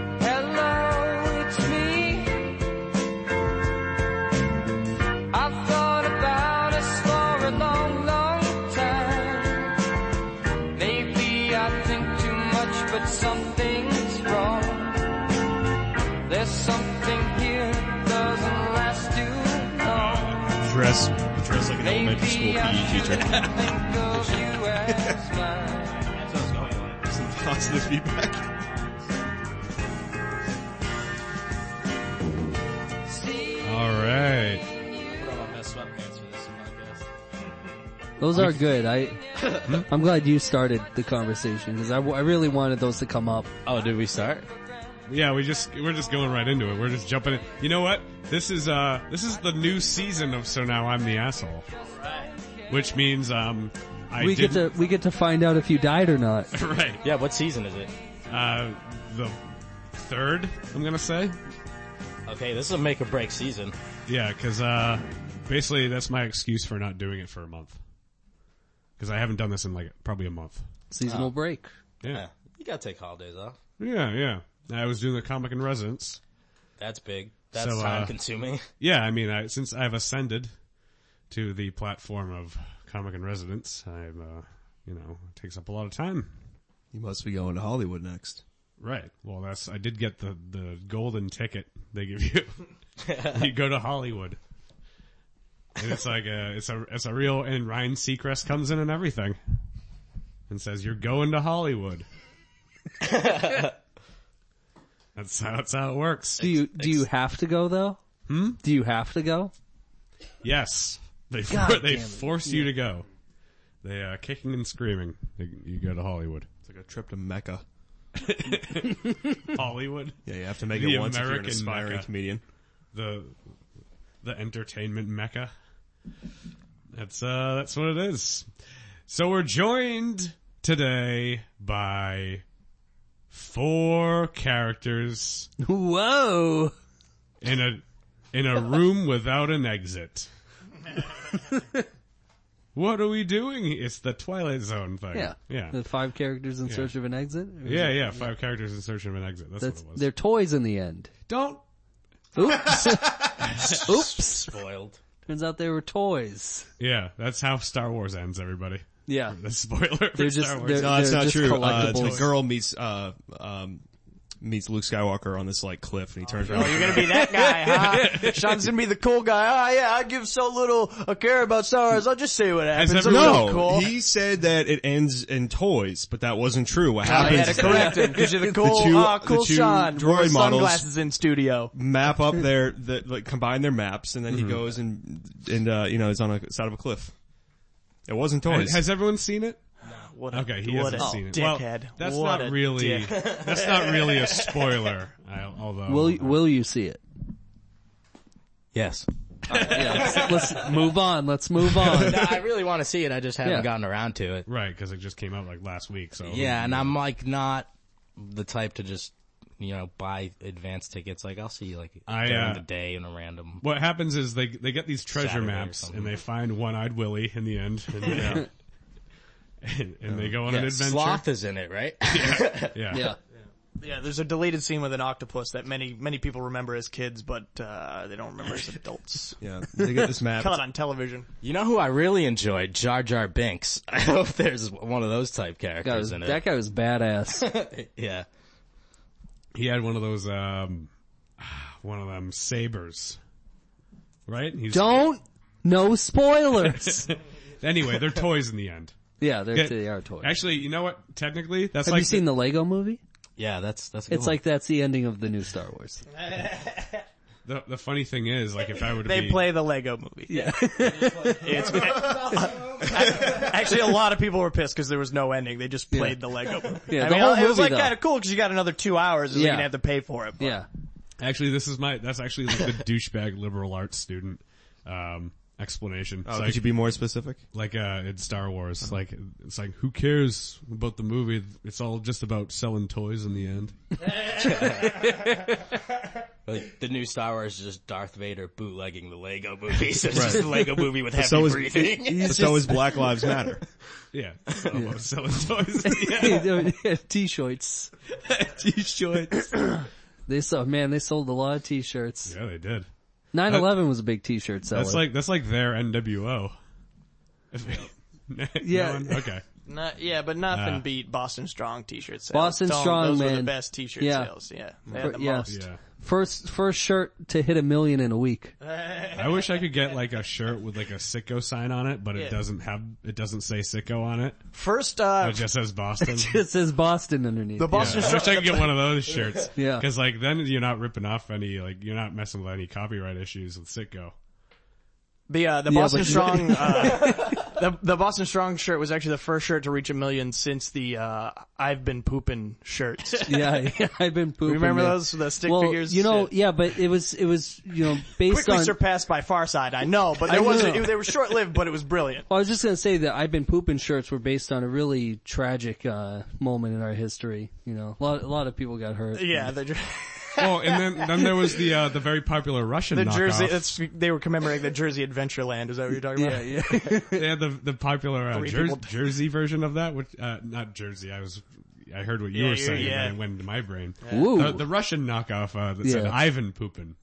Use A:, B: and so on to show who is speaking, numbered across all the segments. A: Hello, it's me. I've thought about us for a long, long time. Maybe I think too much, but something's wrong. There's something here that doesn't last too long.
B: Dress, dress like an elementary school E
A: Maybe I
B: PE
A: should
B: teacher.
A: think of you as mine.
B: Some positive feedback.
A: See
B: All right.
C: Those are good. I, I'm glad you started the conversation because I, w- I really wanted those to come up.
D: Oh, did we start?
B: Yeah, we just we're just going right into it. We're just jumping in. You know what? This is uh this is the new season of So Now I'm the Asshole. Which means um I
C: we
B: didn't,
C: get to we get to find out if you died or not.
B: right.
D: Yeah, what season is it?
B: Uh the third, I'm gonna say.
D: Okay, this is a make or break season.
B: Yeah, cause uh basically that's my excuse for not doing it for a month. Cause I haven't done this in like probably a month.
C: Seasonal break.
B: Yeah.
D: You gotta take holidays off.
B: Yeah, yeah. I was doing the comic in residence.
D: That's big. That's
B: So, uh,
D: time consuming.
B: Yeah, I mean, I, since I've ascended to the platform of comic in residence, I'm, uh, you know, it takes up a lot of time.
E: You must be going to Hollywood next.
B: Right. Well, that's, I did get the, the golden ticket they give you. you go to Hollywood. And it's like a, it's a, it's a real, and Ryan Seacrest comes in and everything. And says, you're going to Hollywood. that's how, that's how it works.
C: Do you do you have to go though? Hmm. Do you have to go?
B: Yes, they for-
C: God
B: they
C: damn it.
B: force you to go. They are kicking and screaming. You you go to Hollywood.
E: It's like a trip to Mecca.
B: Hollywood,
E: Yeah, you have to make
B: The
E: it once if you're an
B: American
E: aspiring
B: Mecca.
E: comedian.
B: the the entertainment mecca. That's uh that's what it is. So we're joined today by four characters
C: Whoa!
B: in a in a room without an exit. what are we doing? It's the Twilight Zone thing.
C: Yeah.
B: Yeah.
C: The five characters in search of an exit. Or is
B: Yeah,
C: it-
B: yeah, five characters in search of an exit. That's,
C: That's
B: what it was.
C: they're toys in the end.
B: Don't.
C: Oops. Oops.
D: Spoiled.
C: Turns out they were toys.
B: Yeah, that's how Star Wars ends, everybody.
C: Yeah.
B: The spoiler for
C: They're
B: Star
C: just-
B: Wars.
C: they're-
E: No, that's
C: They're
E: not
C: just
E: true. Uh, the
C: collectibles.
E: girl meets uh, um, meets Luke Skywalker on this like cliff, and he turns around.
D: You're gonna be that guy, huh?
F: Sean's gonna be the cool guy. Ah, yeah, I give so little a care about Star Wars. I'll just say what happens.
B: Has
F: I'm
B: everyone-
F: so
E: no,
F: cool.
E: he said that it ends in toys, but that wasn't true. What
F: I
E: happens
F: had to
E: is
F: correct
E: that
F: him because you're the cool,
E: two-
F: ah,
E: the
F: cool
E: two
F: Sean.
E: droid
F: Wear
E: models-
F: sunglasses in studio.
E: map up their, the, like combine their maps, and then
C: Mm-hmm.
E: he goes and and uh, you know is on a side of a cliff. It wasn't toys.
B: Oh, Has- Has everyone seen it?
F: What a,
B: Okay, he
F: what
B: hasn't
F: a
B: seen it.
F: Dickhead.
B: Well, that's
F: What
B: not
F: a
B: really.
F: dick.
B: That's not really a spoiler. I, although,
C: Will will you see it?
D: yes.
C: Yeah, let's, let's move on. Let's move on.
D: I really want to see it. I just haven't
C: Yeah.
D: gotten around to it. Mm-hmm.
B: right because it just came out like last week. So
D: Yeah, and I'm like not the type to just you know buy advance tickets. Like I'll see you like
B: I,
D: during
B: uh,
D: the day in a random.
B: what happens is they they get these treasure
D: Saturday or
B: maps
D: something.
B: and they find One Eyed Willy in the end, and, and, and they go on an
D: Yeah,
B: adventure.
D: Sloth is in it, right?
B: Yeah.
C: Yeah.
F: Yeah, there's a deleted scene with an octopus that many many people remember as kids, but uh, they don't remember as adults.
E: yeah, they get this map.
F: Caught on television.
D: you know who I really enjoyed? Jar Jar Binks. I hope there's one of those type
C: Guy
D: characters
C: was-
D: in it.
C: that guy was badass.
D: yeah.
B: He had one of those, um, one of them sabers, right? He's,
C: Don't. No spoilers.
B: Anyway, they're toys in the end.
C: Yeah, they're,
B: Yeah.
C: they are toys.
B: Actually, you know what? Technically, that's
C: Have
B: like
C: you seen the Lego movie?
D: Yeah, that's that's. A good
C: It's like that's the ending of the new Star Wars.
B: the, the, funny thing is, like, if I were to
F: They
B: be,
F: play the Lego movie.
C: Yeah.
F: It's, actually, a lot of people were pissed because there was no ending. They just played the Lego movie.
C: Yeah,
F: I
C: the
F: mean,
C: whole
F: it was
C: movie,
F: like
C: though.
F: kind of cool because you got another two hours and
C: Yeah.
F: you're gonna have to pay for it. but-
C: Yeah.
B: actually, this is my that's actually like the douchebag liberal arts student. Um, explanation.
E: Oh,
B: It's like,
E: could you be more specific?
B: like uh, in Star Wars,
C: Uh-huh.
B: like it's like who cares about the movie? It's all just about selling toys in the end.
D: Like, the new Star Wars is just Darth Vader bootlegging the Lego movie. So it's just the Lego movie with heavy
E: So is,
D: breathing.
E: but so is Black Lives Matter.
B: Yeah, about selling toys. in the end.
C: t-shirts.
E: T-shirts.
C: They saw, man, they sold a lot of t-shirts.
B: Yeah, they did.
C: 9-11 was a big t-shirt seller.
B: That's like that's like their NWO.
C: Yeah.
B: No one? okay.
F: Not, yeah, but nothing
B: Ah.
F: beat Boston Strong t-shirt sales.
C: Boston
F: Tell 'em
C: Strong,
F: those were the
C: man.
F: best t-shirt
C: Yeah.
F: sales. Yeah, they had the
C: Yeah.
F: most.
B: Yeah.
C: first, first shirt to hit a million in a week.
B: I wish I could get like a shirt with like a sicko sign on it, but it
F: Yeah.
B: doesn't have it doesn't say sicko on it.
F: First, uh,
B: It just says Boston.
C: It says Boston underneath.
F: the
B: Yeah,
F: Boston
B: I
F: Strong.
B: wish I could get one of those shirts.
C: Yeah.
B: Cause like then you're not ripping off any, like you're not messing with any copyright issues with Sitco.
F: The uh, the
C: Yeah,
F: Boston
C: but-
F: Strong uh, the the Boston Strong shirt was actually the first shirt to reach a million since the uh, I've been pooping shirts.
C: yeah, yeah, I've been pooping.
F: Remember
C: man.
F: those the stick
C: well,
F: figures?
C: you know,
F: Shit.
C: yeah, but it was, it was, you know, based
F: quickly
C: on,
F: surpassed by Farside. I know, but
C: I
F: there was
C: know.
F: it, they were short lived, but it was brilliant.
C: Well, I was just gonna say that I've been pooping shirts were based on a really tragic uh, moment in our history. You know, a lot, a lot of people got hurt.
F: Yeah, the, jer-
B: Oh, and then, then there was the, uh, the very popular Russian
F: the
B: knockoff.
F: Jersey. It's, they were commemorating the Jersey Adventureland. Is that what you're talking
C: yeah,
F: about?
C: yeah.
B: They had the, the popular, uh,
F: Three
B: Jer-
F: people-
B: Jersey version of that, which, uh, not Jersey. I was, I heard what you
F: Yeah,
B: were
F: you-
B: saying
F: yeah.
B: and it went into my brain.
C: Ooh.
B: The, the Russian knockoff, uh, that said
C: Yeah.
B: Ivan Poopin.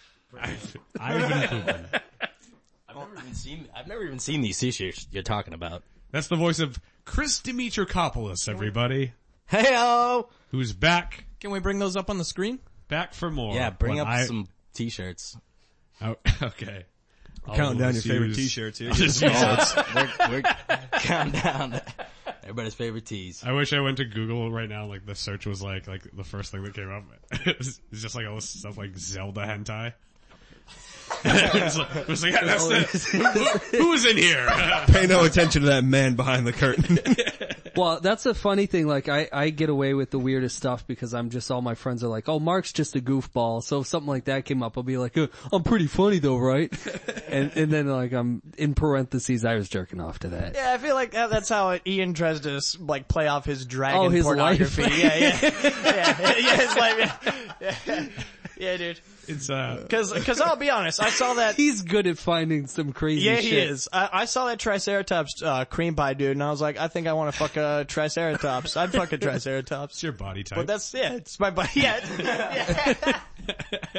B: Ivan Poopin.
D: I've never even seen. I've never even seen these t-shirts you're talking about.
B: That's the voice of Chris Dimitrokopoulos, everybody,
D: Heyo!
B: who's back,
D: Can we bring those up on the screen?
B: back for more.
D: Yeah, bring
B: When
D: up
B: I-
D: some t-shirts.
B: Oh, okay. I'll
E: Counting down your
B: just
E: favorite
B: use-
E: T-shirts here.
D: we're, we're counting down. Everybody's favorite teas.
B: I wish I went to Google right now. Like the search was like like the first thing that came up. it's just like all this stuff like Zelda hentai. it's like, it's like, yeah, that's the, who, who's in here?
E: Pay no attention to that man behind the curtain.
C: Well, that's a funny thing. Like, I, I get away with the weirdest stuff because I'm just, all my friends are like, oh, Mark's just a goofball. So if something like that came up, I'll be like, "Uh, I'm pretty funny though, right? and, and then like, I'm, in parentheses, I was jerking off to that.
F: Yeah, I feel like that, that's how Ian tries to like play off his dragon
C: Oh, his
F: pornography.
C: life.
F: Yeah, yeah, yeah, yeah, his life, yeah, yeah, yeah dude.
B: it's uh,
F: Because because I'll be honest, I saw that.
C: He's good at finding some crazy
F: Yeah,
C: shit.
F: he is. I, I saw that Triceratops uh, cream pie dude, and I was like, I think I want to fuck a Triceratops. I'd fuck a
B: it's
F: Triceratops.
B: your body type.
F: But that's yeah, it's my buddy. Yeah, it's- yeah.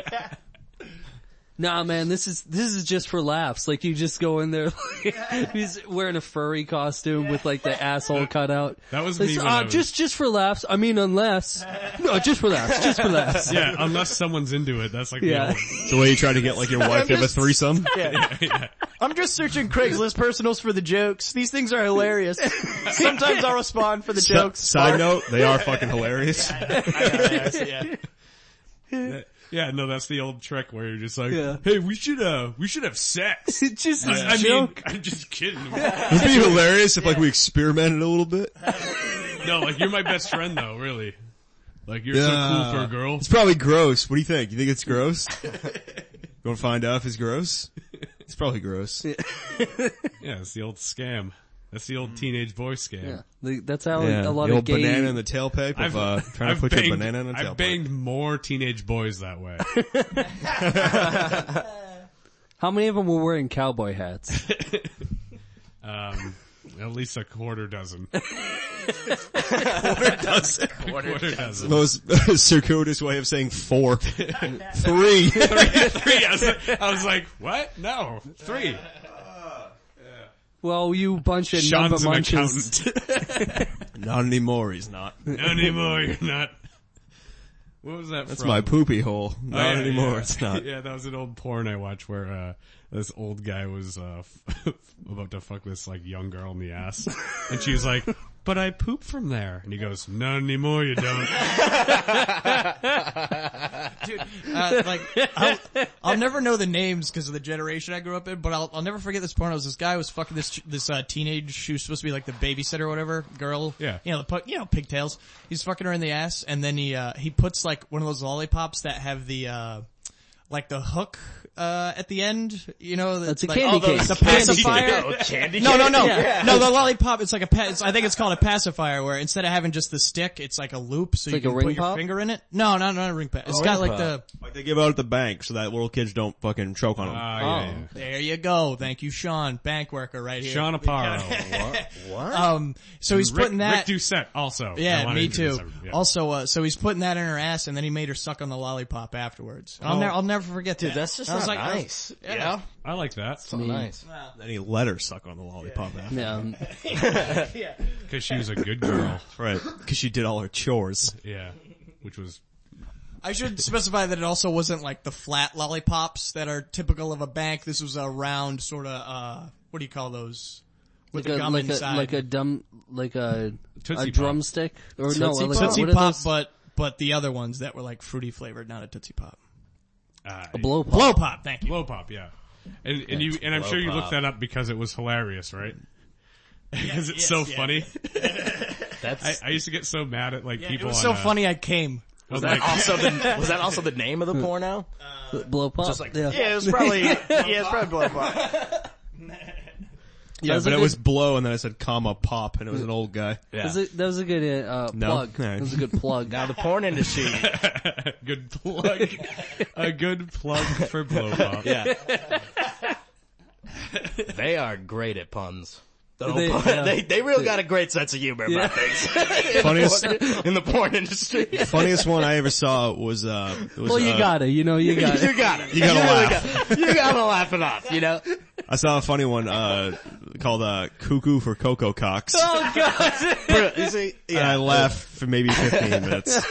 C: Nah, man, this is this is just for laughs. Like you just go in there, like, he's wearing a furry costume with like the asshole cutout.
B: That was
C: It's,
B: me when
C: uh,
B: I was-
C: just just for laughs. I mean, unless no, just for laughs, just for laughs.
B: yeah, unless someone's into it, that's like
C: Yeah.
B: yeah.
E: the way you try to get like your wife to have a threesome.
F: I'm just searching Craigslist personals for the jokes. These things are hilarious. Sometimes I'll respond for the jokes.
E: Side note, they are fucking hilarious.
F: yeah.
B: yeah, no, that's the old trick where you're just like,
C: Yeah.
B: hey, we should uh, we should have sex.
C: It's just a
B: I, I mean,
C: joke.
B: I'm just kidding.
E: It'd be hilarious if like we experimented a little bit.
B: No, like you're my best friend though, really. Like you're so
E: Yeah.
B: cool for a girl.
E: It's probably gross. What do you think? You think it's gross? you want to find out if it's gross? It's probably gross.
B: Yeah, it's the old scam. That's the old teenage boy scam.
C: Yeah. Like, that's how
E: Yeah,
C: a lot
E: the
C: of
E: old
C: gay.
E: banana in the tailpipe of uh, trying to put
B: banged,
E: your banana in a
B: I've
E: tailpipe.
B: banged more teenage boys that way.
C: How many of them were wearing cowboy hats?
B: Um, at least a quarter dozen. quarter dozen. Quarter dozen.
E: Most circuitous way of saying four, three.
B: Three. I was, like, I was like, what? No, three.
C: well, you bunch of
B: Sean's
C: number
B: an
C: munches.
B: accountant.
E: Not anymore. He's not.
B: Not anymore. You're not. What was that?
E: That's
B: from?
E: my poopy hole. Not
B: Oh, yeah,
E: anymore.
B: yeah.
E: It's not.
B: Yeah, that was an old porn I watched where uh this old guy was uh about to fuck this like young girl in the ass, and she was like, "But I poop from there," and he goes, "Not anymore, you don't."
G: uh, like I'll, I'll never know the names because of the generation I grew up in, but I'll, I'll never forget this porno. It was This guy was fucking this this uh, teenage who was supposed to be like the babysitter or whatever girl.
B: Yeah.
G: you know the pu- you know pigtails. He's fucking her in the ass, and then he uh he puts like one of those lollipops that have the. uh like the hook uh, at the end. You know,
C: That's a
G: like,
C: candy
G: all those-
C: cane.
G: The
C: Candy
G: pacifier.
H: candy.
G: No, no, no,
C: Yeah.
G: no. The lollipop. It's like a. Pa- it's, I think it's called a pacifier, where instead of having just the stick, it's like a loop, so
C: like a
G: you can
C: ring
G: put your
C: pop?
G: finger in it. No, no, not a ring pop. It's
D: A
G: got
D: ring
G: like the.
D: pop.
E: Like they give out at the bank so that little kids don't fucking choke on them.
B: Ah, yeah, yeah.
G: There you go. Thank you, Sean, bank worker, right here.
B: Sean Aparo.
G: Um. So he's
B: Rick,
G: putting that.
B: Rick Doucette also. I
G: Yeah,
B: wanna
G: me
B: introduce
G: too.
B: everybody, yeah.
G: Also, uh, so he's putting that in her ass, and then he made her suck on the lollipop afterwards. And I'll, ne- I'll never forget that.
D: Dude, that's just
G: I was
D: not
G: like, I was-
D: nice.
G: yeah.
B: I like that
D: So nice.
E: Any letter suck on the lollipop after.
C: No,
B: because she was a good girl.
E: Right. Cause she did all her chores.
B: Yeah, which was
G: I should specify that it also wasn't like the flat lollipops that are typical of a bank. This was a round sort of. uh What do you call those? With
C: like a
G: the gum
C: like a
G: inside.
C: like a dumb like a
B: Tootsie
C: a
B: Pop.
C: drumstick or no
D: Tootsie
C: like
D: Pop?
C: a-
G: Tootsie
C: what are
G: Pop,
C: those?
G: but but the other ones that were like fruity flavored, not a Tootsie Pop.
B: uh,
C: a blow pop.
G: Blow pop. Thank you.
B: blow pop. Yeah, and and you and I'm sure you
D: blow
B: looked
D: pop.
B: that up because it was hilarious, right? Because it's so
G: yes, yeah.
B: funny.
D: That's
B: I, I used to get so mad at like
G: It
B: people.
G: was
B: on,
G: so
B: uh,
G: funny. I came.
B: Was
H: that
B: like,
H: also the, was that also the name of the porno?
C: blow pop. yeah,
F: Yeah, it was probably. yeah, it's probably blow pop.
E: Yeah,
C: was
E: but
C: a
E: it
C: good-
E: was blow and then I said comma pop and it was an old guy.
C: That, was a, that was a good uh,
E: No?
C: plug.
E: All right.
C: That was a good plug.
D: now the porn industry.
B: good plug, a good plug for blow pop.
D: yeah. they are great at puns.
C: They-
D: they,
C: yeah.
D: they they really got a great sense of humor about things
E: Funniest,
D: in the porn industry.
E: funniest one I ever saw was, uh, was,
C: well, you
E: uh,
C: got it. You know, you got it.
D: you got it.
E: You gotta
D: really
E: laugh.
D: got- you gotta laugh it off. You know.
E: I saw a funny one, uh, called, uh, Cuckoo for Coco Cox.
C: Oh god!
D: You see,
E: And I laughed for maybe 15 minutes.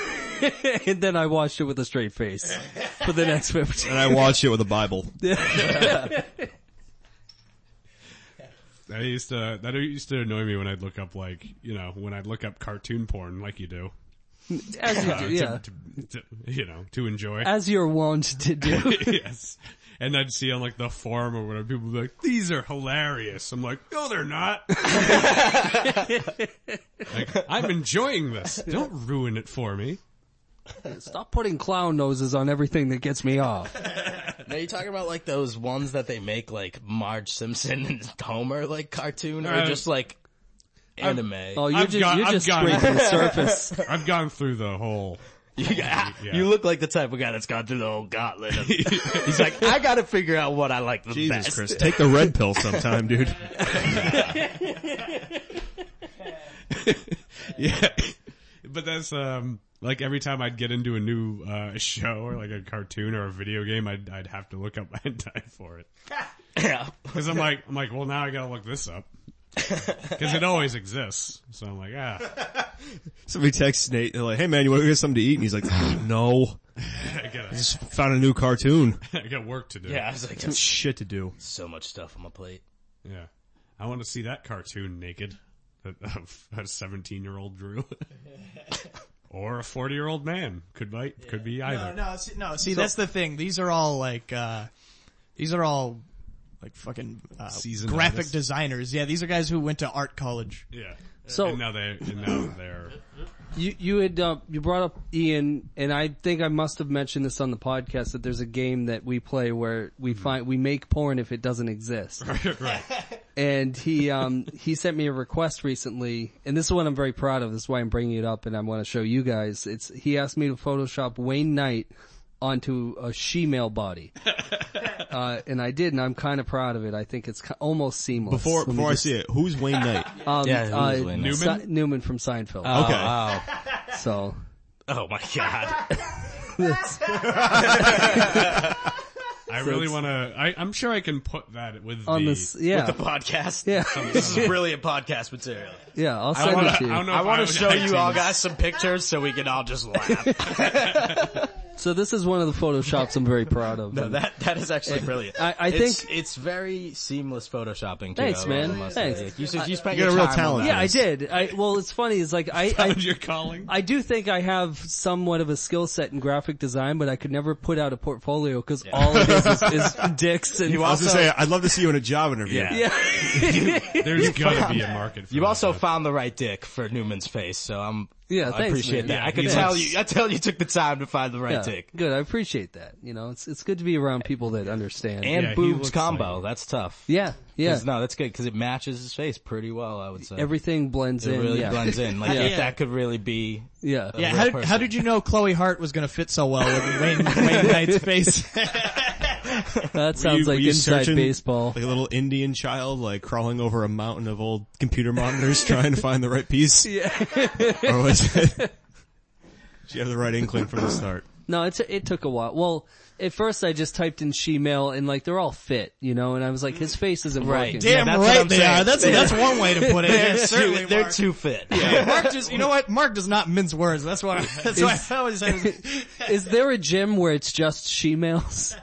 C: and then I watched it with a straight face for the next 15.
E: And I watched it with a Bible.
B: That used to that used to annoy me when I'd look up like you know when I'd look up cartoon porn like you do.
C: As you
B: uh,
C: do, yeah.
B: to, to, to, you know to enjoy.
C: As you're wont to do.
B: yes. And I'd see on like the forum or whatever, people be like, these are hilarious. I'm like, no they're not. like, I'm enjoying this. Don't ruin it for me.
C: Stop putting clown noses on everything that gets me off.
D: Now you talking about like those ones that they make like Marge Simpson and Homer like cartoon or
B: Uh,
D: just like anime.
C: Oh, you're
B: I've
C: just,
B: got-
C: you're
B: I've
C: just
B: got it.
C: scraping the surface.
B: I've gone through the whole,
D: you, got-
B: yeah.
D: you look like the type of guy that's gone through the whole gauntlet. Of, he's like, I gotta figure out what I like the
E: Jesus
D: best.
E: Chris, take the red pill sometime, dude.
B: yeah. But that's, um, like every time I'd get into a new, uh, show or like a cartoon or a video game, I'd, I'd have to look up my time for it.
D: Yeah.
B: Cause I'm like, I'm like, well now I gotta look this up. Cause it always exists. So I'm like, ah.
E: Somebody texts Nate, they're like, hey man, you wanna get something to eat? And he's like, no,
B: I gotta,
E: just found a new cartoon.
B: I got work to do.
D: Yeah, I was like, "There's
E: Shit to do.
D: so much stuff on my plate.
B: Yeah. I want to see that cartoon naked that of a 17 year old Drew. or a 40 year old man. Could be, could be
G: No,
B: either.
G: no, see, no. See, that's the thing. These are all like, uh, these are all like fucking uh,
B: Seasoned
G: graphic
B: artists.
G: designers. Yeah, these are guys who went to art college.
B: Yeah.
C: So-
B: and now they, and now they're,
C: You, you had, uh, you brought up Ian, and I think I must have mentioned this on the podcast that there's a game that we play where we find, we make porn if it doesn't exist.
B: right.
C: and he um he sent me a request recently, and this is what I'm very proud of. This is why I'm bringing it up, and I want to show you guys. It's he asked me to Photoshop Wayne Knight onto a she-male body, uh, and I did, and I'm kind of proud of it. I think it's ki- almost seamless.
E: Before,
C: Let me
E: before I
C: just-
E: see it, who's Wayne Knight?
C: um,
D: Yeah, who was
C: uh,
D: Wayne
B: Knight?
C: Si- Newman from Seinfeld.
E: Okay.
C: so
D: Oh my god.
B: I really want to, I, I'm sure I can put that with
C: on
B: the,
C: this, yeah,
D: the podcast.
C: yeah,
D: This is brilliant podcast material.
C: yeah, I'll
B: I,
C: send
B: wanna,
C: it to
B: I
C: you.
B: don't know
D: I
B: if
D: want
B: would
D: to show
B: like
D: you all guys some pictures so we can all just laugh.
C: So this is one of the photoshops I'm very proud of.
D: No,
C: and
D: that that is actually brilliant.
C: I- I
D: It's-
C: think-
D: it's very seamless photoshopping. Too,
C: Thanks,
D: I
C: man.
D: must
C: Thanks.
D: admit. You, said you spent
E: You got
D: your
E: a real
D: time
E: talent.
D: on that.
C: yeah, I did. I well, it's funny. It's like I, I
B: You're calling?
C: I do think I have somewhat of a skill set in graphic design, but I could never put out a portfolio because all it is is, is dicks and
E: I was gonna say, I'd love to see you in a job interview.
D: Yeah.
C: yeah.
B: There's gotta be a market for
D: You
B: that.
D: also found the right dick for Newman's face, so I'm
C: Yeah,
D: I
C: thanks,
D: appreciate
C: man.
D: that.
C: Yeah,
D: I could
C: yeah.
D: tell you. I tell you took the time to find the right
C: Yeah,
D: tick.
C: Good. I appreciate that. You know, it's it's good to be around people that understand.
D: And
B: he
D: boobs
B: looks
D: combo. That's tough.
C: yeah, yeah.
D: 'Cause, No, that's good because it matches his face pretty well. I would say
C: Everything blends
D: It
C: in.
D: really
C: yeah.
D: blends in. Like
C: Yeah.
D: if that could really be.
C: Yeah.
G: Yeah,
D: real
G: how did, how
D: person.
G: did you know Chloe Hart was gonna fit so well with Wayne, Wayne Knight's face?
C: That
E: Were you-
C: sounds
E: were
C: like
E: you
C: inside
E: searching
C: baseball.
E: Like a little Indian child, like crawling over a mountain of old computer monitors trying to find the right piece. Yeah. or was it? Did you have the right inkling from the start?
C: No, it's it took a while. Well, at first I just typed in she male and like they're all fit, you know, and I was like his face isn't
D: Right.
C: working.
D: Damn
G: Damn
D: that's what
G: right
D: I'm
G: they
D: saying.
G: are. That's that's one way to put it. Yeah, certainly,
D: They're, they're
G: Mark.
D: too fit.
G: Mark just, you know what? Mark does not mince words. That's why. That's why I always say.
C: Is there a gym where it's just she males?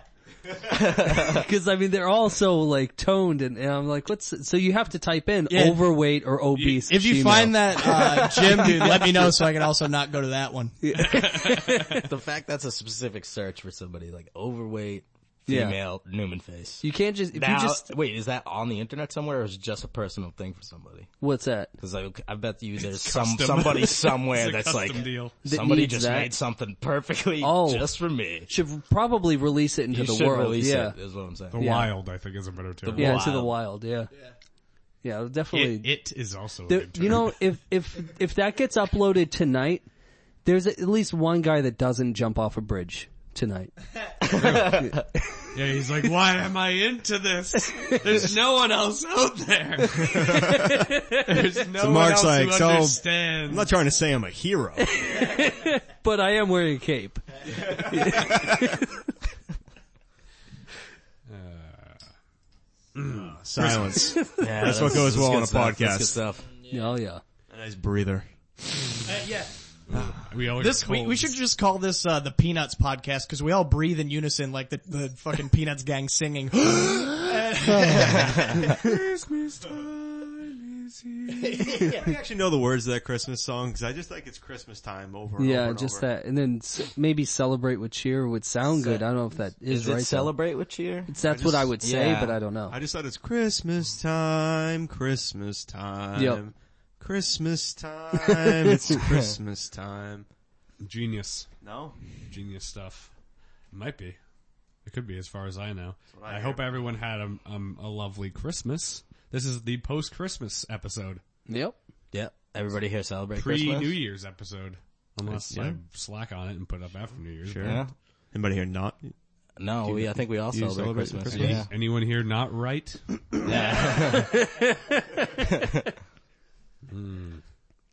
C: Because I mean they're all so like toned and, and I'm like what's so you have to type in
G: Yeah.
C: overweight or obese.
G: If you
C: she
G: find
C: male.
G: that uh, gym, dude, let me know so I can also not go to that one.
D: the fact that's a specific search for somebody like overweight
C: Yeah.
D: female Newman face.
C: you can't just if
D: now,
C: you just
D: wait, is that on the internet somewhere, or is it just a personal thing for somebody?
C: what's that?
D: Because I, I bet you there's some somebody
B: It's
D: somewhere
B: a
D: that's
B: custom
D: like
B: deal.
C: That
D: somebody
C: needs
D: just
C: that.
D: made something perfectly
C: Oh.
D: just for me.
C: Should probably release it into
D: you
C: the
D: should
C: world.
D: release
C: yeah.
D: it. Is what I'm saying.
B: The
C: Yeah.
B: Wild, I think, is a better term.
C: Yeah, into the wild, yeah. Yeah, it'll definitely
B: It, it is also. A
C: There-
B: good term.
C: you know, if if if that gets uploaded tonight, there's at least one guy that doesn't jump off a bridge tonight.
B: yeah, he's like, why am I into this? There's no one else out there. There's no
E: So
B: one
E: Mark's
B: else
E: like,
B: who
E: so-
B: understands.
E: I'm not trying to say I'm a hero.
C: But I am wearing a cape.
E: Silence.
D: Yeah,
E: That's what goes well
D: good
E: on a
D: stuff. That's good
E: podcast.
D: stuff.
C: Oh yeah.
E: A nice breather.
G: Uh,
B: we always
G: This we, we
B: colds.
G: should just call this uh, the Peanuts podcast because we all breathe in unison like the, the fucking Peanuts gang singing.
B: Christmas time is here.
E: You actually know the words of that Christmas song because I just think it's Christmas time over. And over
C: Yeah,
E: and
C: just
E: over.
C: that. And then s- maybe celebrate with cheer would sound good. I don't know if that is,
D: Is
C: right.
D: it
C: though.
D: celebrate with cheer?
C: It's- That's what I would say,
D: yeah.
C: but I don't know.
E: I just thought it's Christmas time, Christmas time,
C: Yep.
E: Christmas time. it's Christmas time.
B: Genius.
E: No,
B: Genius stuff. Might be. It could be as far as I know.
E: what I
B: I,
E: hear.
B: hope everyone had a, um, a lovely Christmas. This is the post Christmas episode.
C: Yep.
D: Yeah. Everybody here celebrate
B: Pre
D: Christmas.
B: New Year's episode. Unless
E: Yeah.
B: I slack on it and put it up after New Year's.
E: Sure.
D: yeah.
E: anybody here not?
D: No, we, I think we all
E: you
D: celebrate,
E: celebrate
D: Christmas.
E: Christmas?
D: Yeah.
B: Anyone here not right?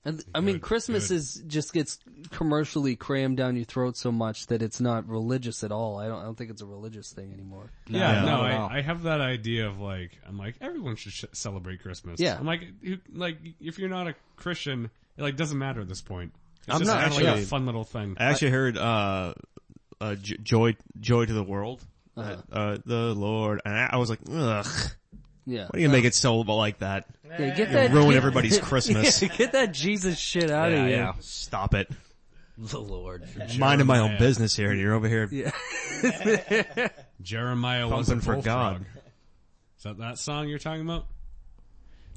C: And, I mean, Christmas
B: good.
C: is just gets commercially crammed down your throat so much that it's not religious at all. I don't. I don't think it's a religious thing anymore.
B: Yeah, no,
D: not at all.
B: I, I have that idea of like, I'm like, everyone should sh- celebrate Christmas.
C: Yeah.
B: I'm like, you, like, if you're not a Christian, it like doesn't matter at this point. It's
E: I'm
B: just
E: not
B: kind of like
E: actually-
B: a fun little thing.
E: I actually heard uh, uh, J- joy, joy to the world. uh
C: Uh-huh.
E: the Lord, and I, I was like, ugh,
C: Yeah.
E: why do you make it so like that?
C: Yeah, get that
E: Ruin
C: get-
E: everybody's Christmas.
C: Get that Jesus shit out of
D: Yeah,
C: here.
D: yeah.
E: Stop it.
D: The Lord.
E: Minding my own business here, and you're over here
B: Jeremiah was a
E: pumping for
B: bullfrog.
E: God.
B: Is that that song you're talking about?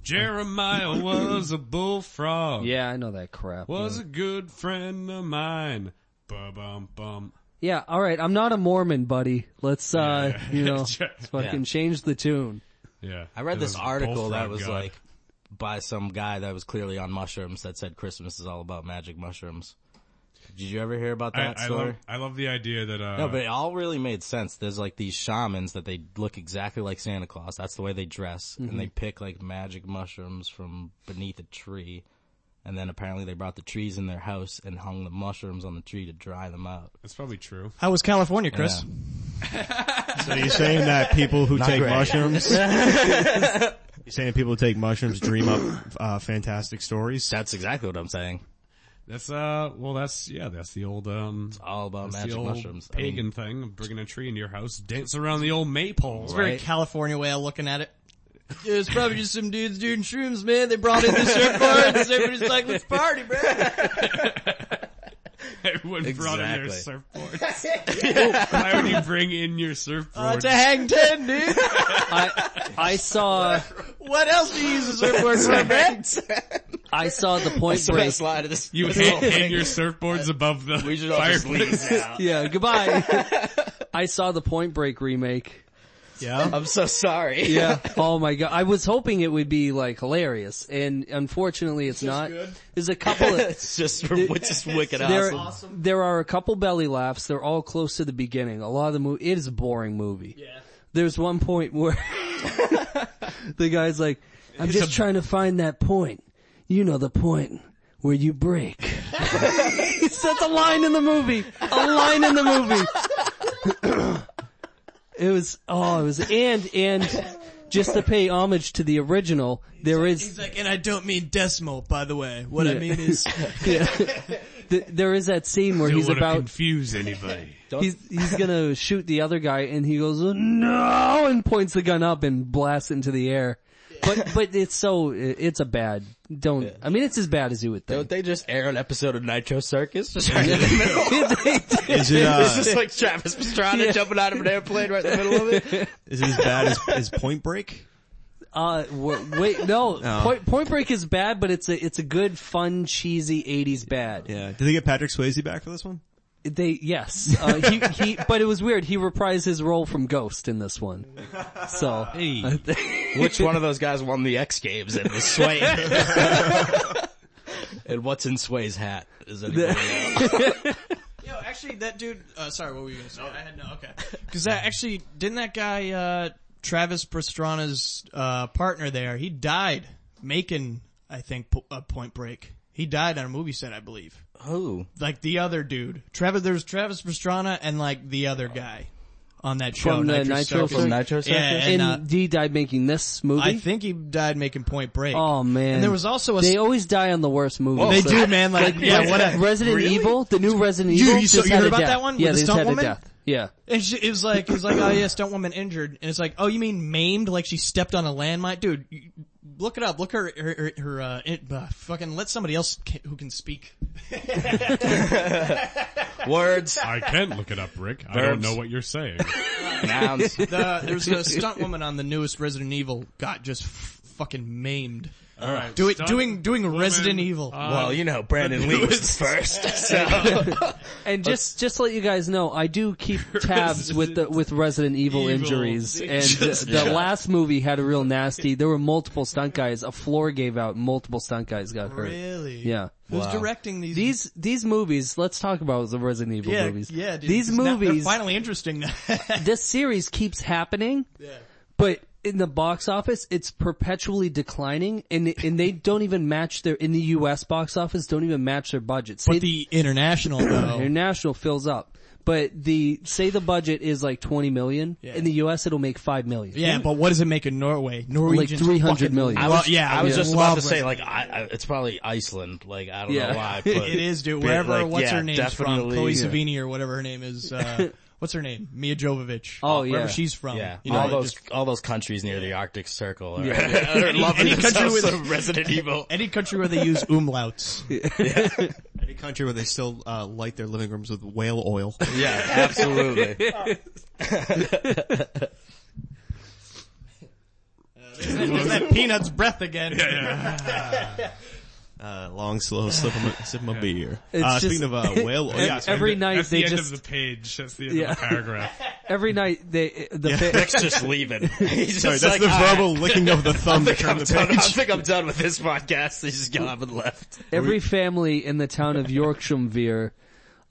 B: Jeremiah was a bullfrog.
C: Yeah, I know that crap.
B: Was a good friend of mine. Bum bum.
C: Yeah, all right. I'm not a Mormon, buddy. Let's uh,
B: Yeah.
C: you know,
B: Yeah.
C: fucking change the tune.
B: Yeah.
D: I read
B: It
D: this
B: was
D: article that
B: Bullfrog
D: was
B: God.
D: like by some guy that was clearly on mushrooms that said Christmas is all about magic mushrooms. Did you ever hear about
B: I,
D: that
B: I
D: story?
B: love, I love the idea that, uh,
D: no, but it all really made sense. There's like these shamans that they look exactly like Santa Claus. That's the way they dress. And they pick like magic mushrooms from beneath a tree. And then apparently they brought the trees in their house and hung the mushrooms on the tree to dry them out.
B: it's probably true.
G: How was California, Chris?
D: Yeah.
E: So you're saying that people who take
D: great.
E: mushrooms, you're saying people who take mushrooms dream up uh, fantastic stories?
D: That's exactly what I'm saying.
B: That's, uh, well, that's, yeah, that's the old, um,
D: All about
B: That's
D: magic
B: the old
D: mushrooms. I mean,
B: Pagan thing, of bringing a tree into your house, dance around the old maypole.
G: Very California way of looking at it. Yeah, it's probably just some dudes doing shrooms, man. They brought in the surfboards. Everybody's like, let's party, bro.
B: Everyone brought in their
D: Exactly.
B: surfboards. Why would you bring in your
D: Uh,
B: surfboard?
G: It's a hang ten, dude.
C: I I saw
G: What else do you use a surfboard for, man?
C: I saw the point
H: It's the
C: break.
H: best line of this.
B: You
H: this
B: hang,
H: whole thing.
B: hang your surfboards above the
H: We should all just
B: fireplace.
H: leave now.
C: Yeah, goodbye. I saw the point break remake.
H: I'm so sorry.
C: Yeah. Oh my god. I was hoping it would be like hilarious and unfortunately it's not. There's a couple of,
H: it's just it's just wicked
C: there,
H: awesome.
C: there are a couple belly laughs. They're all close to the beginning. A lot of the movie, it is a boring movie. Yeah. There's one point where the guy's like, I'm just trying to find that point. You know the point where you break. That's a line in the movie. A line in the movie. it was, oh, it was, and, and just to pay homage to the original, there is.
G: He's like, and I don't mean decimal, by the way. What I
C: Yeah.
G: mean is,
C: Th- there is that scene where
B: Don't
C: he's
B: wanna
C: about
B: confuse anybody.
C: he's he's gonna shoot the other guy and he goes no and points the gun up and blasts into the air. But but it's so it's a bad don't I mean it's as bad as you would
H: Don't
C: think.
H: they just air an episode of Nitro Circus? Just right in the middle.
E: Is it,
H: It's
E: uh,
H: just like Travis Pastrana jumping out of an airplane right in the middle of it.
E: is it as bad as, as Point Break?
C: uh w- wait no
H: Oh.
C: Point, Point Break is bad but it's a it's a good fun cheesy 80s bad.
E: Yeah. Did they get Patrick Swayze back for this one?
C: They yes uh, he he but it was weird he reprised his role from Ghost in this one. So
H: Which one of those guys won the X Games and was Sway? and what's in Sway's hat? Is anybody know?
G: yo, actually, that dude. Uh, sorry, what were you gonna say? I had no. Okay, because that actually didn't that guy uh, Travis Pastrana's uh, partner there? He died making, I think, po- a Point Break. He died on a movie set, I believe.
H: Who?
G: Like the other dude, Travis. There's Travis Pastrana and like the other guy on that show.
C: From the Nitro
G: Circus.
C: From
H: Nitro Circus?
G: Yeah,
C: and
G: and, uh,
C: D died making this movie.
G: I think he died making Point Break.
C: Oh man!
G: And there was also a
C: They always die on the worst movie.
G: They do, man. Like, yeah, what a,
C: Resident Evil, the new Resident
G: You-
C: Evil.
G: you saw-
C: just
G: you
C: had
G: heard
C: a
G: about
C: death.
G: that one
C: Yeah,
G: with
C: they
G: the
C: just had
G: stunt
C: a
G: woman?
C: death. Yeah,
G: And she, it was like, it was like, oh yeah, stunt woman injured. And it's like, oh, you mean maimed? Like she stepped on a landmine? Dude, you- look it up. Look her, her, her, her uh, it, uh, fucking, let somebody else ca- who can speak.
H: Words.
B: I can look it up, Rick. I don't
H: Verbs.
B: know what you're saying.
H: Nouns.
G: The, there was a stunt woman on the newest Resident Evil got just f- fucking maimed.
B: Alright.
G: Do it, doing, doing Resident Evil.
H: Well, you know, Brandon Lee was the first. So.
C: and just Uh, just to let you guys know, I do keep tabs with the with Resident Evil,
B: Evil.
C: injuries, and the, the last movie had a real nasty. There were multiple stunt guys. A floor gave out. Multiple stunt guys got hurt.
G: really?
C: Yeah.
G: Who's directing these?
C: These these movies. Let's talk about the Resident Evil
G: yeah,
C: movies.
G: yeah, dude.
C: these
G: It's not- they're
C: movies.
G: finally interesting. now.
C: this series keeps happening. But in the box office, it's perpetually declining and, and they don't even match their, in the US box office, don't even match their budget. Say
G: but the international though.
C: international fills up. But the, say the budget is like 20 million. In the US it'll make 5 million.
G: Yeah, but what does it make in Norway? Norwegians
C: 300
G: fucking
C: million. I
G: lo-
C: was-
G: yeah,
H: I was
G: yeah.
H: just about
G: love
H: to say,
G: Resident
H: like, I, I, it's probably Iceland. Like, I don't
C: Yeah.
H: know why, but
G: It is, dude.
H: but,
G: Wherever,
H: like,
G: what's
H: yeah,
G: her name's from?
H: definitely.
G: Chloe
H: Yeah.
G: Savini or whatever her name is. Uh, what's her name? Mia Jovovich.
C: Oh,
G: Wherever
C: yeah.
G: she's from.
H: Yeah,
G: You know,
H: all those
G: just-
H: all those countries near the Arctic Circle are, are loving
G: any country
H: themselves
G: with-
H: some Resident Evil.
G: any country where they use umlauts.
E: Any country where they still uh, light their living rooms with whale oil.
H: Yeah, absolutely.
G: There's that peanut's breath again.
E: Uh, long, slow sip of my, sip of my beer.
C: It's
E: Uh,
C: just-
E: speaking of uh, whale oil, yeah,
C: Every night
B: That's
C: they
B: the end
C: just-
B: of the page. That's the end
C: Yeah.
B: of the paragraph.
C: Every night they, the, fa-
H: Rick's just leaving. He's
E: sorry,
H: just
E: that's
H: like,
E: the
H: "All right,
E: verbal licking of the
H: I
E: thumb to
H: think,
E: turn
H: I'm
E: the
H: done, I
E: page.
H: think I'm done with this podcast. He just got up and left.
C: every family in the town of Yorkshire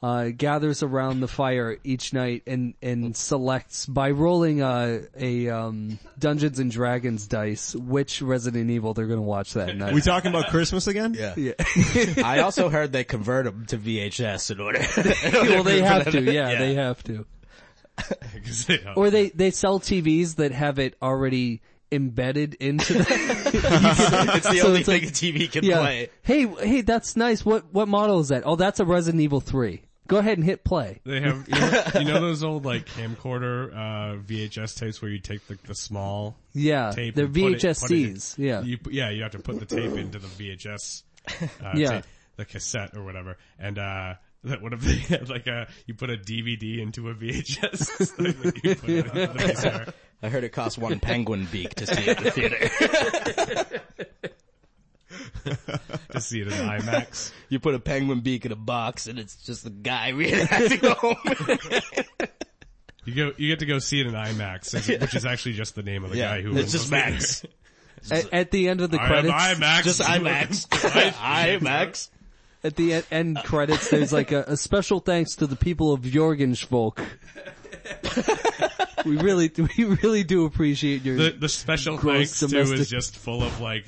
C: uh, gathers around the fire each night and, and selects by rolling a, a um, Dungeons and Dragons dice which Resident Evil they're gonna watch that night.
E: We talking about Christmas again?
H: Yeah. I also heard they convert him to VHS in order.
C: well, they have to. Yeah, they have to.
B: 'Cause they don't-
C: Or they they sell TVs that have it already embedded into them.
H: It's the
C: So
H: only
C: it's
H: thing
C: like-
H: a TV can
C: yeah.
H: play.
C: Hey, hey, that's nice. What what model is that? Oh, that's a Resident Evil three. Go ahead and hit play.
B: They have, you know, you know those old like camcorder, uh, VHS tapes where you take the, the small
C: Yeah,
B: tape.
C: they're
B: and put it- put it in-
C: VHSCs. yeah,
B: You, yeah, you have to put the tape into the VHS, uh,
C: Yeah.
B: tape, the cassette or whatever. And, uh, that would have they had like a, you put a DVD into a VHS. system and you put it on the VCR.
H: I heard it cost one penguin beak to see at the theater.
B: to see it in IMAX.
D: You put a penguin beak in a box and it's just a guy reenacting the whole
B: You go, you get to go see it in IMAX, as- which is actually just the name of the guy who.
D: It's just Max.
C: At, at the end of the
B: I am
C: credits,
B: IMAX.
D: Just IMAX. IMAX.
C: at the e- end credits, there's like a, a special thanks to the people of Jorgensvolk. we really, we really do appreciate your.
B: The the special
C: Gross
B: thanks too
C: domestic-
B: is just full of like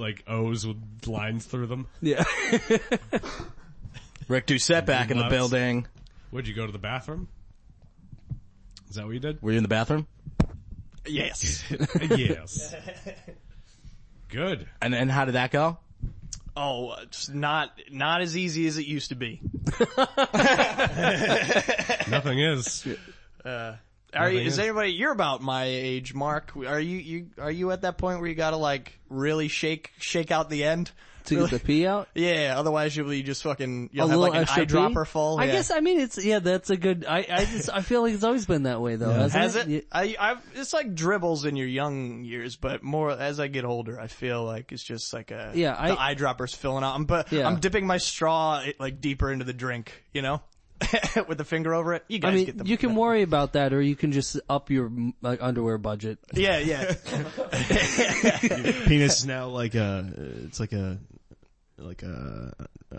B: like O's with lines through them.
C: yeah.
D: Rick Doucette back in the
B: Nuts.
D: building.
B: Would you go to the bathroom? Is that what you did?
D: Were you in the bathroom?
F: Yes.
B: yes. Good.
D: And then how did that go?
F: Oh, uh, just not not as easy as it used to be.
B: Nothing is.
F: Are you,
B: they
F: is
B: did.
F: anybody? You're about my age, Mark. Are you you are you at that point where you gotta like really shake shake out the end?
C: To get the pee out?
F: Yeah, otherwise you'll be just fucking you'll
C: a
F: have
C: little
F: like an
C: extra
F: eyedropper
C: pee?
F: full.
C: I
F: yeah.
C: guess I mean it's yeah. That's a good. I I just I feel like it's always been that way though. Hasn't
F: Has it?
C: Yeah.
F: I, I've, it's like dribbles in your young years, but more as I get older, I feel like it's just like a
C: Yeah,
F: the
C: I-
F: eyedroppers filling out. I'm but
C: Yeah.
F: I'm dipping my straw it, like deeper into the drink, you know, with the finger over it. You guys
C: I
F: get
C: mean,
F: the
C: you can worry about that, or you can just up your mm, like underwear budget.
F: yeah yeah.
E: Penis is now like a, it's like a, like a, uh, uh,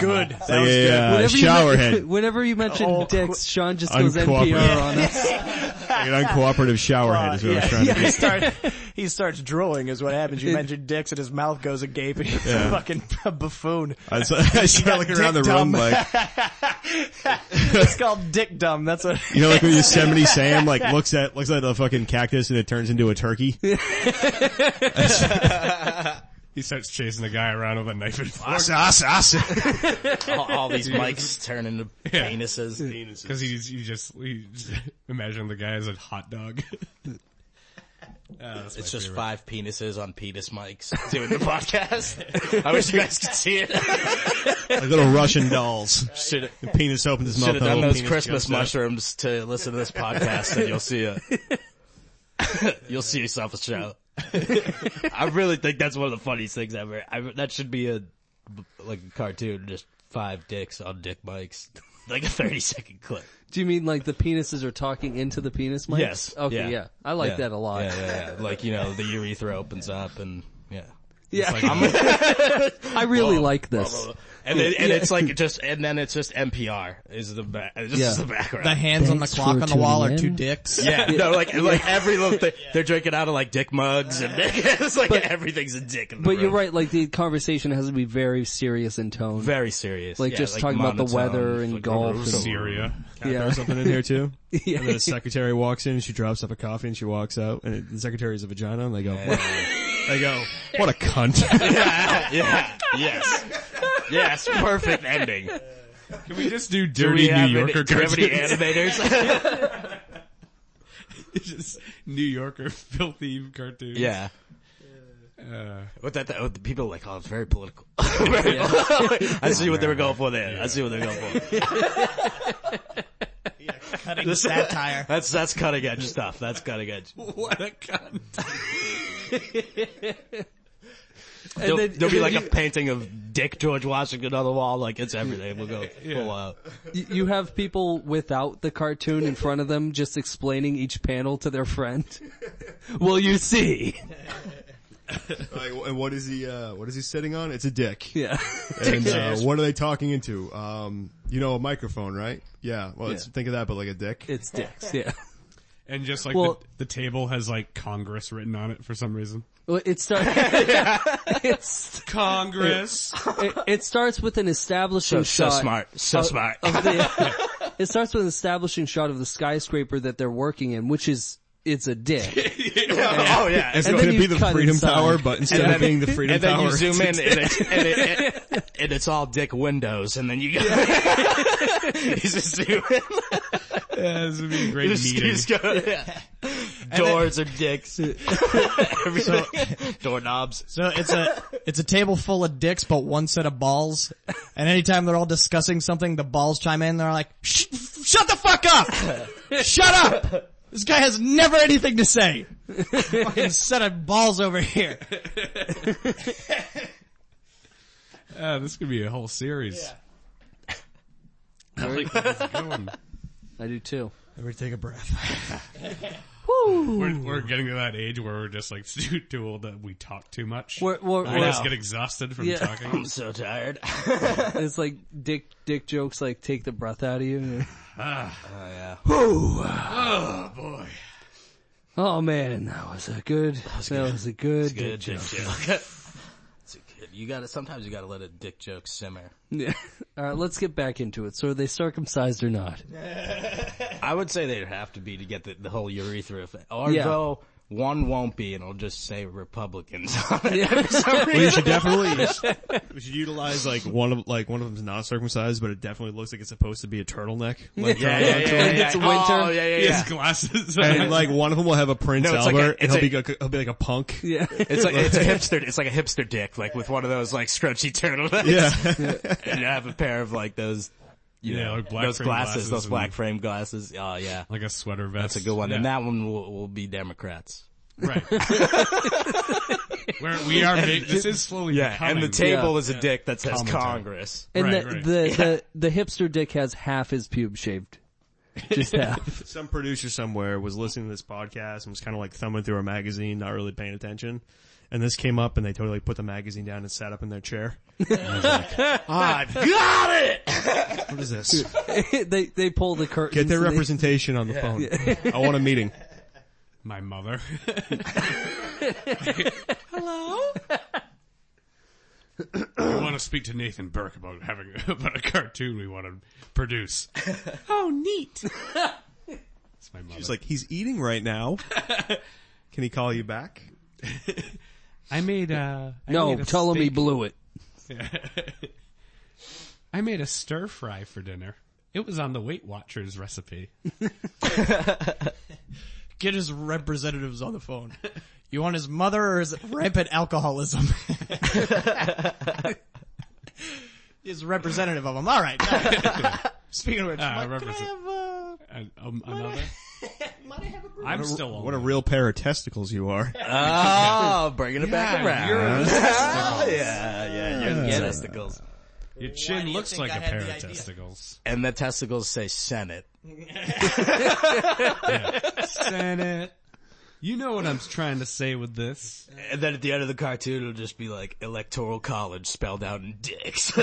F: Good.
E: like a, uh, shower head.
C: Whenever you mention
F: Oh,
C: dicks, Sean just goes
E: Uncooperative.
C: NPR on us.
E: Like an uncooperative shower head is what I was trying to
F: he starts he starts drooling is what happens. You mention dicks and his mouth goes agape and he's a fucking buffoon.
E: I, was, I started looking around the
F: dick
E: room
F: dumb.
E: like,
F: It's called dick dumb. That's what
E: you know, like when Yosemite Sam like looks at looks at a fucking cactus and it turns into a turkey.
B: He starts chasing the guy around with a knife and fork
E: Asa, asa, asa.
D: All, all these mics turn into
B: Yeah.
D: penises.
B: because he's you just he, imagine the guy as a hot dog.
D: It's just five penises on penis mics doing the podcast. I wish you guys could see it.
E: like little Russian dolls.
D: Should
E: The penis opens his mouth.
D: have
E: the
D: done
E: little
D: those
E: penis
D: Christmas
E: goes up.
D: mushrooms to listen to this podcast and you'll see it. you'll see yourself a show. I really think that's one of the funniest things ever. I, that should be a, like a cartoon, just five dicks on dick mics. Like a 30 second clip.
C: Do you mean like the penises are talking into the penis mics?
D: Yes.
C: Okay. Yeah. I like
D: Yeah.
C: that a lot.
D: Yeah, yeah, yeah. Like, you know, the urethra opens up and yeah.
C: Yeah. I really like this.
D: And then, and it's like just, and then it's just NPR is the back, just
C: Yeah.
D: the background.
G: The hands on the
C: Thanks
G: clock
C: for
G: on the wall
C: tuning
G: are two
C: in.
G: dicks.
D: yeah, no, like, like every little thing, they're drinking out of like dick mugs and it's like everything's a dick in the
C: But
D: room.
C: you're right, like the conversation has to be very serious in tone.
D: Very serious.
C: Like,
D: Yeah,
C: just talking about the
D: monotone,
C: weather and
D: like,
C: golf and-
B: Syria.
C: yeah.
E: Throw something in here too.
C: Yeah.
E: And then the secretary walks in, she drops up a coffee and she walks out and it, the secretary's a vagina and they go, what, they go, what a cunt.
D: yeah, yeah, yes. Yes, perfect ending.
B: Can we just do
D: Do we
B: dirty
D: have
B: New
D: any-
B: Yorker
D: do we have any
B: cartoons?
D: animators?
B: just New Yorker filthy cartoons.
D: yeah.
B: Uh,
D: What that, that what the people are like, oh, it's very political. Very- I see what they were going for there. I see what they were going for.
G: Cutting satire.
D: That's, that's cutting edge stuff. That's cutting edge.
B: what a cunt.
D: There'll,
C: then-
D: there'll be
C: and
D: like
C: then
D: a painting of Dick George Washington on the wall. Like it's everything. We'll go full out.
C: Y- You have people without the cartoon in front of them just explaining each panel to their friend. well, you see.
E: and what is he, uh, what is he sitting on? It's a dick.
C: Yeah.
E: And uh, what are they talking into? Um, you know, a microphone, right? Yeah. Well, it's,
C: Yeah.
E: think of that, but like a dick.
C: It's dicks, yeah.
B: And just like
C: Well-
B: the, the table has like Congress written on it for some reason.
C: Well, It starts. it's,
B: Congress.
C: it, it starts with an establishing
D: So
C: shot.
D: smart. So Oh,
C: of-
D: smart.
C: of the- it starts with an establishing shot of the skyscraper that they're working in, which is it's a dick.
D: Oh yeah.
E: It's
C: And
E: gonna
C: then
E: be
C: you
E: the
C: cut
E: Freedom
C: inside.
E: Tower, but instead of being the Freedom
D: and then
E: Tower,
D: you zoom in
E: it's
D: and, it, and, it, and, it's all Dick Windows. And then you go. you just zoom in.
B: yeah, this would be a great
D: You just- you
B: meeting.
D: just go, yeah. Doors are dicks. Everything. Doorknobs.
G: So it's a it's a table full of dicks, but one set of balls. And anytime they're all discussing something, the balls chime in. They're like, Sh- "Shut the fuck up! Shut up! This guy has never anything to say. Fucking set of balls over here.
B: Uh, this could be a whole series.
C: Very-
B: Good one.
C: I do too.
G: Everybody take a breath.
B: We're, we're getting to that age where we're just like too, too old that we talk too much.
C: We're, we're,
B: we
C: we're-
B: just get exhausted from
C: Yeah.
B: talking.
D: so tired.
C: it's like dick dick jokes like take the breath out of you. Ah.
B: Oh boy.
C: Oh man, that was a good that was, a good, dick
D: Good dick joke. It's a good- You gotta, sometimes you gotta let a dick joke simmer.
C: joke. All right, let's get back into it. So are they circumcised or not?
D: I would say they'd have to be to get the, the whole urethra effect. Or
C: Yeah.
D: though, one won't be and it'll just say Republicans on it.
E: We should definitely we should utilize like one of like one of them's not circumcised, but it definitely looks like it's supposed to be a turtleneck. Like,
G: Yeah, yeah, yeah, yeah,
C: It's
G: yeah.
C: winter.
G: Oh, yeah, yeah,
B: He has
G: yeah.
B: glasses.
E: and like one of them will have a Prince
H: No, it's like
E: Albert,
H: a-
E: and
H: it's
E: he'll
H: a-
E: be like a, he'll be like a punk.
C: Yeah.
H: It's like it's a hipster. It's like a hipster dick, like with one of those like scrunchy turtlenecks.
E: Yeah,
H: and I have a pair of like those, you
B: Yeah,
H: know,
B: like black
H: those
B: frame
H: glasses,
B: glasses
H: those
B: and-
H: black frame glasses. Oh yeah,
B: like a sweater vest.
D: That's a good one. And
B: Yeah.
D: that one will, will be Democrats.
B: right. We're, we are. Big, this is slowly
H: yeah.
B: becoming.
H: And the table
C: Yeah.
H: is a dick that says
B: Commentary.
H: Congress.
C: And
B: Right,
C: the,
B: right.
C: The, the the hipster dick has half his pube shaved. Just half.
E: some producer somewhere was listening to this podcast and was kind of like thumbing through a magazine, not really paying attention. And this came up, and they totally put the magazine down and sat up in their chair.
H: I've got it.
E: What is this?
C: they they pull the curtains.
E: Get their
C: and they-
E: representation on the phone. I want a meeting.
B: My mother. Hello. We want to speak to Nathan Burke about having about a cartoon we want to produce. oh, neat. It's my mother.
E: He's like, he's eating right now. Can he call you back?
B: I made uh
C: no, tell him he blew it.
B: I made a stir fry for dinner. It was on the Weight Watchers recipe.
G: Get his representatives on the phone. You want his mother or his rampant alcoholism? his representative of him. All right. Speaking of which,
D: Ah,
B: Uh,
G: Mike,
B: represent- An- um, another. I'm still
E: What a
B: on.
E: real pair of testicles you are.
D: Oh, bringing it back around. Oh,
H: Yeah, yeah.
D: yeah, testicles.
B: Your chin looks
G: think
B: like
G: I
B: a
G: had
B: pair
G: the
B: of
G: idea?
B: testicles.
D: And the testicles say Senate.
B: Senate. You know what I'm trying to say with this.
D: And then at the end of the cartoon, it'll just be like Electoral College spelled out in dicks.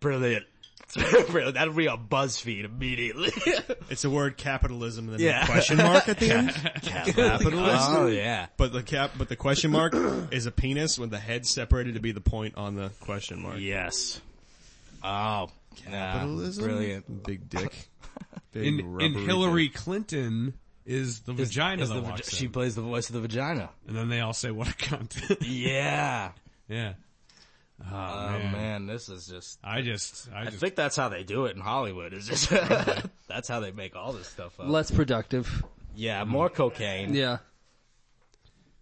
D: Brilliant. Brilliant. That'll be on BuzzFeed immediately.
E: It's the word capitalism and then
D: Yeah.
E: the question mark at the end.
D: Capitalism? Oh yeah.
E: But the cap, but the question mark is a penis with the head separated to be the point on the question mark.
D: Yes. Oh. Capitalism? brilliant.
E: Big dick. Big
B: In, in
E: rubbery
B: Hillary Clinton is the vagina
D: Is
B: that
D: the vag-
B: walks
D: she
B: in.
D: plays the voice of the vagina.
B: And then they all say, what a cunt.
D: Yeah.
B: yeah. Oh,
D: Oh
B: man.
D: man. this is just,
B: I just, I
D: I
B: just,
D: think that's how they do it in Hollywood is just, that's how they make all this stuff up.
C: Less productive.
D: mm. yeah, more cocaine.
C: Yeah.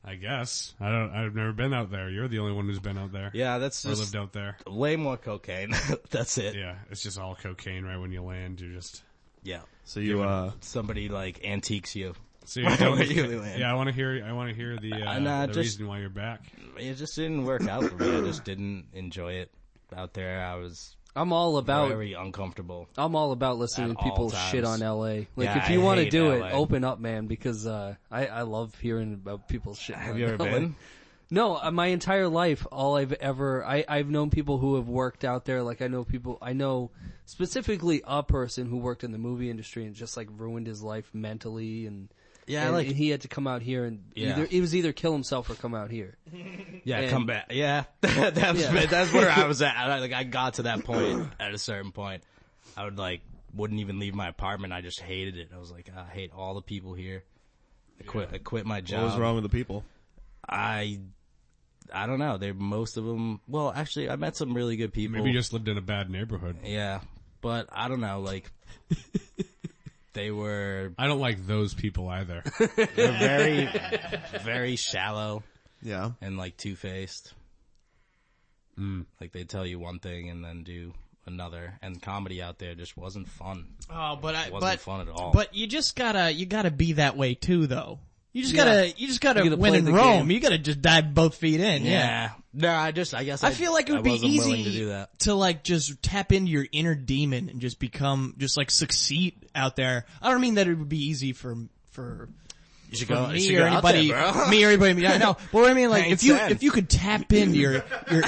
B: I guess. I don't, I've never been out there. You're the only one who's been out there.
D: Yeah, that's
B: Or
D: just
B: lived out there.
D: way more cocaine. that's it.
B: Yeah. It's just all cocaine right when you land. You're just,
D: yeah.
E: So you, uh,
D: somebody like antiques you.
B: so you don't,
D: Really land.
B: yeah, I want to hear, I want to hear the, uh,
D: And, uh,
B: the
D: just-
B: reason why you're back.
D: It just didn't work out for me. I just didn't enjoy it out there. I was
C: I'm all about
D: very uncomfortable.
C: I'm all about listening
D: At
C: to people
D: all times.
C: shit on LA. Like
D: Yeah,
C: if you
D: I
C: want to
D: hate
C: do
D: LA.
C: it, open up, man, because uh, I I love hearing about people shit.
D: Have you ever been?
C: No, uh, my entire life, all I've ever, I, I've known people who have worked out there. Like I know people, I know specifically a person who worked in the movie industry and just like ruined his life mentally and,
D: Yeah,
C: and,
D: like-
C: and he had to come out here and
D: Yeah.
C: either, it was either kill himself or come out here.
D: Yeah,
C: And-
D: come back. Yeah, that's
C: Yeah.
D: that's where I was at. I, like I got to that point. At a certain point, I would like wouldn't even leave my apartment. I just hated it. I was like, I hate all the people here. I quit. I quit my job.
E: what was wrong with the people?
D: I. I don't know. They're most of them. Well, actually, I met some really good people.
B: Maybe you just lived in a bad neighborhood.
D: Yeah, but I don't know. Like they were
B: I don't like those people either.
D: they're very, very shallow
E: Yeah.
B: Hmm.
D: and like two faced. Like they tell you one thing and then do another, and comedy out there just wasn't fun.
G: Oh, but I
D: Wasn't
G: but
D: fun at all.
G: But you just gotta you gotta be that way too, though. You just gotta
C: Yeah.
G: you just gotta,
C: You gotta
G: win
C: play
G: in
C: the
G: Rome.
C: game.
G: You gotta just dive both feet in. Yeah.
D: No, I just I guess I,
G: I feel like it would
D: I
G: be
D: wasn't
G: easy
D: willing to do that.
G: to, like just tap into your inner demon and just become just like succeed out there. I don't mean that it would be easy for for
D: You should
G: for
D: go. you
G: me
D: should
G: or
D: go out
G: anybody,
D: there, bro.
G: me or anybody. I know. But what I mean, like,
D: Hang
G: if you
D: ten.
G: if you could tap into your your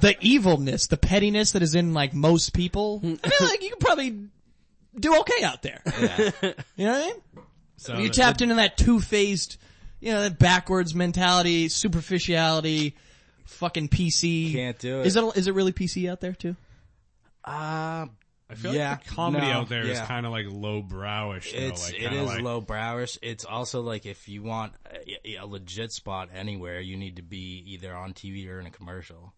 G: the evilness, the pettiness that is in like most people, I feel like you could probably do okay out there. you know what I mean?
B: So
G: you
B: that-
G: tapped into that two faced, you know, that backwards mentality, superficiality, fucking PC.
D: Can't do it.
G: Is it is it really PC out there too?
D: Uh,
B: I feel
D: yeah,
B: like the comedy
D: no,
B: out there is
D: yeah.
B: kind of like lowbrowish. Though,
D: it's
B: like,
D: it
B: kinda
D: is
B: like,
D: low browish. It's also like if you want a, a legit spot anywhere, you need to be either on TV or in a commercial.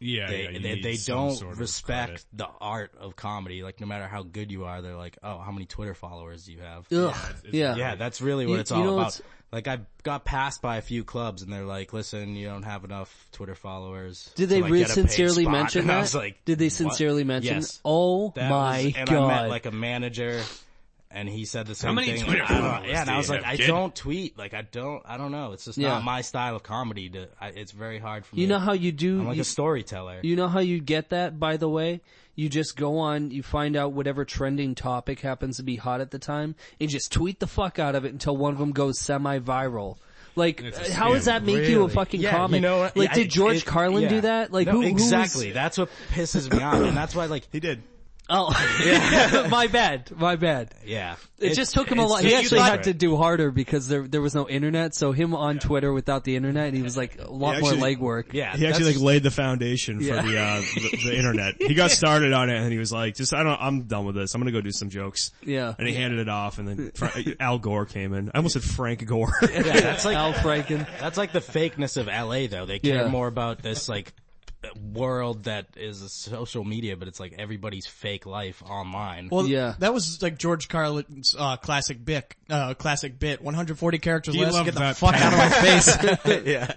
B: Yeah,
D: They
B: yeah, you
D: they,
B: need
D: they
B: some
D: don't
B: sort of
D: respect
B: credit.
D: the art of comedy. Like no matter how good you are, they're like, oh, how many Twitter followers do you have?
C: Ugh. Yeah.
D: Yeah, that's really what
C: You-
D: it's
C: you
D: all
C: know,
D: about.
C: it's-
D: Like I got passed by a few clubs and they're like, listen, you don't have enough Twitter followers.
C: Did
D: to,
C: they
D: like,
C: re-
D: get a paid
C: sincerely
D: spot."
C: mention
D: and
C: that?
D: I was like,
C: Did they
D: "What?"
C: sincerely mention?
D: Yes.
C: Oh
D: That
C: my
D: was, and
C: god!
D: I met like a manager and he said the same
B: many
D: thing.
B: Twitter
D: I don't-
B: followers
D: yeah, and
B: do
D: I
B: you
D: was like,
B: have,
D: I
B: kid?"
D: don't tweet. Like I don't, I don't know. It's just
C: Yeah.
D: not my style of comedy to, I, it's very hard for me.
C: you know how you do.
D: I'm like
C: you-
D: a storyteller.
C: You know how you get that, by the way? You just go on, you find out whatever trending topic happens to be hot at the time, and just tweet the fuck out of it until one of them goes semi-viral. Like, uh,
B: It's a
C: how
B: scam.
C: does that make you a
D: Really?
C: fucking
D: Yeah,
C: comic?
D: You know what?
C: like,
D: I-
C: did George
D: it-
C: Carlin
D: yeah.
C: do that? Like,
D: No,
C: who who was-
D: exactly? That's what pisses me off, and that's why, like,
E: He did.
C: oh, my bad, my bad.
D: yeah,
C: It just took him a lot. He actually had to do harder because there there was no internet. So him on Twitter without the internet, he was like a lot
E: He
C: more
E: actually-
C: legwork.
D: Yeah,
E: He actually
D: that's-
E: like laid the foundation
C: Yeah.
E: for the, uh, the the internet. He got started on it and he was like, "Just I don't, I'm done with this. I'm gonna go do some jokes."
C: Yeah.
E: And he handed it off, and then Fra- Al Gore came in. I almost said Frank Gore.
D: yeah, that's like
C: Al Franken.
D: that's like the fakeness of LA though. They care
C: Yeah.
D: more about this like world that is social media, but it's like everybody's fake life online.
G: Well,
C: Yeah.
G: that was like George Carlin's uh, classic bit. Uh, classic bit. 140 characters
B: He
G: less.
B: loved
G: Get the
B: that
G: fuck out of my face.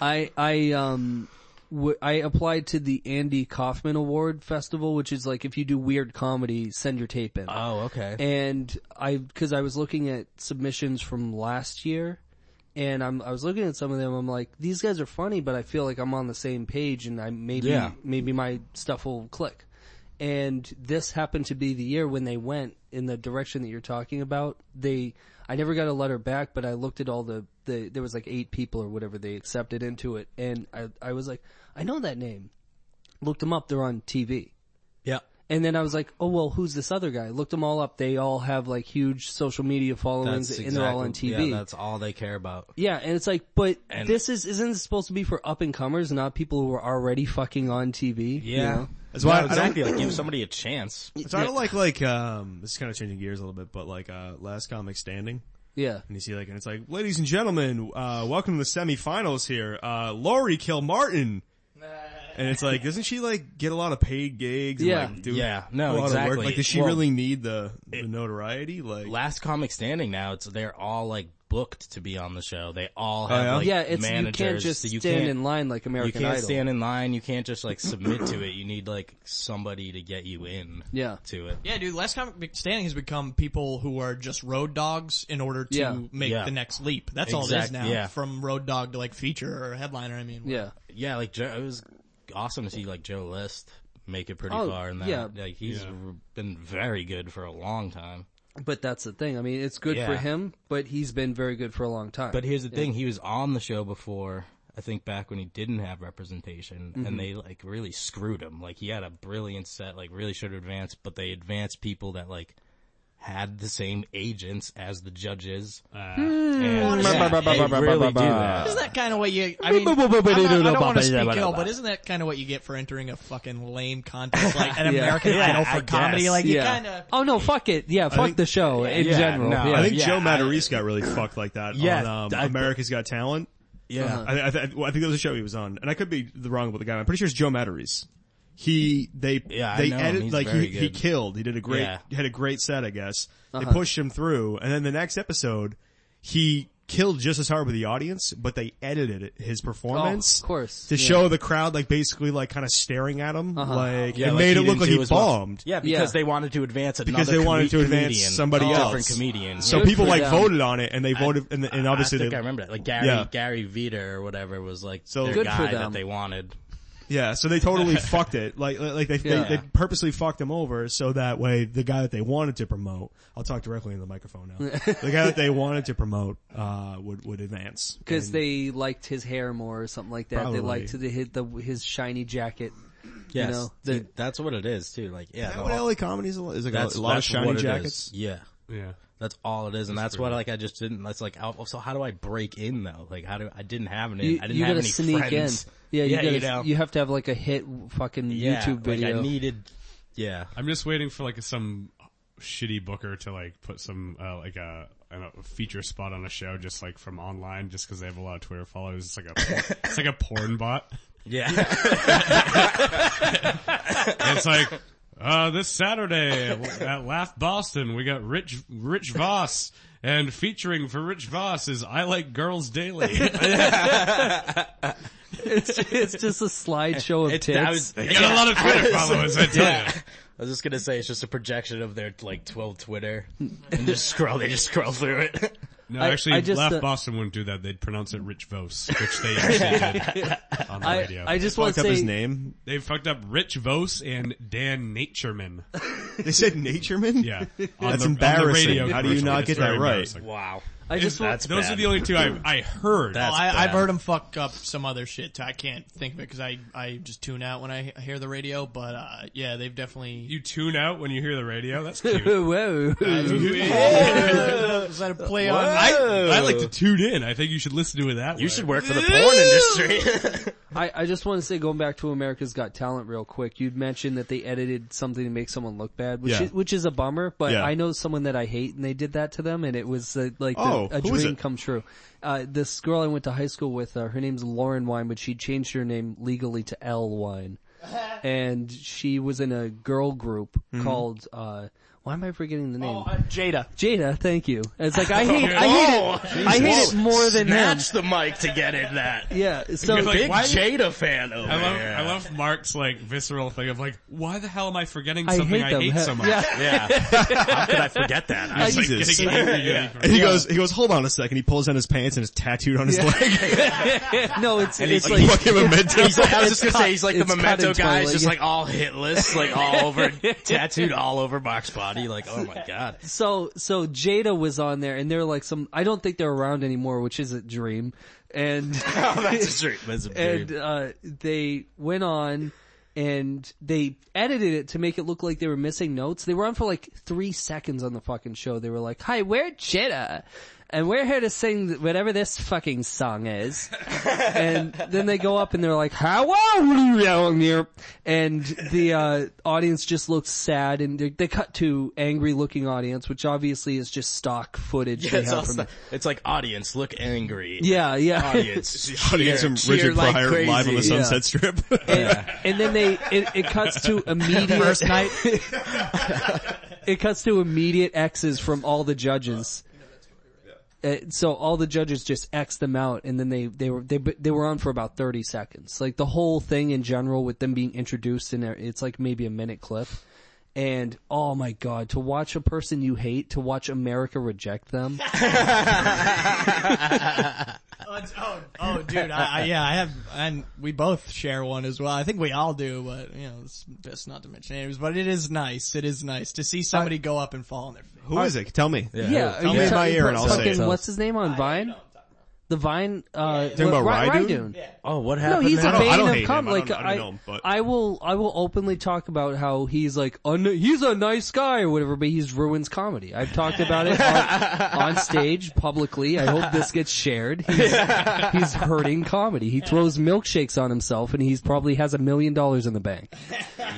C: I I um w- I applied to the Andy Kaufman Award Festival, which is like if you do weird comedy, send your tape in.
D: oh, okay.
C: and I because I was looking at submissions from last year, and I'm I was looking at some of them. I'm like, these guys are funny, but I feel like I'm on the same page, and I maybe
D: Yeah.
C: maybe my stuff will click. And this happened to be the year when they went in the direction that you're talking about. They, I never got a letter back, but I looked at all the, the there was like eight people or whatever they accepted into it, and I, I was like, I know that name. Looked them up. They're on TV.
D: yeah.
C: And then I was like, oh well, who's this other guy? Looked them all up. They all have like huge social media followings
D: That's
C: and they're all on
D: exactly-
C: TV.
D: Yeah,
C: Yeah,
D: that's all they care about.
C: and it's like, but
D: And-
C: this is, isn't this supposed to be for up and comers, not people who are already fucking on TV? you know?
E: That's why I
D: No,
E: don't-
D: exactly. Like give somebody a chance.
E: So I don't like like um this is kind of changing gears a little bit, but like uh last comic standing.
C: Yeah.
E: And you see like and it's like, ladies and gentlemen, uh welcome to the semifinals here. Uh Lori Kilmartin. And it's like, doesn't she like get a lot of paid gigs? And,
C: Yeah.
E: like, do
D: Yeah. No,
E: a lot Of
D: exactly.
E: work? Like, does she
D: Well,
E: really need the, the notoriety? Like,
D: Last comic standing now, it's they're all like booked to be on the show. They all
E: Oh,
D: have
E: yeah?
D: like
C: yeah, it's, you
D: managers.
C: can't just
D: so you
C: stand
D: can't-
C: in line like American
D: you can't
C: Idol.
D: stand in line. You can't just like submit to it. You need like somebody to get you in.
C: Yeah.
D: To it.
G: Yeah, dude, last comic standing has become people who are just road dogs in order to
C: Yeah.
G: make
D: Yeah.
G: the next leap. That's all it is
D: Exact-
G: now.
D: yeah.
G: From road dog to like feature or headliner, I mean.
C: yeah.
D: Yeah, like Joe, it was awesome to see like Joe List make it pretty
C: Oh,
D: far in that.
C: yeah.
D: Like he's
B: Yeah.
D: r- been very good for a long time.
C: But that's the thing. I mean, it's good for
D: Yeah.
C: him, but he's been very good for a long time.
D: But here's the thing, he was on the show before, I think back when he didn't have representation
C: Mm-hmm.
D: and they like really screwed him. Like he had a brilliant set, like really should have advanced, but they advanced people that like had the same agents as the judges.
E: Ah.
C: Hmm.
D: and yeah, they really do that.
C: Uh-huh.
G: Isn't that kind of what you? I mean, I'm not, I don't want to speak ill, but isn't that kind of what you get for entering a fucking lame contest like an
C: Yeah.
G: American Idol for comedy? Like you
C: yeah.
G: kind of.
C: oh no, fuck it. Yeah, fuck
E: think-
C: the show in
D: yeah,
C: general.
D: no,
C: yeah.
E: I think
D: yeah,
E: Joe
D: I-
E: Matarese got really fucked like that
D: Yeah,
E: on um,
D: I-
E: America's Got Talent.
D: Yeah.
E: I, I, th- well, I think that was a show he was on, and I could be the wrong with the guy. I'm pretty sure it's Joe Matteries. He they
D: Yeah, I
E: they
D: know him.
E: edit
D: He's
E: like he,
D: very
E: he
D: good.
E: killed. He did a great
D: Yeah. Uh-huh.
E: had a great set, I guess. They pushed him through, and then the next episode he killed just as hard with the audience, but they edited it, his
D: Oh,
E: performance.
C: of course,
E: To
C: yeah.
E: show the crowd like basically like kind of staring at him, like
D: Uh-huh. Yeah,
E: it
D: like
E: made it
D: he
E: look
D: didn't
E: like
D: do
E: he
D: as well.
E: bombed.
D: Yeah, because
C: Yeah.
D: they wanted to advance another
E: Because they wanted
D: comed-
E: to advance
D: comedian,
E: somebody
D: a
E: else.
D: different comedian.
E: So
C: Good
E: people
C: for
E: like
C: them.
E: voted on it, and they voted, and, and
D: I
E: obviously
D: think
E: they,
D: I remember that. Like Gary
E: Yeah.
D: Gary Veter or whatever was like
E: So-
D: their
E: Good
C: for
D: guy
C: them.
D: that they wanted.
E: yeah. So they totally fucked it. Like like they,
C: Yeah.
E: they they purposely fucked him over so that way the guy that they wanted to promote, I'll talk directly in the microphone now. the guy that they wanted to promote uh would would advance
C: because
E: And-
C: they liked his hair more or something like that.
E: Probably.
C: They liked the, his, the his shiny jacket.
D: Yes,
C: know,
D: the- that's what it is too. Like yeah,
E: Is
D: the
E: that what
D: whole-
E: LA comedy is like? Is like
D: that's
E: a lot of
D: that's
E: shiny
D: what it is.
E: jackets?
D: Yeah.
B: Yeah.
D: That's all it is, and that's, what like I just didn't. That's like, oh, so how do I break in though? Like how do I didn't have an in.
C: You,
D: I didn't
C: you
D: have
C: gotta
D: any
C: sneak
D: friends.
C: in. Yeah, you
D: yeah,
C: gotta,
D: you know,
C: have to have like a hit fucking
D: yeah,
C: YouTube video.
D: Like I needed, yeah,
B: I'm just waiting for like some shitty booker to like put some uh, like a, I don't know, a feature spot on a show just like from online just because they have a lot of Twitter followers. It's like a por- it's like a porn bot.
D: yeah.
B: And it's like uh, this Saturday at Laugh Boston we got Rich Rich Voss. And featuring for Rich Voss is I Like Girls Daily. I
C: it's, it's just a slideshow of
D: It's-
C: tits.
D: I was,
B: got a lot of Twitter followers, I tell ya.
D: I was just gonna say it's just a projection of their like twelve Twitter, and just scroll. They just scroll through it.
B: No,
C: I-
B: actually,
C: I just,
B: Laugh
C: uh,
B: Boston wouldn't do that. They'd pronounce it Rich Vos, which they actually did on the
C: I,
B: radio.
C: I just want
E: Fucked
C: to
E: up his
C: say,
E: name.
B: they fucked up Rich Vos and Dan Natureman.
E: They said Natureman.
B: Yeah,
E: That's
B: the-
E: embarrassing.
B: radio
E: How do you
B: commercial,
E: not
B: it's
E: get
B: very
E: that right?
B: embarrassing.
D: Wow.
C: I just want,
D: That's
B: Those
D: bad.
B: are the only two I I heard.
D: That's
G: I, I've
D: bad.
G: heard him fuck up some other shit. I can't think of it because I, I just tune out when I hear the radio. But uh, yeah, they've definitely.
B: you tune out when you hear the radio. That's cute.
C: whoa.
G: Was that a play on?
B: I, I like to tune in. I think you should listen to it that way.
D: You should work for the porn industry.
C: I, I just want to say, going back to America's Got Talent real quick, you'd mentioned that they edited something to make someone look bad, which
E: Yeah.
C: is, which is a bummer, but
E: Yeah.
C: I know someone that I hate and they did that to them and it was uh, like the-
E: Oh,
C: a
E: who is
C: dream
E: it?
C: come true. Uh, this girl I went to high school with, uh, her name's Lauren Wine, but she changed her name legally to L Wine. and she was in a girl group
E: Mm-hmm.
C: called, uh, why am I forgetting the name?
G: Oh, Jada.
C: Jada, thank you. It's like
E: Oh,
C: I hate, I hate it, I hate it more than him.
D: Snatch the mic to get in that.
C: Yeah, so
B: You're like,
D: Big
B: why-
D: Jada fan over
B: I love
D: here.
B: I love Mark's like visceral thing of like, why the hell am I forgetting
C: I
B: something
C: hate them.
B: I hate so much?
C: Yeah.
D: Yeah. How could I forget that? I was like,
E: Jesus.
B: Getting angry, getting angry.
E: And he goes, he goes, hold on a second. He pulls down his pants and it's tattooed on his leg.
C: no, it's it's
E: Like,
C: like
E: fucking memento.
D: I was just gonna say he's like the
C: It's cut
D: memento
C: into
D: guy,
C: it,
D: he's just
C: yeah.
D: like all hitless, like all over, tattooed all over Mark's body, like oh my god.
C: so so Jada was on there, and they're like some. I don't think they're around anymore, which is a dream. And
D: That's a dream. That's a dream.
C: and uh, they went on. And they edited it to make it look like they were missing notes. They were on for like three seconds on the fucking show. They were like, hi, we're Jada. And we're here to sing whatever this fucking song is. and then they go up and they're like, "How are you down here?" And the uh, audience just looks sad, and they, they cut to angry-looking audience, which obviously is just stock footage.
D: yeah,
C: they
D: it's,
C: have
D: also-
C: from
D: it's like audience, look angry.
C: yeah, yeah.
D: Oh, Audience.
E: Audience
D: cheer,
E: from
D: cheer
E: Richard
D: like
E: Pryor
D: crazy.
E: live on the Sunset
C: Yeah.
E: Strip.
C: and, and then they it, it cuts to immediate first night. it cuts to immediate X's from all the judges. Uh, so all the judges just X them out, and then they they were they they were on for about thirty seconds. Like the whole thing in general with them being introduced in there, it's like maybe a minute clip. And oh my god, to watch a person you hate, to watch America reject them.
G: Oh, it's- oh, oh, dude, I, I, yeah, I have, and we both share one as well. I think we all do, but you know, it's best not to mention names. But it is nice. It is nice to see somebody go up and fall on their face.
E: Who is it? Tell me.
D: Yeah.
C: Yeah,
E: Tell
C: are you
E: me in my
C: talking
E: ear
C: about
E: and I'll say
C: fucking,
E: it.
C: What's his name on Vine? The Vine, uh,
E: Talking about
C: Ry-
E: Raidu?
C: Raidu.
D: Oh, what
C: No,
D: happened?
C: he's
E: I
C: a
E: don't- I
C: bane
E: don't
C: of
E: hate him.
C: com-
E: I don't-
C: Like
E: I don't
C: I,
E: know him, but-
C: I will, I will openly talk about how he's like, a n- he's a nice guy or whatever, but he's ruins comedy. I've talked about it on, on stage publicly. I hope this gets shared. He's, he's hurting comedy. He throws milkshakes on himself, and he's probably has a million dollars in the bank,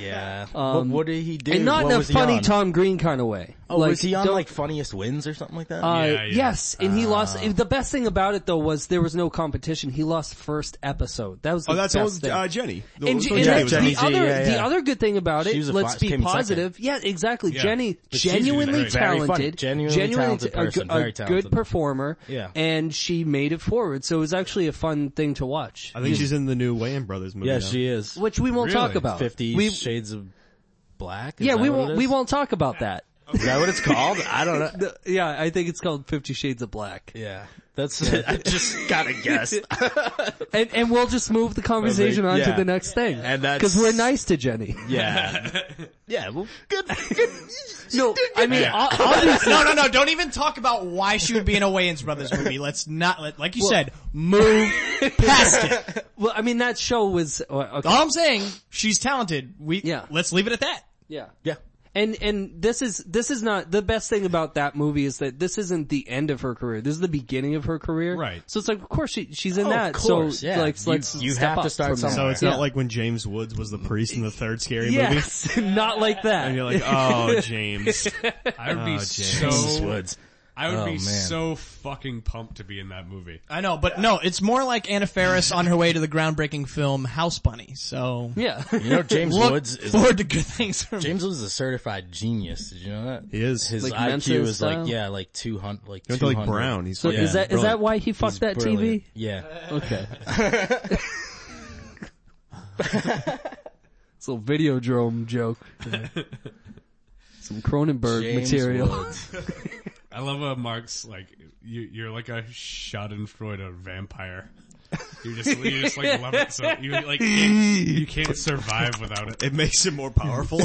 D: Yeah. But what did he do?
C: Um, and not
D: What
C: in a
D: was he
C: funny
D: on?
C: Tom Green kind of way.
D: Oh,
C: Like,
D: was he on
C: don't-
D: like funniest wins or something like that?
C: Uh,
B: Yeah, yeah.
C: Yes, and he lost.
E: Ah.
C: The best thing about it though was there was no competition. He lost first episode. That was the
E: Oh, that's
C: best
E: old
C: thing.
E: uh, Jenny. The-
C: and,
E: the-
C: and
E: Jenny
C: that's
E: was
D: Jenny
E: on.
C: the
D: G,
C: other
D: yeah,
C: the
D: yeah.
C: other good thing about
D: She
C: it.
D: was a
C: Let's
D: fi-
C: be
D: came second.
C: positive. Yeah, exactly.
B: Yeah.
C: Jenny,
D: But she's
C: genuinely
B: very- very
D: funny.
C: talented,
D: Genuinely talented
C: a
D: person.
C: good- a,
D: Very talented.
C: good performer.
D: Yeah.
C: and she made it forward. So it was actually a fun thing to watch,
E: I think she's in the new Wayans Brothers movie.
D: yeah,
E: now.
D: she is.
C: which we won't
B: Really?
C: talk about.
D: Fifty
C: We,
D: Shades of Black. Is
C: yeah,
D: that
C: we
D: what it
C: won't.
D: is?
C: We won't talk about that.
D: Is that what it's called? I don't know.
C: The- yeah, I think it's called Fifty Shades of Black.
D: Yeah, that's. I just gotta guess.
C: And, and we'll just move the conversation on
D: yeah.
C: to the next thing.
D: And that's-
C: Cause we're nice to Jenny.
D: yeah, yeah. Well, good. Good.
C: No, I mean, o- obviously,
G: No, no, no! Don't even talk about why she would be in a Wayans Brothers movie. Let's not. Let, like you said,
C: move past it. Well, I mean, that show was, uh, okay.
G: all I'm saying, she's talented. We
C: Yeah.
G: Let's leave it at that.
C: yeah.
D: Yeah.
C: And, and this is, this is not, the best thing about that movie is that this isn't the end of her career. This is the beginning of her career.
B: Right.
C: So it's like, of course she, she's in
D: Oh, of
C: that.
D: course,
C: so
D: yeah.
C: like,
D: You-
C: let's,
D: you
C: step
D: have to
C: up
D: start
C: from there.
E: So it's
C: Yeah.
E: not like when James Woods was the priest in the third scary movie.
C: Yes, not like that.
E: And you're like, oh, James.
B: I would be
D: Jesus
B: so,
D: Oh, Woods.
B: I would
D: Oh,
B: be
D: man.
B: so fucking pumped to be in that movie.
G: I know, but no, it's more like Anna Faris on her way to the groundbreaking film House Bunny. So
C: yeah.
D: You know James
G: look
D: Woods is
G: forward to good things from
D: James Woods is a certified genius. Did you know that?
E: He is.
D: His
C: Like
D: IQ
C: Mensa
D: is
C: style?
D: like yeah, like two hundred. Like
E: He went to like
D: 200.
E: Brown. He's
C: So
E: like,
C: is that, is that why he fucked that TV?
D: Brilliant. Yeah.
C: Okay. it's a little videodrome joke. Some Cronenberg
D: James
C: material.
D: Woods.
B: I love uh, Mark's like you, you're like a Schadenfreude vampire. You just you just like love it. So you like can't, you can't survive without it.
E: it makes him more powerful.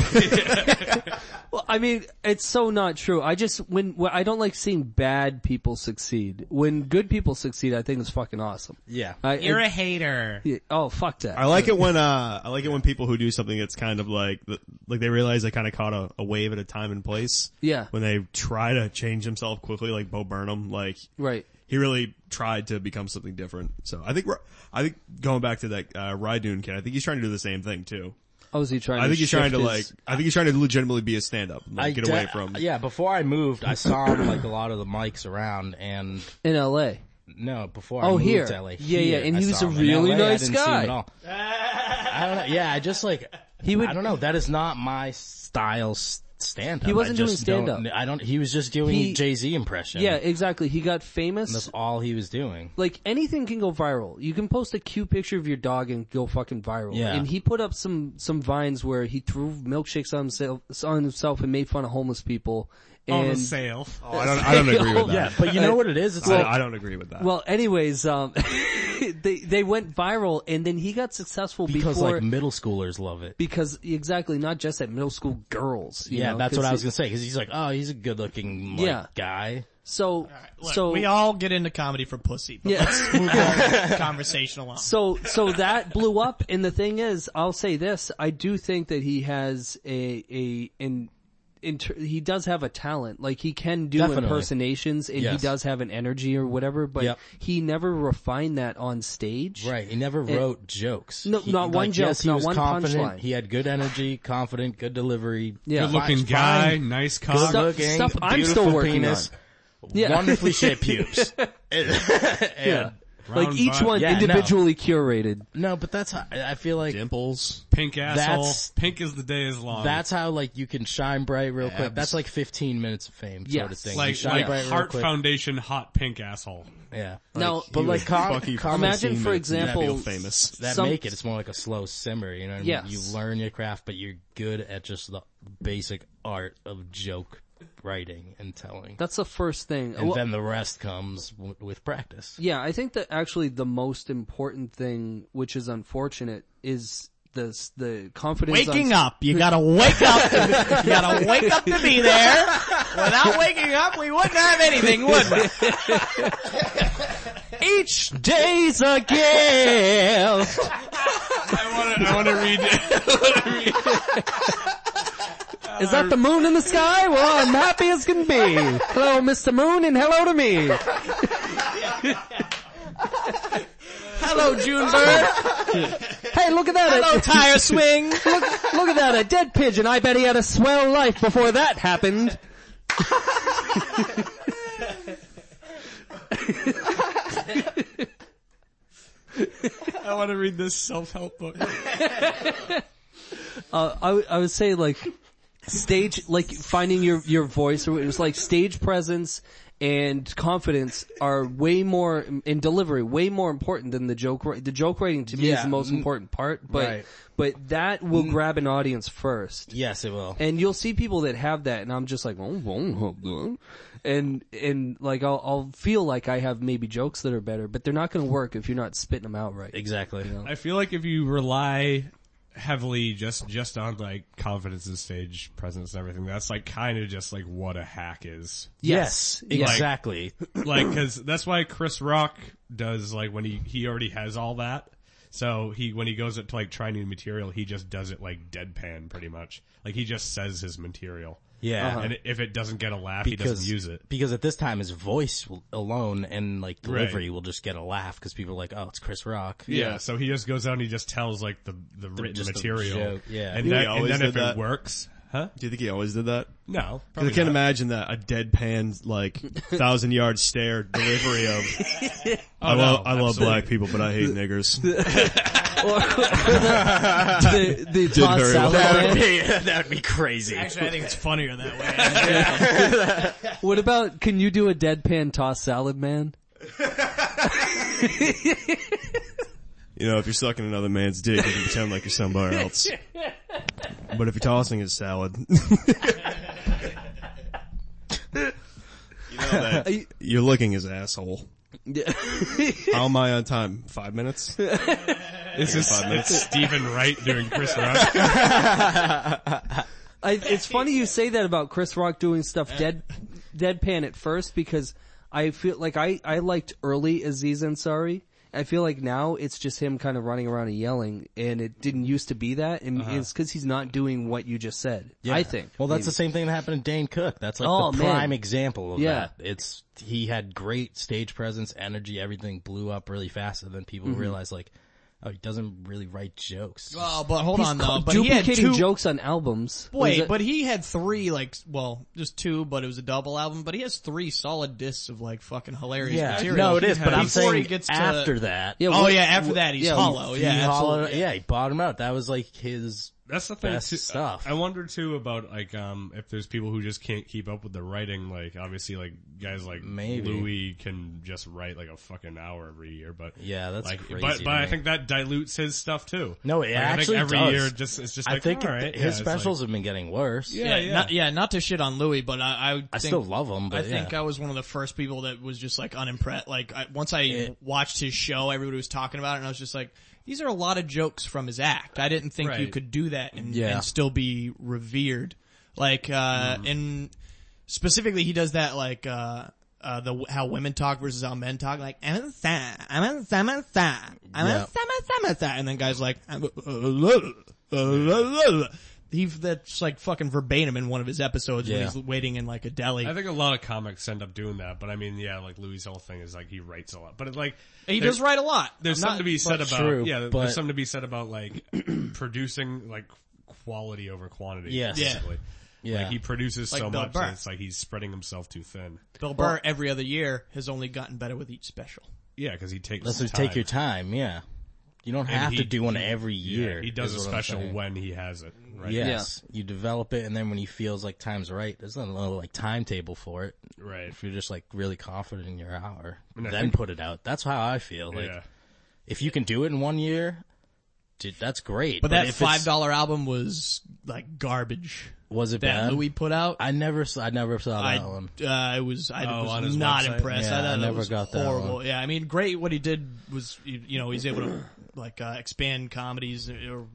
C: Well, I mean, it's so not true. I just when, when I don't like seeing bad people succeed. When good people succeed, I think it's fucking awesome.
D: Yeah.
C: I,
G: You're
C: I-
G: a hater.
C: yeah, oh fuck that.
E: I like it when uh, I like it when people who do something that's kind of like th- like they realize they kind of caught a, a wave at a time and place.
C: Yeah.
E: When they try to change themselves quickly, like Bo Burnham, like
C: right.
E: he really tried to become something different. So I think we're, I think going back to that uh, Rydun kid, I think he's trying to do the same thing too.
C: Oh, is he trying?
E: I think he's trying to
C: shift
E: like,
C: his- uh,
E: I think he's trying to legitimately be a stand up, like get
D: de-
E: away from.
D: Yeah, before I moved, I saw him like a lot of the mics around, and
C: in L.A.
D: no, before I
C: Oh,
D: moved
C: here.
D: to LA,
C: Yeah, yeah,
D: here,
C: and
D: I
C: he was
D: saw
C: a
D: him.
C: really
D: in LA,
C: nice
D: I didn't See
C: guy.
D: him at all. I don't know. Yeah, I just like
C: He would-
D: I don't know. That is not my style. Stand up.
C: He wasn't
D: I just
C: doing stand-up.
D: don't- I don't. He was just doing
C: He-
D: Jay Z impression.
C: Yeah, exactly. He got famous.
D: And that's all he was doing.
C: like anything can go viral. You can post a cute picture of your dog and go fucking viral.
D: Yeah.
C: And he put up some some vines where he threw milkshakes on himself on himself and made fun of homeless people.
B: On
C: And
B: the sale.
E: Oh, I don't, I don't agree with that.
D: Yeah, but
C: Uh,
D: you know what it is? It's
E: I,
D: like
E: I don't agree with that.
C: well, anyways, um, they they went viral and then he got successful
D: because
C: before
D: like middle schoolers love it.
C: because exactly not just at middle school girls. you
D: Yeah,
C: know,
D: that's what
C: 'cause
D: I was
C: he-
D: gonna say. Because he's like, oh, he's a good-looking like,
C: Yeah.
D: guy.
C: So
G: Look,
C: so
G: we all get into comedy for pussy. But
C: Yeah.
G: Let's move on. Conversation along.
C: So, so that blew up, and the thing is, I'll say this: I do think that he has a a in, inter, he does have a talent. Like he can do
D: Definitely.
C: impersonations, and
D: Yes.
C: he does have an energy or whatever. But
D: Yep.
C: he never refined that on stage.
D: Right. He never wrote jokes.
C: No,
D: He-
C: not
D: like,
C: one joke,
D: Yes, he
C: not
D: was
C: one
D: confident.
C: punchline.
D: He had good energy, confident, good delivery.
C: Yeah.
B: Good looking
D: Fine-
B: guy,
D: fine,
B: nice
D: Good
B: cock.
C: Stuff-
D: looking.
C: stuff I'm
D: beautiful
C: still working
D: penis,
C: Yeah.
D: Wonderfully shaped pubes. yeah.
C: Like
B: round
C: each
B: butt.
C: one
D: Yeah, no.
C: individually curated.
D: No, but that's how, I feel like
E: Dimples.
B: Pink asshole.
D: That's-
B: Pink as the day is long.
D: that's how like you can shine bright real quick. That's like 15 minutes of fame sort of
C: Yes.
D: thing. You
B: like,
D: shine
B: like
D: bright real
B: heart
D: quick.
B: foundation hot pink asshole.
D: Yeah.
C: Now,
D: but like com-
E: fucking
D: comedy
C: imagine,
D: scene
C: for
D: is-
C: example,
E: Feel famous.
D: that
C: Some-
D: make it. It's more like a slow simmer. You know, what I mean?
C: Yes.
D: you learn your craft, but you're good at just the basic art of joke writing and telling.
C: that's the first thing.
D: and
C: Well,
D: then the rest comes w- with practice.
C: Yeah, I think that actually the most important thing, which is unfortunate, is this the confidence. on
G: Waking up. You gotta wake up. To, you gotta wake up to be there. Without waking up, we wouldn't have anything, would we?
C: Each day's a gift.
B: I want to read.
C: Is that the moon in the sky? Well, I'm happy as can be. Hello, Mr. Moon, and hello to me.
G: Hello, June Bird.
C: Hey, look at that.
G: Hello, Tire Swing.
C: look, look at that, a dead pigeon. I bet he had a swell life before that happened.
G: I want to read this self-help book.
C: Uh, I would- I would say like stage, like finding your your voice, or it was like stage presence and confidence are way more in delivery, way more important than the joke. wri- The joke writing to me is
D: Yeah.
C: the most
D: Mm.
C: important part, but
D: Right. Mm.
C: but that will grab an audience first.
D: Yes, it will.
C: And you'll see people that have that, and I'm just like, oh, oh, oh, and and like I'll I'll feel like I have maybe jokes that are better, but they're not going to work if you're not spitting them out right.
D: Exactly.
B: I feel like if you rely heavily just just on like confidence and stage presence and everything, that's like kind of just like what a hack is.
D: Yes,
B: Yes.
D: exactly.
B: like because that's why Chris Rock does like when he he already has all that. So he when he goes up to like try new material, he just does it like deadpan pretty much. Like he just says his material.
D: Yeah.
C: Uh-huh.
B: and if it doesn't get a laugh, he doesn't use it.
D: Because at this time, his voice will- alone and like
B: Right.
D: delivery will just get a laugh because people are like, "Oh, it's Chris Rock."
B: Yeah, so he just goes out and he just tells like the the written
D: just the
B: material.
D: joke, yeah.
B: and,
E: You know,
B: that-
E: he
B: and
E: always
B: then
E: did
B: if
E: that.
B: it works, huh?
E: Do you think he always did that?
B: No,
E: 'Cause I
B: probably
E: can't
B: not.
E: imagine that a deadpan like thousand yard stare delivery of. I
B: Oh, no,
E: love I love
B: absolutely.
E: black people, but I hate niggers.
C: Or- the the, the tossed
E: very
C: salad
E: well.
C: man.
D: Hey, that would be crazy.
G: Actually, I think it's funnier that way.
C: What about can you do a deadpan toss salad man?
E: You know, if you're sucking another man's dick, you can pretend like you're somebody else. But if you're tossing his salad, you know that
C: I-
E: you're licking his asshole.
C: Yeah.
E: How am I on time? Five minutes?
B: It's just it's Stephen Wright doing Chris Rock.
C: I, it's funny you say that about Chris Rock doing stuff dead deadpan at first because I feel like I I liked early Aziz Ansari. I feel like now it's just him kind of running around and yelling, and it didn't used to be that, and it's because he's not doing what you just said. I think.
D: Well, that's the same thing that happened to Dane Cook. That's like
C: Oh,
D: the
C: man.
D: prime example of
C: Yeah.
D: that. It's he had great stage presence, energy, everything blew up really fast, and then people realized like, oh, he doesn't really write jokes.
G: Well, Oh, but hold on though.
C: Co-
G: But he had
C: duplicating
G: two.
C: jokes on albums. Was
G: Wait,
C: it-
G: but he had three like, s- well, just two, but it was a double album. But he has three solid discs of like fucking hilarious material.
D: no, it is. But I'm
G: Before
D: saying
G: he gets to-
D: after that,
C: Yeah,
G: Oh
C: what-
G: yeah, after that he's
C: yeah,
G: hollow.
D: he
G: oh, Yeah,
D: hollowed-
G: absolutely.
D: yeah, he bottomed out. That was like his.
B: That's the thing.
D: Best
B: too.
D: stuff.
B: I wonder too about like um if there's people who just can't keep up with the writing. Like obviously, like guys like
D: Maybe.
B: Louis can just write like a fucking hour every year, but
D: Yeah, that's
B: like,
D: crazy.
B: But
D: to
B: but I
D: me.
B: think that dilutes his stuff too.
D: No, it
B: like,
D: actually
B: I think every
D: does.
B: year just it's just
D: I
B: like
D: think
B: all right,
D: his
B: yeah, it's
D: specials
B: Like,
D: have been getting worse.
B: yeah, yeah.
G: Not, yeah, not to shit on Louis, but I, I, think,
D: I still love him, but
G: I think uh,
D: yeah.
G: I was one of the first people that was just like unimpressed. Like I, once I watched his show, everybody was talking about it, and I was just like, "These are a lot of jokes from his act." I didn't think you
B: Right.
G: could do that and,
D: Yeah. Mm-hmm.
G: and still be revered. Like, uh, and specifically, he does that like. uh uh, the how women talk versus how men talk, like I'm a sa, I'm a sa, I'm a sa, I'm
D: Yeah.
G: a sa, I'm a sa, and then guys like I'm a- uh, la- uh, la- la- la. he that's like fucking verbatim in one of his episodes when
D: Yeah.
G: he's waiting in like a deli.
B: I think a lot of comics end up doing that, but I mean, yeah, like Louis' whole thing is like he writes a lot, but it, like
G: He
B: there-
G: does write a lot.
B: There's
G: I'm
B: something to be said
D: but
B: about
D: true,
B: yeah.
D: but-
B: there's something to be said about like producing like quality over quantity.
D: Yes. Yeah.
B: basically.
D: Yeah.
B: Like he produces
G: Like
B: so
G: Bill
B: much
G: Burr.
B: that it's like he's spreading himself too thin.
G: Bill Burr every other year has only gotten better with each special.
B: Yeah, because he takes
D: Let's
B: time.
D: just take your time. Yeah, you don't have
B: he-
D: to do one
B: he-
D: every year.
B: Yeah, he does a
D: is what I'm
B: special
D: saying.
B: when he has it. Right.
D: Yes, you develop it, and then when he feels like time's right, there's a little like timetable for it.
B: Right.
D: If you're just like really confident in your hour,
B: And I
D: then
B: think-
D: put it out. That's how I feel. Like
B: yeah.
D: if you can do it in one year, dude, that's great.
G: But, that
D: if it's-
G: five dollar album was like garbage
D: was it
G: that
D: bad?
G: Louis put out.
D: I never saw. I never saw
G: I,
D: that one.
G: uh, I was I
B: Oh, on
G: was
B: his
G: not
B: website?
G: impressed.
D: Yeah,
G: I
D: I
G: thought that
D: never
G: was
D: got that
G: horrible.
D: one.
G: Yeah, I mean, great. What he did was you, you know he's able to like uh, expand comedies or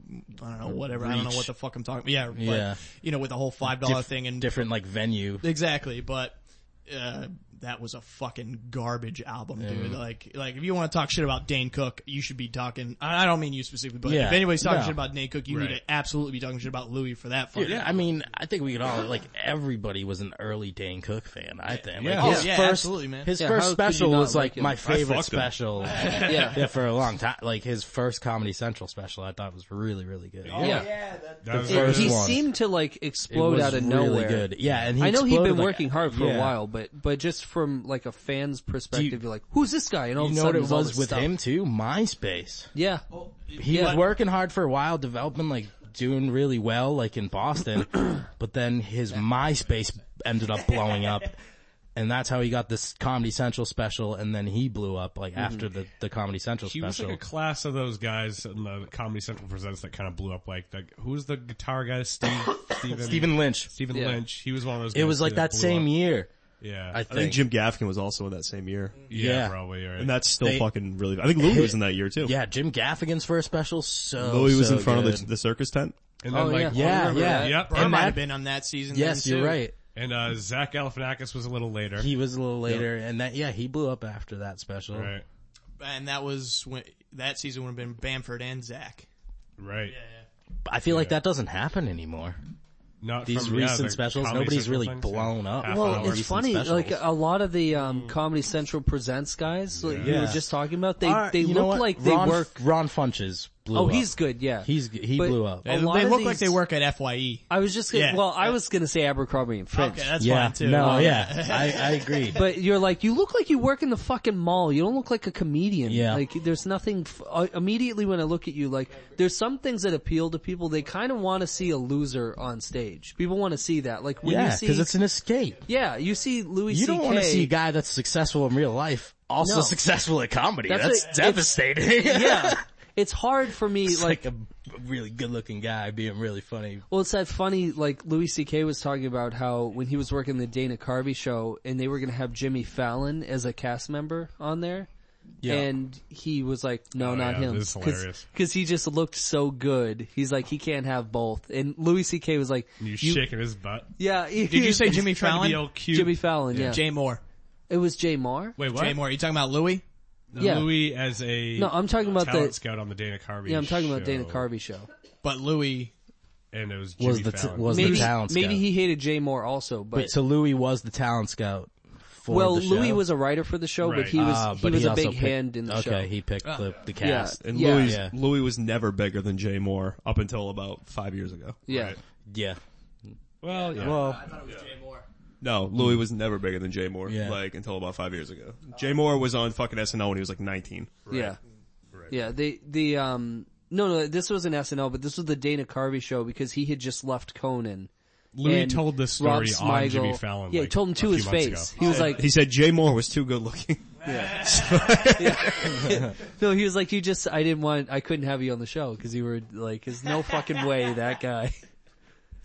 G: I don't know whatever. I don't know
D: Reach.
G: what the fuck I'm talking. Yeah, but,
D: Yeah.
G: You know, with the whole five dollar
D: Diff-
G: thing and
D: Different like venue.
G: Exactly, but uh, that was a fucking garbage album, dude. Like, like if you want to talk shit about Dane Cook, you should be talking. I I don't mean you specifically, but
D: Yeah,
G: if anybody's talking
D: no.
G: shit about Dane Cook, you need
B: Right.
G: to absolutely be talking shit about Louis for that. Fucking
D: Dude, I mean, I think we could all like everybody was an early Dane Cook fan. I think. Like,
G: Oh,
D: his
G: yeah,
D: first,
G: absolutely, man.
D: His
C: Yeah,
D: first
C: how could
D: special
C: you not
D: was
C: like
D: like
C: him?
D: my
C: I
D: favorite
B: fucked him.
D: special. yeah. yeah, for a long time. Like his first Comedy Central special, I thought was really, really good.
C: Oh, yeah.
B: That was
D: first
C: he
B: uh,
D: one.
C: seemed to like
D: It
C: explode
D: was
C: out of
D: really
C: nowhere.
D: good. Yeah, and he
C: I know he'd
D: exploded,
C: been
D: like-
C: working hard for
D: yeah.
C: a while, but but just from like a fan's perspective, you, are like, who's this guy? And all of
D: You
C: a
D: know what
C: sudden,
D: it
C: there's all
D: was
C: this
D: with
C: stuff.
D: him too? MySpace.
C: Yeah,
D: He was working hard for a while, developing like doing really well, like in Boston, but then his MySpace ended up blowing up. And that's how he got this Comedy Central special, and then he blew up like after the, the Comedy Central
B: he was
D: special.
B: like a class of those guys in the Comedy Central presents that kind of blew up. Like, like who's the guitar guy? Steve, Steven,
D: Stephen Lynch.
B: Stephen
C: Yeah.
B: Lynch. He was one of those.
D: It
B: guys,
D: was
B: too,
D: like that
B: blew
D: same
B: up.
D: year.
B: Yeah,
D: I
E: I
D: think.
E: think Jim Gaffigan was also in that same year.
B: yeah,
D: yeah.
B: probably. Right.
E: And that's still
D: They-
E: fucking really, I think Louis was in that year too.
D: yeah, Jim Gaffigan's first special. So
E: Louis was
D: Oh, so
E: in front
D: good.
E: of the, the circus tent.
B: and then
C: oh yeah,
B: like,
D: Yeah,
C: I remember
D: yeah.
C: that.
B: yep.
G: Burr
D: And
B: And,
G: might
D: that-
G: have been on that season.
D: Yes,
G: then,
D: you're
G: too.
D: right.
B: and uh, Zach Galifianakis was a little later.
D: He was a little later, and that yeah, he blew up after that special.
B: right.
G: And that was when that season would have been Bamford and Zach.
B: Right.
D: I feel like that doesn't happen anymore.
B: Not
D: These
B: from, yeah,
D: recent
B: the
D: specials,
B: Comedy
D: nobody's
B: Central
D: really
B: things,
D: blown up.
B: Half
D: Well,
B: hour.
C: Well,
D: recent
C: it's funny,
D: specials.
C: like a lot of the
D: Mm.
C: um, Comedy Central presents guys like you
D: Yeah.
C: were just talking about, they
D: Alright,
C: they
D: you know
C: look
D: what?
C: like they
D: Ron,
C: work.
D: Ron Funches blew
C: Oh,
D: up.
C: he's good, yeah.
D: He's- he
C: But
D: blew up.
C: a
G: They,
C: lot
G: they
C: of
G: look
C: these-
G: like they work at FYE.
C: I was just gonna,
G: Yeah.
C: well, I was gonna say Abercrombie and Fitch.
G: Okay, that's
D: yeah,
G: fine too.
D: no,
G: Um,
D: yeah, I, I agree.
C: Oh, But you're like, you look like you work in the fucking mall. You don't look like a comedian.
D: Yeah.
C: Like, there's nothing, f- uh, immediately when I look at you, like, there's some things that appeal to people. They kind of want to see a loser on stage. People want to see that. Like, when you
D: yeah,
C: see,
D: because it's an escape.
C: yeah, you see Louis
D: You don't
C: CK
D: want to see a guy that's successful in real life also
C: No.
D: successful at comedy.
C: That's
D: That's,
C: what- it's-
D: devastating.
C: yeah. It's hard for me,
D: It's
C: like,
D: like, a really good-looking guy being really funny.
C: Well, it's that funny, like Louis C.K. was talking about how when he was working the Dana Carvey show and they were going to have Jimmy Fallon as a cast member on there.
D: Yeah.
C: And he was like, no,
B: Oh,
C: not
B: yeah,
C: him.
B: this is hilarious.
C: Cause he just looked so good. He's like, he can't have both. And Louis C.K. was like,
B: You, shaking his butt.
C: yeah. Did
G: Did you say Jimmy
B: Trying to be
G: Fallon?
B: all cute.
C: Jimmy Fallon? Yeah.
G: Jay Moore.
C: it was Jay Marr?
B: Wait, what?
G: Jay Moore. You talking about Louis?
C: yeah.
B: Louis as a
C: No, I'm talking about
B: talent
C: the-
B: scout on the Dana Carvey.
C: yeah, I'm talking about
B: show,
C: Dana Carvey show.
G: But Louis.
B: and it was Jimmy
D: Was the t-
B: Fallon.
D: was
C: Maybe,
D: the talent scout.
C: maybe he hated Jay Moore also, but.
D: Wait, so Louis was the talent scout. For
C: well,
D: the show?
C: Louis was a writer for the show,
B: Right.
C: but he was
D: Ah,
C: he
D: but
C: was a
D: also
C: big
D: picked-
C: hand in the
D: okay,
C: show.
D: he picked the, the
C: Yeah.
D: cast.
E: And
C: yeah.
E: Louis,
D: Yeah.
E: Louis was never bigger than Jay Moore up until about five years ago.
C: Yeah.
D: Yeah.
B: well, yeah.
D: Well,
E: No, Louis was never bigger than Jay Moore,
D: Yeah.
E: like until about five years ago. Jay Moore was on fucking SNL when he was like 19.
C: Yeah. Yeah, they, the, um, no, no, this was an SNL, but this was the Dana Carvey show because he had just left Conan.
B: Louis
C: And
B: told this
C: Rob
B: story on Jimmy
C: Smigel-
B: Fallon.
C: Yeah,
B: like,
C: he told him
B: a
C: to
B: few
C: his
B: months
C: face.
B: ago.
C: He was like,
E: He said Jay Moore was too good looking.
C: no, he was like, you just, I didn't want, I couldn't have you on the show because you were like, there's no fucking way that guy.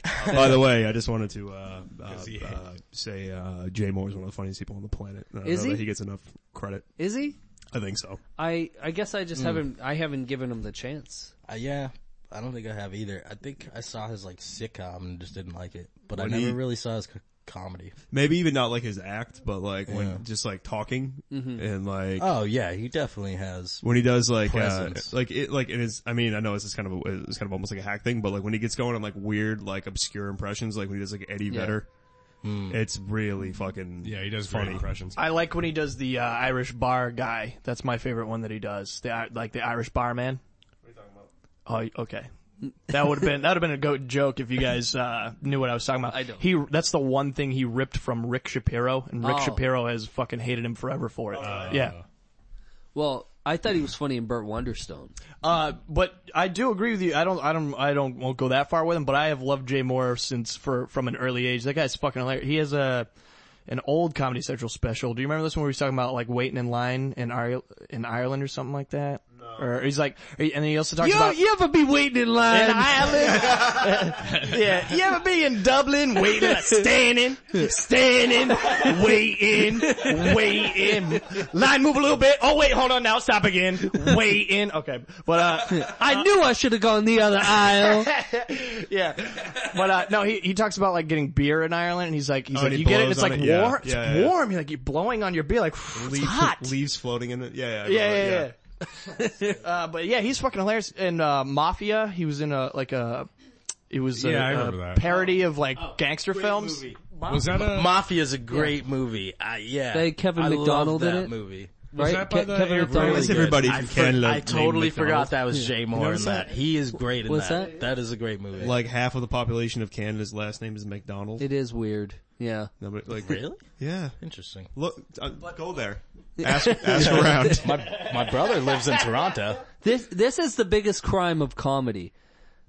E: By the way, I just wanted to uh, uh,
B: he-
E: uh, say uh, Jay Moore is one of the funniest people on the planet. I don't
C: Is
E: know
C: he?
E: That he gets enough credit.
C: Is he?
E: I think so.
C: I, I guess I
B: Hmm.
C: just haven't, I haven't given him the chance.
D: uh, yeah. I don't think I have either. I think I saw his like sitcom and just didn't like it, but
E: When
D: I never
E: he-
D: really saw his co- comedy.
E: Maybe even not like his act, but like
D: Yeah.
E: when just like talking and like
D: Oh yeah, he definitely has.
E: when he does like uh,
D: Presence.
E: like it like it is I mean I know this is kind of a, it's kind of almost like a hack thing but like when he gets going on like weird like obscure impressions like when he does like Eddie Vedder it's really fucking
B: Hmm. Yeah, he does funny impressions.
G: I like when he does the uh, Irish bar guy. That's my favorite one that he does. The I- like the Irish bar man. What are you talking about? Oh, okay. That would have been that would have been a goat joke if you guys uh, knew what I was talking about. I
C: don't.
G: He that's the one thing he ripped from Rick Shapiro, and Rick
C: Oh.
G: Shapiro has fucking hated him forever for it. yeah.
C: Well, I thought he was funny in Burt Wonderstone.
G: Uh, but I do agree with you. I don't, I don't, I don't, won't go that far with him, but I have loved Jay Moore since for, from an early age. That guy's fucking hilarious. He has a, an old Comedy Central special. Do you remember this one where he was talking about like waiting in line in, Ire- in Ireland or something like that? No.
F: Or he's like, and then he also talks
G: You,
F: about.
G: you ever be waiting in line
F: And-
G: in Ireland? yeah. You ever be in Dublin waiting, like, standing, standing, waiting, waiting. Line move a little bit. Oh wait, hold on now. Stop again. Waiting. Okay. But, uh,
C: I knew I should have gone the other aisle.
F: yeah. But, uh, no, he, he talks about like getting beer in Ireland and he's like, he's
E: Oh, and
F: like,
E: he
F: you get it?
E: blows
F: It's
E: on
F: like
E: it, yeah.
F: warm. It's
E: Yeah, yeah, yeah.
F: warm. You're like, you're blowing on your beer like, it's hot.
E: leaves floating in it. Yeah, yeah, I
F: Yeah,
E: remember,
F: yeah, yeah. uh, but yeah, he's fucking hilarious. And uh, Mafia, he was in a like a, it was a-
B: Yeah, I
F: a,
B: remember that.
F: parody of like
G: Oh,
F: gangster films.
B: Was that a,
D: Mafia's a great movie. Uh, yeah,
C: They had Kevin
D: I love
C: McDonald in
D: that
C: it?
D: Movie.
C: right?
B: that by the
C: Kevin
B: airplane?
C: McDonald.
E: Why is everybody
D: I,
E: from
D: for-
E: Canada
D: I
E: named
D: totally
E: McDonald?
D: forgot that was Jay Moore in
E: notice
D: that. He is great in
C: What's that?
D: that. That is a great movie.
E: Like half of the population of Canada's last name is McDonald.
C: It is weird. Yeah.
E: Nobody, like,
D: really?
E: Yeah.
D: Interesting.
E: Look, uh, go there. Ask, ask around.
D: My my brother lives in Toronto.
C: This this is the biggest crime of comedy.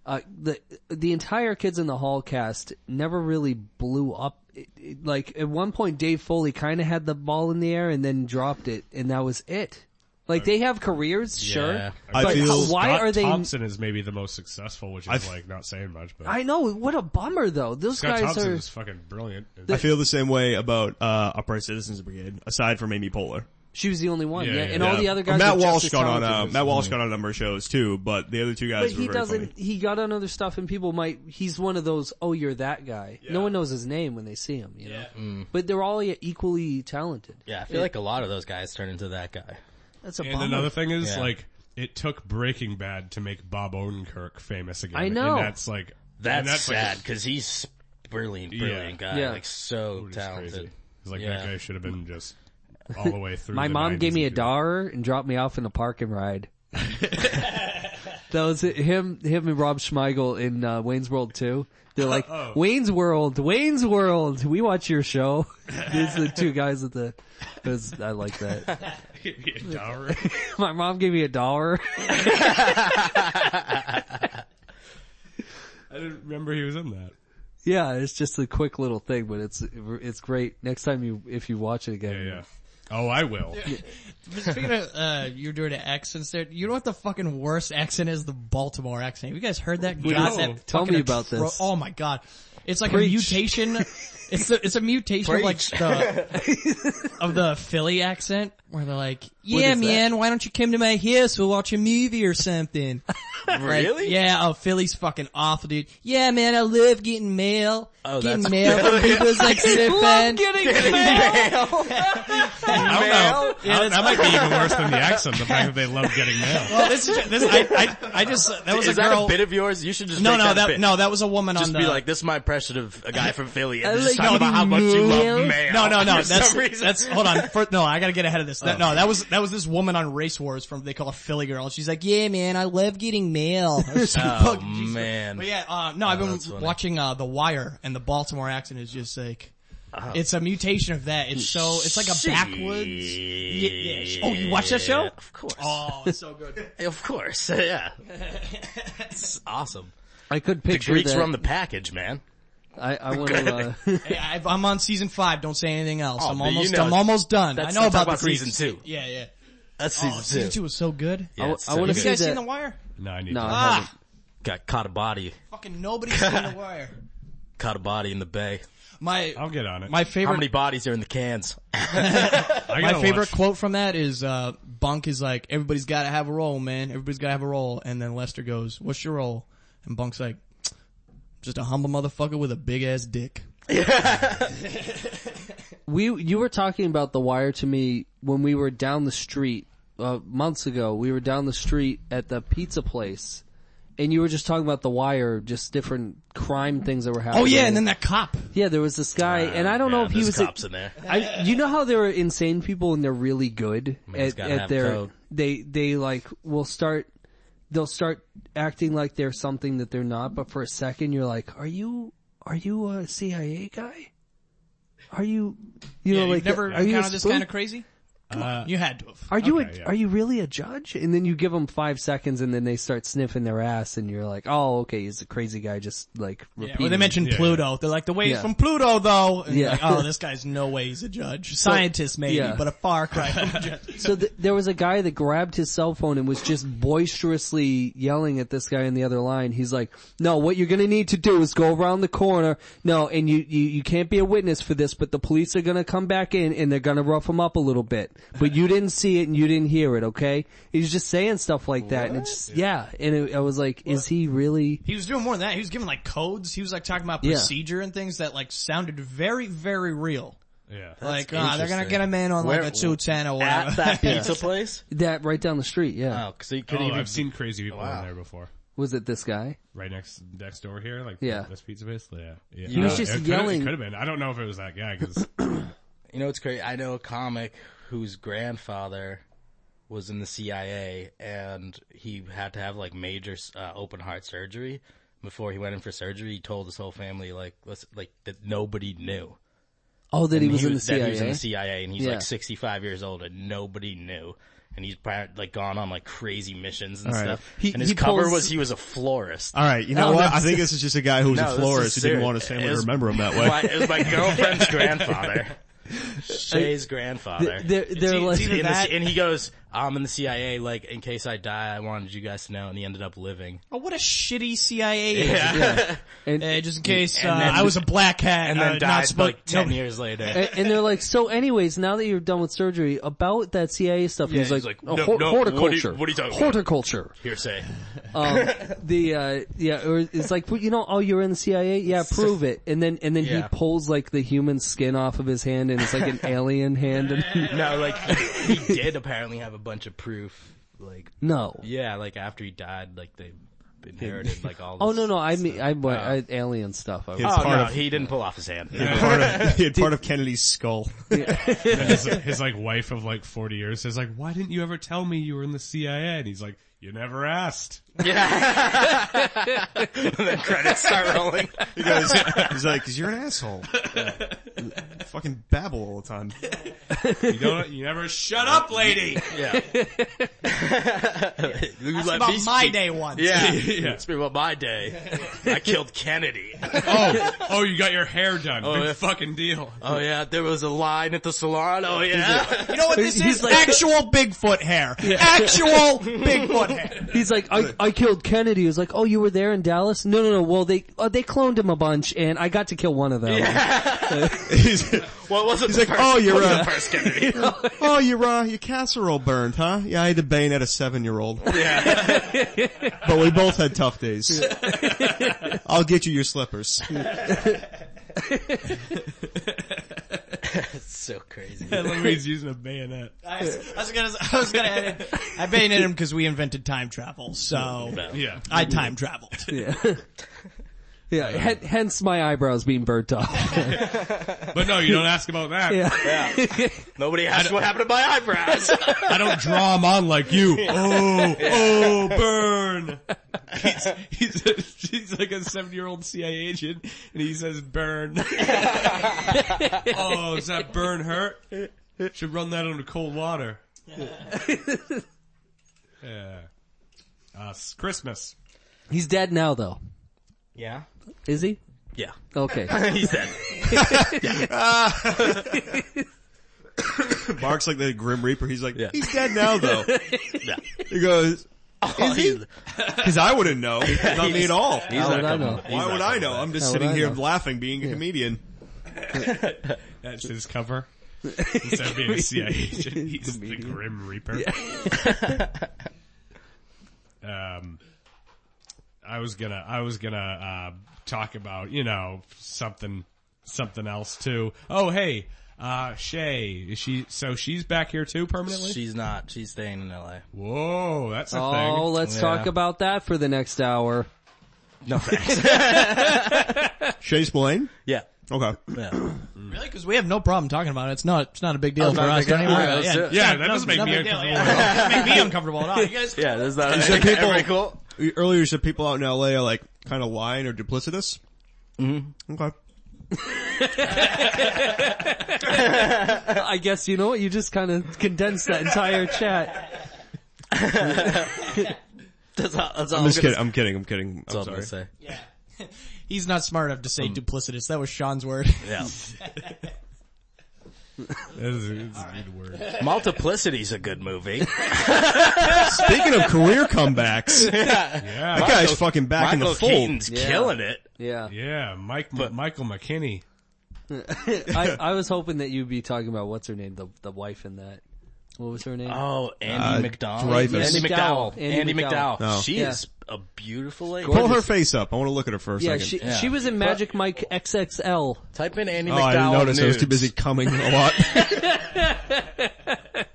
C: Uh, the the entire Kids in the Hall cast never really blew up. It, it, like at one point, Dave Foley kind of had the ball in the air and then dropped it, and that was it. Like they have careers,
D: Yeah.
C: sure,
E: I
C: but
E: feel-
C: how- why
B: Scott
C: are they?
B: Thompson is maybe the most successful, which is
E: I've-
B: like not saying much, but
C: I know what a bummer though. Those
B: Scott
C: guys
B: Thompson
C: are.
B: is fucking brilliant.
E: I feel the same way about uh, Upright Citizens Brigade, aside from Amy Poehler.
C: She was the only one, yeah,
B: Yeah, yeah,
C: and
B: yeah.
C: all the other guys.
E: Uh, Matt
C: are just
E: Walsh
C: as
E: got on uh,
C: talented.
E: Matt Walsh got on a number of shows too, but the other two guys
C: But
E: were
C: he
E: very
C: doesn't.
E: funny.
C: He got on other stuff, and people might. He's one of those. Oh, you're that guy. No one knows his name when they see him. You know.
E: Mm.
C: But they're all equally talented.
D: Yeah, I feel like a lot of those guys turn into that guy.
C: That's a
B: And
C: bummer.
B: another thing is
D: Yeah.
B: like it took Breaking Bad to make Bob Odenkirk famous again.
C: I know.
B: And that's like
D: That's,
B: and that's
D: sad
B: Like,
D: because he's brilliant, brilliant guy.
C: Yeah.
D: Like so
B: it's
D: talented.
B: crazy. It's like
D: Yeah.
B: that guy should have been just all the way through.
C: My
B: the
C: mom
B: 90s
C: gave me a
B: and do that.
C: dollar and dropped me off in a park and ride. that was it. him, him and Rob Schmeigel in uh, Wayne's World 2. They're like,
E: Oh.
C: Wayne's World, Wayne's World, we watch your show. These are the two guys at the, it was- I like that.
B: Give me a dollar.
C: My mom gave me a dollar.
B: I didn't remember he was in that.
C: yeah, it's just a quick little thing, but it's, it's great. Next time you, if you watch it again.
B: Yeah, yeah. Oh, I will.
G: But Speaking of, uh, you're doing an accent there. You know what the fucking worst accent is? The Baltimore accent. Have you guys heard that? God, that
C: Tell
G: fucking
C: me about
G: atro-
C: this.
G: Oh my god. It's like a mutation. It's the, it's a mutation of like the, of the Philly accent where they're like, yeah man, why don't you come to my house? We'll watch a movie or something.
D: Really?
G: yeah, oh Philly's fucking awful dude. Yeah man, I love getting mail.
D: Oh,
G: getting
D: that's-
G: mail from people's like
C: Love
G: sipping.
C: getting
B: I
C: mail.
B: don't know. I don't- that might be even worse than the accent. The fact that they love getting mail.
G: Oh, this is, this, I, I, I just, that was
D: Is
G: a
D: that
G: girl.
D: a bit of yours? You should just
G: No,
D: make
G: no, that,
D: bit.
G: no, that was a woman
D: Just
G: on the.
D: be like, this is my impression of a guy from Philly, and
C: I
D: just
C: like
D: talk about how much you
C: mail.
D: love mail.
G: no, no, no.
D: For
G: That's
D: some reason. Oh.
G: that's. Hold on. For, no, I gotta get ahead of this. That, no, that was that was this woman on Race Wars from they call her Philly Girl. She's like, yeah, man, I love getting mail. Or some
D: Oh
G: fucking- Jesus.
D: man,
G: But yeah, uh, no, I've
D: that's
G: been
D: funny.
G: watching uh, The Wire, and the Baltimore accent is just like.
D: Uh-huh.
G: It's a mutation of that. It's so, it's like a backwoods. Yeah, yeah. sh- Oh, you watch that show?
D: Of course,
G: Oh, it's so good.
D: of course, yeah. it's awesome.
C: I could
D: The
C: picture
D: Greeks
C: that.
D: run the package, man.
C: I, I want to, uh,
G: Hey, I, I'm on season five. Don't say anything else.
D: Oh,
G: I'm
D: but you
G: almost,
D: know-
G: I'm almost done. I
D: That's-
G: know
D: let's talk
G: about, the
D: about season
G: Greeks.
D: two.
G: Yeah, yeah.
D: That's season
G: Oh,
D: two.
G: season two was so good.
D: Yeah,
C: I-
D: it's
C: I
D: so
C: wanna
D: good.
G: You guys
C: See
G: seen
C: that-
G: The Wire?
B: No, I need
C: no,
B: to.
C: I haven't.
G: Ah,
D: got caught a body,
G: fucking nobody's seen The Wire.
D: caught a body in the bay.
G: My
B: I'll get on it.
G: my
D: How
G: favorite
D: many bodies are in the cans?
B: I
G: my
B: gotta
G: favorite
B: watch-
G: quote from that is uh Bunk is like everybody's got to have a role, man. Everybody's got to have a role. And then Lester goes, "What's your role?" And Bunk's like, "Just a humble motherfucker with a big ass dick."
C: we you were talking about the wire to me when we were down the street uh, months ago we were down the street at the pizza place and you were just talking about the wire just different crime things that were happening
G: Oh yeah, and then that cop.
C: yeah there was this guy and i don't
D: Yeah,
C: know if he
D: there's
C: was
D: cops in there.
C: I, you know how there are insane people and they're really good
D: Man's
C: at,
D: gotta
C: at
D: have
C: their
D: code.
C: they they like will start they'll start acting like they're something that they're not but for a second you're like are you are you a CIA guy are you you know
G: You've
C: like
G: never
C: are you a
G: encountered this kind
C: spook?
G: of crazy? You had to have.
C: Are you
B: Okay,
C: a,
B: yeah.
C: are you really a judge? And then you give them five seconds, and then they start sniffing their ass, and you're like, oh, okay, he's a crazy guy, just like
G: Yeah,
C: repeating.
G: well, they mentioned
B: Yeah,
G: Pluto. They're like, the way he's
C: Yeah.
G: from Pluto, though. And
C: Yeah.
G: like, oh, this guy's no way he's a judge. Scientist, maybe,
C: yeah.
G: but a far cry from a judge.
C: So th- there was a guy that grabbed his cell phone and was just boisterously yelling at this guy on the other line. He's like, "No, what you're going to need to do is go around the corner. No, and you, you you can't be a witness for this, but the police are going to come back in and they're going to rough him up a little bit. But you didn't see it and you didn't hear it, okay? He's just saying stuff like that, and it's just, yeah. And it, I was like, is he really?
G: He was doing more than that. He was giving like codes. He was like talking about
C: Yeah.
G: procedure and things that like sounded very, very real.
B: Yeah.
G: like, ah, they're gonna get him in on
D: Where-
G: like a 210 or
D: At
G: whatever.
D: that pizza place?
C: That right down the street, yeah.
D: Oh, so you
B: Oh,
D: couldn't even.
B: I've seen crazy people in there before.
C: Was it this guy?
B: Right next next door here, like
C: Yeah.
B: this pizza place. Yeah, yeah. Uh,
D: He was
C: just
B: it could've-
C: yelling.
B: It could have been. I don't know if it was that guy because
D: You know, it's crazy. I know a comic whose grandfather was in the CIA and he had to have like major uh, open heart surgery. Before he went in for surgery, he told his whole family like, let's, like that nobody knew.
C: Oh, that he
D: And
C: was, in the
D: that he was
C: CIA.
D: in the CIA and he's
C: Yeah.
D: like 65 years old and nobody knew. And he's pri- like gone on like crazy missions and
E: All right.
D: stuff.
E: He-
D: and his
E: he
D: cover
E: pulls-
D: was he was a florist.
E: All right, you know
D: Oh,
E: what?
D: that's-
E: I think this is just a guy who was
D: No, this
E: a
D: is
E: florist who didn't
D: serious.
E: want his family
D: It
E: to
D: was-
E: remember him that way.
D: my, it was my girlfriend's grandfather. Shay's grandfather. e-,
C: They're, they're
D: See,
C: like,
D: see, in the- and he goes, I'm in the CIA, like, in case I die, I wanted you guys to know, and he ended up living.
G: oh, what a shitty CIA. agent.
C: and-
G: Uh, just in case uh,
D: And then-
G: I was a black hat
D: And
G: uh,
D: then died,
G: not spo-
D: like, 10
G: no-
D: years later.
C: and, and they're like, so anyways, now that you're done with surgery, about that CIA stuff, he's,
D: he's
C: like,
D: like,
C: "Oh,
D: no,
C: hor-
D: no, what are you-
C: horticulture.
D: what are you talking about?"
C: Horticulture.
D: Hearsay.
C: Um, the, uh, yeah, or it's like, well, you know, oh, you're in the CIA? Yeah, prove it. And then, and then he
D: Yeah.
C: pulls like the human skin off of his hand and it's like an alien hand. And,
D: No, like, he, he did apparently have a bunch of proof, like,
C: no.
D: yeah, like, after he died, like, they inherited, like, all this.
C: Oh, no, no, I mean, I, I, I alien stuff. I was-
E: It's
D: Oh,
E: part
D: no,
E: of-
D: he didn't pull off his hand.
E: part of, he had part of Kennedy's skull.
B: his, his like wife of like forty years is like, "Why didn't you ever tell me you were in the CIA?" And he's like, "You never asked."
D: Credits start rolling.
E: He goes, he's like, cause you're an asshole. Fucking babble all the time.
B: You don't. You never shut up, lady.
D: Yeah. You let
G: about
D: me
G: my
D: speak.
G: day once.
D: Yeah.
B: Yeah.
D: It's been about my day. I killed Kennedy.
B: Oh, oh, you got your hair done. Big
D: Oh, yeah.
B: fucking deal.
D: Oh yeah, there was a line at the salon. Oh yeah.
G: You know what this
C: He's
G: is?
C: like-
G: Actual Bigfoot hair. Actual Bigfoot hair.
C: He's like, I, I killed Kennedy. He was like, oh, you were there in Dallas? No, no, no. Well, they, uh, they cloned him a bunch and I got to kill one of them.
E: He's,
D: Well, it wasn't
E: he's
D: the
E: like,
D: first,
E: oh, you're,
D: wasn't the
E: uh,
D: first Kennedy.
E: oh, your, uh, your casserole burned, huh? Yeah, I had to bane at a seven year old. Yeah. but we both had tough days. I'll get you your slippers.
D: That's so crazy.
B: He's using a bayonet.
G: I was, I was gonna, I was gonna edit. I baited him because we invented time travel, so
B: Yeah.
G: I time traveled.
C: Yeah, hen- hence my eyebrows being burnt off.
B: But no, you don't ask about that.
C: Yeah.
D: Nobody asked what happened to my eyebrows.
B: I don't draw them on like you. Oh, oh, burn. He's, he's, a, he's like a seven-year-old CIA agent, and he says burn. oh, does that burn hurt? Should run that under cold water. yeah. Us. Christmas.
C: He's dead now though.
D: yeah.
C: Is he?
D: Yeah.
C: Okay.
D: He's dead.
E: Mark's like the Grim Reaper. He's like,
D: Yeah.
E: he's dead now though.
D: Yeah.
E: He goes,
D: Is he?
E: cause I wouldn't know. Not me at all.
D: He's
C: would
D: not
C: I
D: coming.
C: know?
D: He's
E: Why
D: not
E: would I
D: coming
E: know?
D: back.
E: I'm just
C: How
E: sitting
C: would I
E: here
C: know?
E: laughing, being a comedian.
B: That's his cover. Instead of being a CIA agent, he's the Grim Reaper. um, I was gonna, I was gonna, uh, talk about, you know, something, something else too. Oh, hey, uh, Shay, is she, so she's back here too permanently?
D: She's not. She's staying in LA.
B: Whoa, that's a
C: oh,
B: thing.
C: let's
D: Yeah.
C: talk about that for the next hour.
D: No thanks.
E: Chase Blaine?
D: yeah.
E: Okay.
D: Yeah.
G: Really? Because we have no problem talking about it. It's not. It's not a big deal for
D: not a
G: us.
D: big
G: Don't
D: deal.
G: even worry
D: All right, let's
G: about it.
D: do it.
B: Yeah, that doesn't make me
G: big deal.
B: uncomfortable.
G: Yeah, it doesn't make me uncomfortable at all. You guys,
D: Yeah. There's not.
E: so people-
D: Everybody cool?
E: Earlier you said people out in LA are like kind of lying or duplicitous. Mm-hmm. Okay.
C: I guess you know what? You just kind of condensed that entire chat.
D: That's all, that's all
E: I'm just
D: gonna
E: kidding. I'm kidding. I'm kidding.
D: That's all
E: I'm
D: I'm
E: sorry.
D: gonna say.
G: He's not smart enough to
D: Um,
G: say duplicitous. That was Sean's word.
D: Yeah.
B: That is, that's a good word.
D: Multiplicity's a good movie.
E: Speaking of career comebacks, that
B: Yeah.
E: guy's fucking back in
D: Michael
E: the fold.
D: Keaton's killing it.
C: Yeah.
B: Yeah, Mike, Michael McKinney.
C: I, I was hoping that you'd be talking about what's her name, the the wife in that. What was her name?
D: Oh,
E: Uh,
D: Andy McDonald.
E: Dreyfus.
D: Andy McDowell.
C: Andy
D: Andy
C: McDowell.
D: McDowell.
E: Oh.
D: She
C: Yeah.
D: is a beautiful lady.
E: Pull her face up. I want to look at her for a
C: yeah,
E: second.
C: she
D: Yeah.
C: she was in Magic Mike XXL.
D: Type in Andy
E: oh,
D: McDowell.
E: I didn't notice. I was too
D: nudes.
E: busy coming a lot.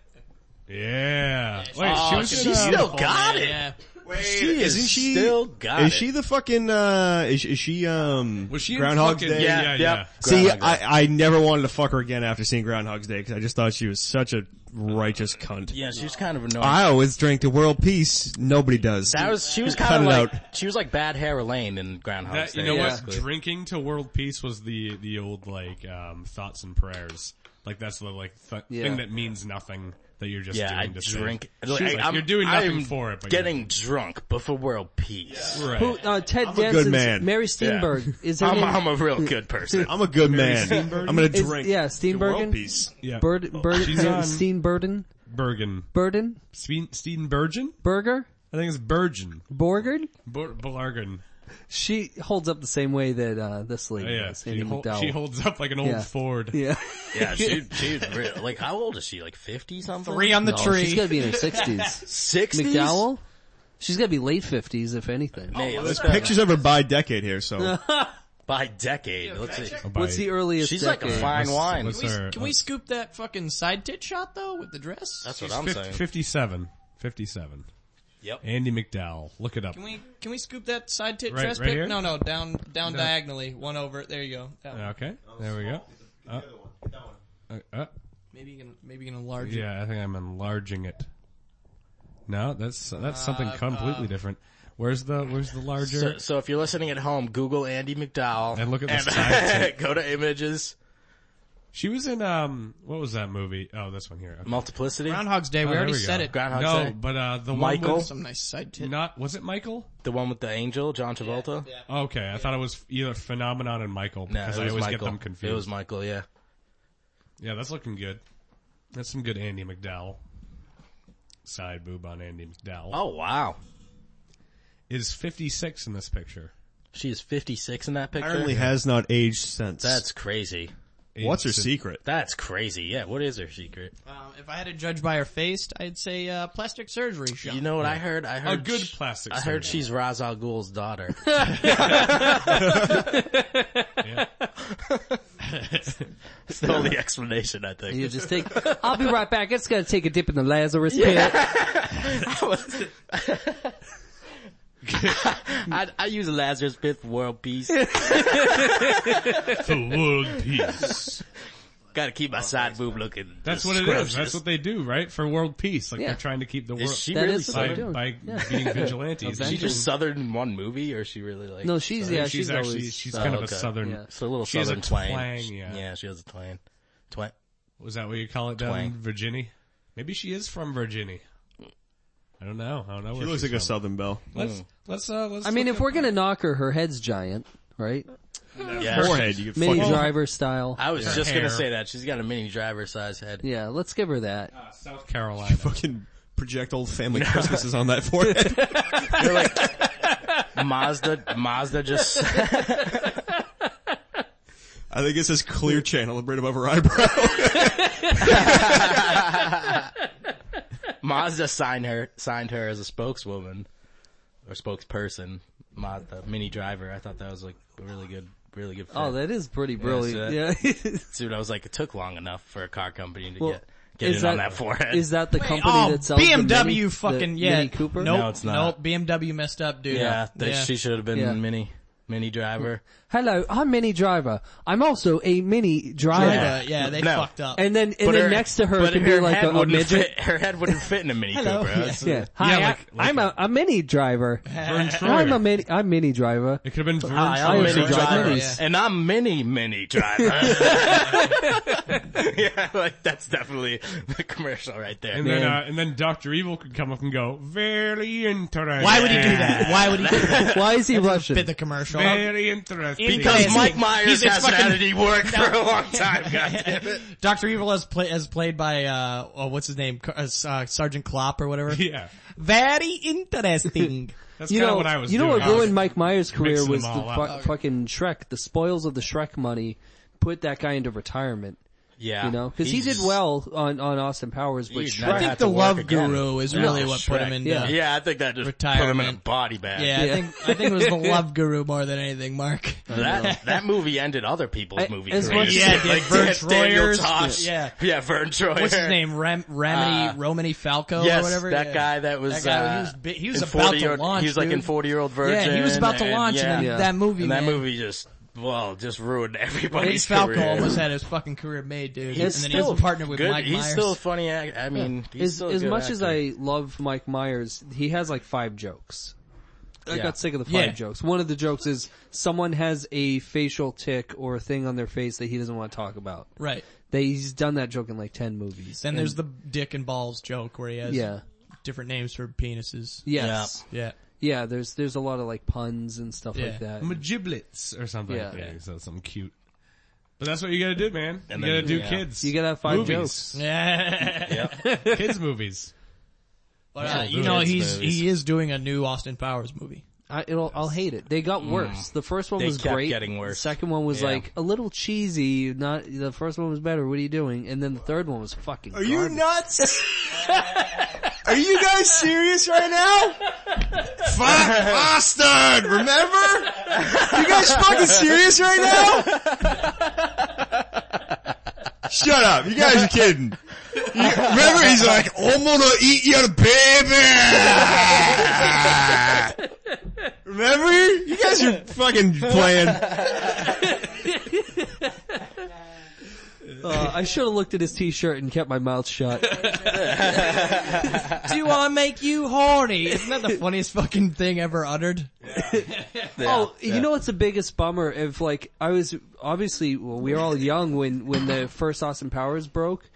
B: Yeah. Wait, she
D: Oh,
B: was
D: she
B: in, uh,
D: still got it.
G: Yeah.
E: she
D: is
E: isn't she?
D: still got
E: is
D: it.
E: she the fucking? uh Is, is she? um
B: was she in
E: Groundhog
B: fucking-
E: Day?
B: Yeah, yeah.
D: Yeah,
B: yeah.
D: yep.
E: See,
D: Groundhog Day.
E: I, I never wanted to fuck her again after seeing Groundhog's Day because I just thought she was such a righteous cunt.
D: Yeah, she was kind of annoying.
E: I always drink to world peace. Nobody does.
D: that was she was
E: Cut
D: kind
E: it
D: of like she was like Bad Hair Lane in Groundhog
B: That,
D: Day.
B: you know what?
D: basically.
B: Drinking to world peace was the the old like um thoughts and prayers. Like that's the like th-
C: Yeah.
B: thing that means nothing that you're just
D: Yeah,
B: doing to
D: I drink.
B: Save. She's like,
D: I'm,
B: you're doing nothing
D: I'm
B: for it, but
D: getting drunk, but for world peace.
B: you're, right.
C: Who, uh, Ted
E: a good
C: Danson's
E: man.
C: Mary Steenburg is her
D: I'm,
C: name.
D: I'm a real good person.
E: I'm a good man. I'm gonna
C: Is-
E: drink.
C: yeah,
E: to world
C: Steenburgen.
E: peace.
B: yeah.
C: Bird, Bird,
B: She's on-
C: Steenburgen,
B: Bergen,
C: Burden,
B: Steen, Steenburgen.
C: Burger,
B: I think it's Burgeon.
C: Borgard.
B: Bur- Blargen.
C: She holds up the same way that uh, this
B: Oh,
C: lady
B: yeah,
C: does.
B: she,
C: Andy
B: hol-
C: McDowell.
B: she holds up like an old
C: Yeah.
B: Ford.
C: yeah,
D: yeah, she, she's real. Like, how old is she? Like fifty something.
G: Three on the
C: No,
G: tree.
C: she's got to be in her sixties.
D: sixties.
C: McDowell, she's got to be late fifties if anything.
D: Hey, let's
E: There's pictures of her by decade here, so
D: by decade. Let's see.
B: By-
C: What's the earliest?
D: She's like
C: decade?
D: a fine wine.
B: what's
G: Can we,
B: her-
G: can we scoop that fucking side tit shot though with the dress?
D: That's what I'm
B: 50
D: saying.
B: 57. 57.
D: Yep.
B: Andy McDowell. Look it up.
G: Can we can we scoop that side tit
B: Right-
G: dress
B: right
G: pic?
B: here?
G: No, no, down down diagonally, one over. There you go. That one.
B: Okay.
D: Oh,
B: There we go. Uh, uh, uh,
G: Maybe you can maybe you can enlarge it.
B: yeah, I think I'm enlarging it. No, that's that's
D: Uh,
B: something completely different. Where's the where's the larger?
D: So, so if you're listening at home, Google Andy McDowell
B: And look at the side tip.
D: go to images.
B: she was in um what was that movie? Oh, this one here. Okay.
D: Multiplicity.
G: Groundhog's Day.
B: Oh,
G: We
B: there
G: already
B: we go.
G: said it.
D: Groundhog
B: no,
D: Day.
B: but uh the
D: Michael?
B: one with,
G: Some nice side tit.
B: not was it Michael?
D: The one with the angel, John Travolta.
B: Okay, I thought it was either Phenomenon and Michael
D: No,
B: because
D: it
B: I
D: was
B: always
D: Michael.
B: get them confused.
D: It was Michael. Yeah.
B: Yeah, that's looking good. That's some good Andy McDowell. Side boob on Andy McDowell.
D: Oh wow.
B: Is 56 in this picture.
D: She is 56 in that picture.
E: apparently has not aged since.
D: That's crazy.
E: what's her
B: Aged-
E: secret?
D: That's crazy. Yeah. What is her secret?
G: Um, if I had to judge by her face, I'd say uh, plastic surgery. Sean.
D: You know what I heard? I heard
B: good
D: sh-
B: plastic
D: I heard
B: surgeon.
D: she's Ra's al Ghul's daughter. That's the only explanation I think.
C: You just take. I'll be right back. It's gonna take a dip in the Lazarus pit.
D: I, I use Lazarus Pit for world peace.
B: The world peace.
D: Gotta keep my side boob looking.
B: Oh, That's what it is. That's what they do, right? For world peace. Like
C: Yeah.
B: they're trying to keep the world
D: Is she
C: That
D: really
C: is what
B: by,
C: they're
D: Southern?
C: doing.
B: by being vigilantes.
D: Is she just Southern in one movie, or is she really like?
C: No, she's yeah,
B: she's,
C: she's,
B: actually
C: always.
B: she's
D: Oh,
B: kind of a
D: okay.
B: southern.
C: Yeah.
D: It's a little
B: She has a
D: Southern twang.
B: twang,
D: She-
B: yeah.
D: she has a twang. Twang.
B: Was that what you call it down in
D: Twang.
B: Virginia? Maybe she is from Virginia. I don't know. I don't know.
E: She looks like a Southern Belle.
B: Let's let's uh. Let's
C: I mean,
B: look
C: if
B: up-
C: we're gonna knock her, her head's giant, right?
D: Yeah,
E: Forehead, you could
C: Mini
E: fucking.
C: driver style.
D: I was
B: Her
D: just
B: hair.
D: gonna say that she's got a mini driver size head.
C: Yeah, let's give her that.
B: uh, South Carolina.
E: Fucking project old family Christmases on that forehead.
D: They're like Mazda. Mazda just
E: I think it says clear channel right above her eyebrow.
D: Mazda signed her signed her as a spokeswoman or spokesperson. Mazda mini driver. I thought that was like a really good, really good. Fit.
C: Oh, that is pretty brilliant. Yeah.
D: Dude, I was like, it took long enough for a car company to
C: Well,
D: get get in
C: is
D: on
C: that-
D: that forehead.
C: is that the company
G: oh,
C: that sells the
G: BMW
C: Mini- the
G: fucking- yeah.
C: Mini Cooper?
G: Nope,
D: No, it's not.
G: Nope, BMW messed up, dude.
D: yeah, they, she should have been
C: Yeah.
D: mini. Mini driver.
C: Hello, I'm Mini Driver. I'm also a Mini Driver.
D: Yeah.
F: Yeah, yeah they
D: No.
F: fucked up.
C: And then, and then next to her
D: but
C: could be
D: her
C: like
D: head
C: a, a
D: wouldn't
C: midget.
D: Fit, her head wouldn't fit in a Mini Cooper. That's-
C: Yeah. Hi,
B: Yeah, like-
C: I, am a, a Mini Driver.
B: Vern
C: I'm a
B: Troyer.
C: Mini, I'm Mini Driver.
B: It could have been Vern
D: I'm
C: I
D: a
B: Troyer.
C: also
D: mini
C: drive
D: driver,
C: minis.
D: and I'm mini mini driver. yeah, like that's definitely the commercial right there.
B: And then,
C: Man.
B: uh, and then Doctor Evil could come up and go, very interesting.
F: Why would he do that? Why would he do that?
C: Why is he Russian?
F: Bit the commercial.
B: Very interesting.
D: Because
F: He's-
D: Mike Myers
F: he's a
D: has
F: fucking-
D: an entity work for a long time. God damn it.
F: Doctor Evil as play as played by uh oh, what's his name Car- uh, S- uh, Sergeant Klopp or whatever.
B: yeah,
F: Very interesting.
B: that's
C: you
B: kind
C: know
B: of what I was.
C: You know
B: doing.
C: what ruined Mike Myers' career
B: mixing
C: was the
B: them all
C: fu-
B: up.
C: fucking Shrek. The spoils of the Shrek money put that guy into retirement.
D: Yeah,
C: You know, because he did well on on Austin Powers, but
D: He's
C: Shrek.
D: not
F: I
D: had
F: think
D: to
F: the
D: work
F: Love
D: again.
F: Guru is
D: Yeah.
F: really what put
D: Shrek.
F: him into.
C: Yeah.
D: Yeah, I think that just put him in a
F: Retirement.
D: body bag.
F: Yeah, I think I think it was the Love Guru more than anything, Mark.
D: That, that movie ended other people's
C: I-
D: movie
C: as
D: careers.
C: much- Yeah,
F: it did. Vern
D: Dan- Daniel
F: Troyer's-
D: Tosh.
F: yeah.
D: yeah, Vern Troyer.
F: What's his name? Ram, Ramini,
D: Uh,
F: Romany Falco
D: Yes,
F: or whatever.
D: that
F: Yeah.
D: guy that was.
F: That guy,
D: uh,
F: he was bi- he was
D: in
F: about
D: 40
F: to
D: year-
F: launch,
D: He was like in
F: dude.
D: forty year old virgin.
F: Yeah, he was about to launch, and,
D: yeah.
F: then
C: Yeah.
F: that movie.
D: And that
F: man.
D: movie just well just ruined
F: Vince
D: everybody's
F: Falco
D: career.
F: almost had his fucking career made, dude.
C: He's
F: and then he was
C: still
F: a partner with
D: good.
F: Mike
D: he's
F: Myers.
D: still a funny. Act, I mean, he's
C: As,
D: still a
C: as
D: good
C: much as
D: actor.
C: I love Mike Myers, he has like five jokes. I
D: Yeah.
C: got sick of the five
F: Yeah.
C: jokes. One of the jokes is someone has a facial tick or a thing on their face that he doesn't want to talk about.
F: right.
C: They, he's done that joke in like ten movies.
F: Then
C: And-
F: there's the dick and balls joke where he has
C: yeah,
F: different names for penises.
C: yes,
F: Yeah.
C: yeah. There's there's a lot of like puns and stuff
F: Yeah.
C: like that.
B: giblets or something.
C: Yeah.
B: like that. So something cute. But that's what you gotta do, man.
D: And
B: you
D: then-
B: gotta do
D: yeah.
B: kids.
C: You gotta have five
B: movies.
C: jokes.
F: Yeah.
B: kids movies.
F: But,
D: Yeah,
F: uh, you
D: dude.
F: know,
D: Kids
F: he's
D: movies.
F: he is doing a new Austin Powers movie.
C: I, it'll, I'll hate it. They got worse. The first one
D: Mm. They
C: was
D: kept
C: great.
D: getting worse.
C: The second one was
D: Yeah.
C: like a little cheesy. Not the first one was better. What are you doing? And then the third one was fucking.
E: Are you
C: garbage.
E: nuts? Are you guys serious right now? Fuck bastard, remember? You guys fucking serious right now? Shut up, you guys are kidding. You- remember he's like, I'm gonna eat your baby! Remember? You guys are fucking playing.
C: Uh, I should have looked at his t-shirt and kept my mouth shut.
F: Do I make you horny? Isn't that the funniest fucking thing ever uttered?
C: Oh, you know what's the biggest bummer? If like I was obviously, well, we were all young when when the first Austin Powers broke,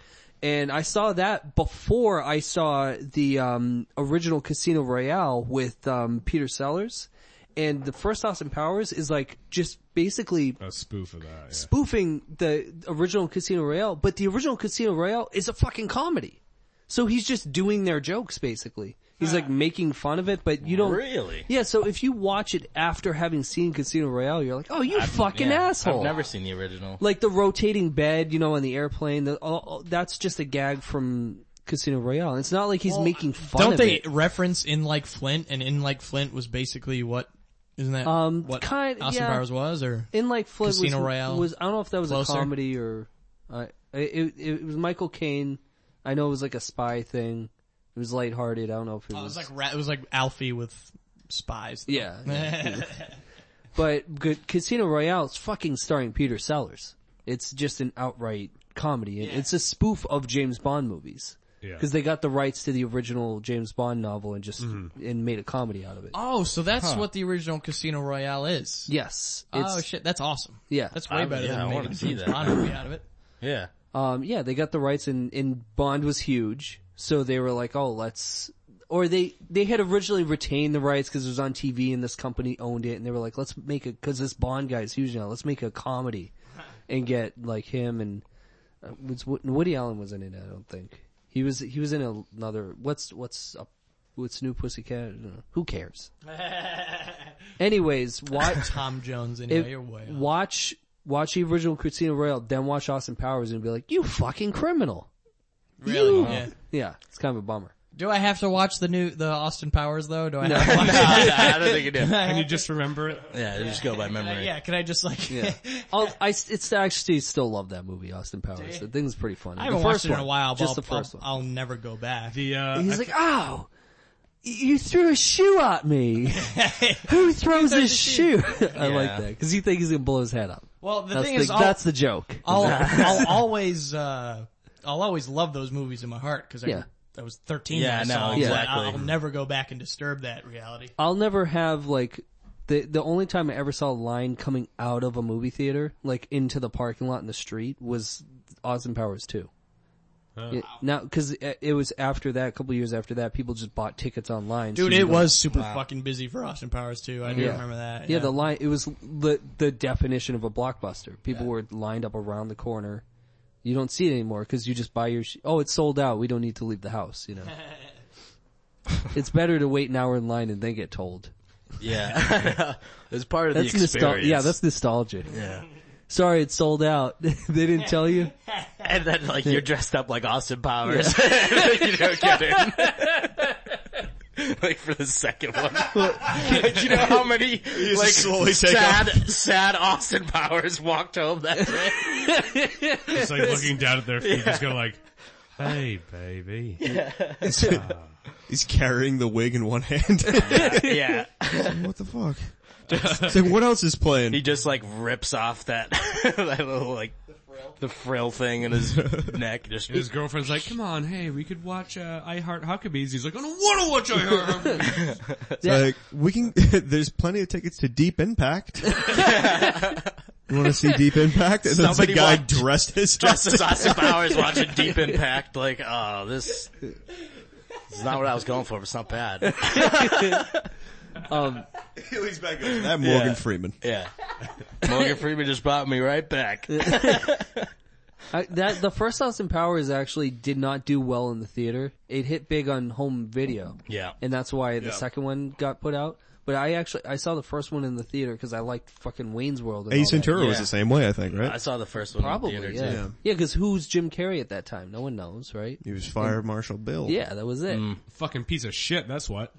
C: and I saw that before I saw the um, original Casino Royale with um, Peter Sellers, and the first Austin Powers is like just basically
B: A spoof of that. Yeah.
C: spoofing the original Casino Royale, but the original Casino Royale is a fucking comedy. So he's just doing their jokes basically. He's like making fun of it, but you don't
D: Really?
C: Yeah, so if you watch it after having seen Casino Royale, you're like, "Oh, you fucking
D: Yeah.
C: asshole!"
D: I've never seen the original.
C: like the rotating bed, you know, on the airplane. The, all, all- that's just a gag from Casino Royale. It's not like he's making fun.
F: Don't
C: of
F: they
C: It.
F: reference In Like Flint and In Like Flint was basically what isn't that
C: Um,
F: what
C: kind-
F: Austin
C: yeah.
F: Powers was or
C: In like Flood
F: Casino
C: was,
F: Royale?
C: was I don't know if that was
F: Closer?
C: a comedy or uh, it, it, it was Michael Caine. I know it was like a spy thing. It was lighthearted. I don't know if it
F: Oh, it
C: was,
F: was like ra- it was like Alfie with spies.
C: yeah. yeah. but good Casino Royale is fucking starring Peter Sellers. It's just an outright comedy. It- It's a spoof of James Bond movies.
B: Yeah.
C: Because they got the rights to the original James Bond novel and just and made a comedy out of it.
F: Oh, so that's what the original Casino Royale is.
C: Yes, it's
F: oh shit, that's awesome.
C: yeah.
F: That's way
D: I-
F: better
D: yeah, I
F: than
D: wanna
F: making
D: see
F: James
D: that.
F: Bond movie out of it.
D: Yeah.
C: Um, yeah, they got the rights and, and Bond was huge. So they were like, oh, let's, or they, they had originally retained the rights because it was on TV and this company owned it and they were like, let's make a, cause this Bond guy is huge now, let's make a comedy and get like him and, uh, was, Wo- Woody Allen was in it, I don't think. He was, he was in another, what's, what's up, what's new pussycat? I don't know. Who cares? Anyways, watch,
F: Tom Jones anyway.
C: it-
F: you're way off.
C: watch watch the original Casino Royale, then watch Austin Powers and be like, you fucking criminal. Uh-huh.
F: Really? Yeah.
C: Yeah, it's kind of a bummer.
F: Do I have to watch the new the Austin Powers though? Do I have to watch
D: I don't think you do.
B: Can you just remember it?
D: Yeah, you just go by memory.
F: Yeah, can I just like
C: I'll, I s- it's actually still love that movie, Austin Powers. The thing's pretty funny. the
F: I haven't
C: first
F: watched it in
C: one,
F: a while, but
C: Just
F: I'll,
C: the 1st
F: I'll,
C: one.
F: I'll never go back.
B: The uh,
C: He's
B: I
C: like, oh, you threw a shoe at me. Who throws a shoe? I like
D: Yeah.
C: that because you think he's gonna blow his head up.
G: Well, the
C: that's
G: thing
C: the,
G: is, I'll,
C: that's the joke.
G: I'll, I'll always, uh, I'll always love those movies in my heart because I,
C: Yeah.
G: I was 13
D: Yeah,
G: when I saw
D: no,
G: them, so I-
D: exactly.
G: I'll never go back and disturb that reality.
C: I'll never have like the the only time I ever saw a line coming out of a movie theater, like into the parking lot in the street, was Austin Powers two. Yeah, now, because it, it was after that, a couple years after that, people just bought tickets online. so
G: Dude,
C: you
G: it
C: go-
G: was super fucking busy for Austin Powers too. I do
C: Yeah.
G: remember that.
C: Yeah, the line. It was the the definition of a blockbuster. People were lined up around the corner. You don't see it anymore because you just buy your. Sh- oh, it's sold out. We don't need to leave the house. You know. it's better to wait an hour in line and then get told.
D: Yeah, it's part of
C: That's
D: the
C: nostalgia.
D: experience.
C: Yeah, that's nostalgia. Yeah. Sorry, it's sold out. they didn't tell you.
D: and then like you're dressed up like Austin Powers. you don't get it. like for the second one. like, you know how many like
E: slowly take
D: sad sad Austin Powers walked home that day?
B: It's like looking down at their feet, just go like, "Hey, baby."
E: He's carrying the wig in one hand.
D: yeah.
E: what the fuck? It's like, what else is playing?
D: He just like rips off that that little like the frill thing in his neck just
B: And his girlfriend's like, "Come on, hey, we could watch uh, I Heart Huckabees." He's like, "I don't want to watch I Heart Huckabees."
E: Like, we can, there's plenty of tickets to Deep Impact. you wanna see Deep Impact? And then the
D: Somebody
E: guy
D: walked-
E: dressed as
D: Just as Austin Powers watching Deep Impact, like, oh, this, this is not what I was going for, but it's not bad.
E: that Morgan Freeman.
D: Yeah. Morgan Freeman just brought me right back.
C: I, that the first Austin Powers actually did not do well in the theater. It hit big on home video.
D: Yeah.
C: and that's why the second one got put out. But I actually I saw the first one in the theater because I liked fucking Wayne's World. And
E: Ace
C: all that.
E: Ventura was
D: Yeah.
E: the same way, I think,
D: I
E: right?
D: saw the first one
C: probably
D: in the
C: yeah,
D: theater
C: yeah.
D: too.
C: Because who's Jim Carrey at that time? No one knows, right?
E: He was Fire Marshal Bill.
C: Yeah, that was it.
D: Mm.
B: Fucking piece of shit. That's what.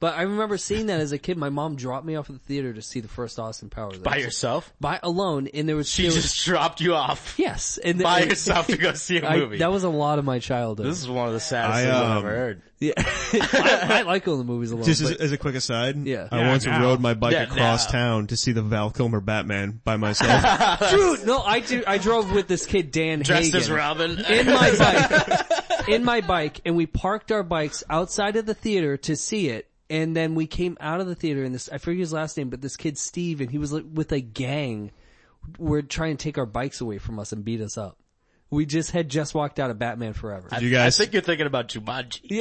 C: But I remember seeing that as a kid. My mom dropped me off at the theater to see the first Austin Powers
D: By
C: I was-
D: yourself?
C: by alone, and there was
D: She
C: there was-
D: just dropped you off
C: yes, and
D: by
C: and-
D: yourself to go see a
C: I-
D: movie.
C: that was a lot of my childhood.
D: this is one of the saddest
E: I,
D: things I've
E: um,
D: ever heard.
C: Yeah, I, I like going to the movies alone.
E: Just as,
C: but
E: as a quick aside,
C: Yeah.
E: I
B: Yeah,
E: once
B: now.
E: rode my bike
D: Yeah,
E: across
D: now.
E: town to see the Val Kilmer Batman by myself.
C: Dude, no, I do. I drove with this kid Dan
D: Dressed
C: Hagen
D: as Robin.
C: in my bike, in my bike, and we parked our bikes outside of the theater to see it. And then we came out of the theater, and this I forget his last name, but this kid Steve, and he was like, with a gang. Were trying to take our bikes away from us and beat us up. We just had just walked out of Batman Forever.
E: you guys,
D: I think you're thinking about Jumanji.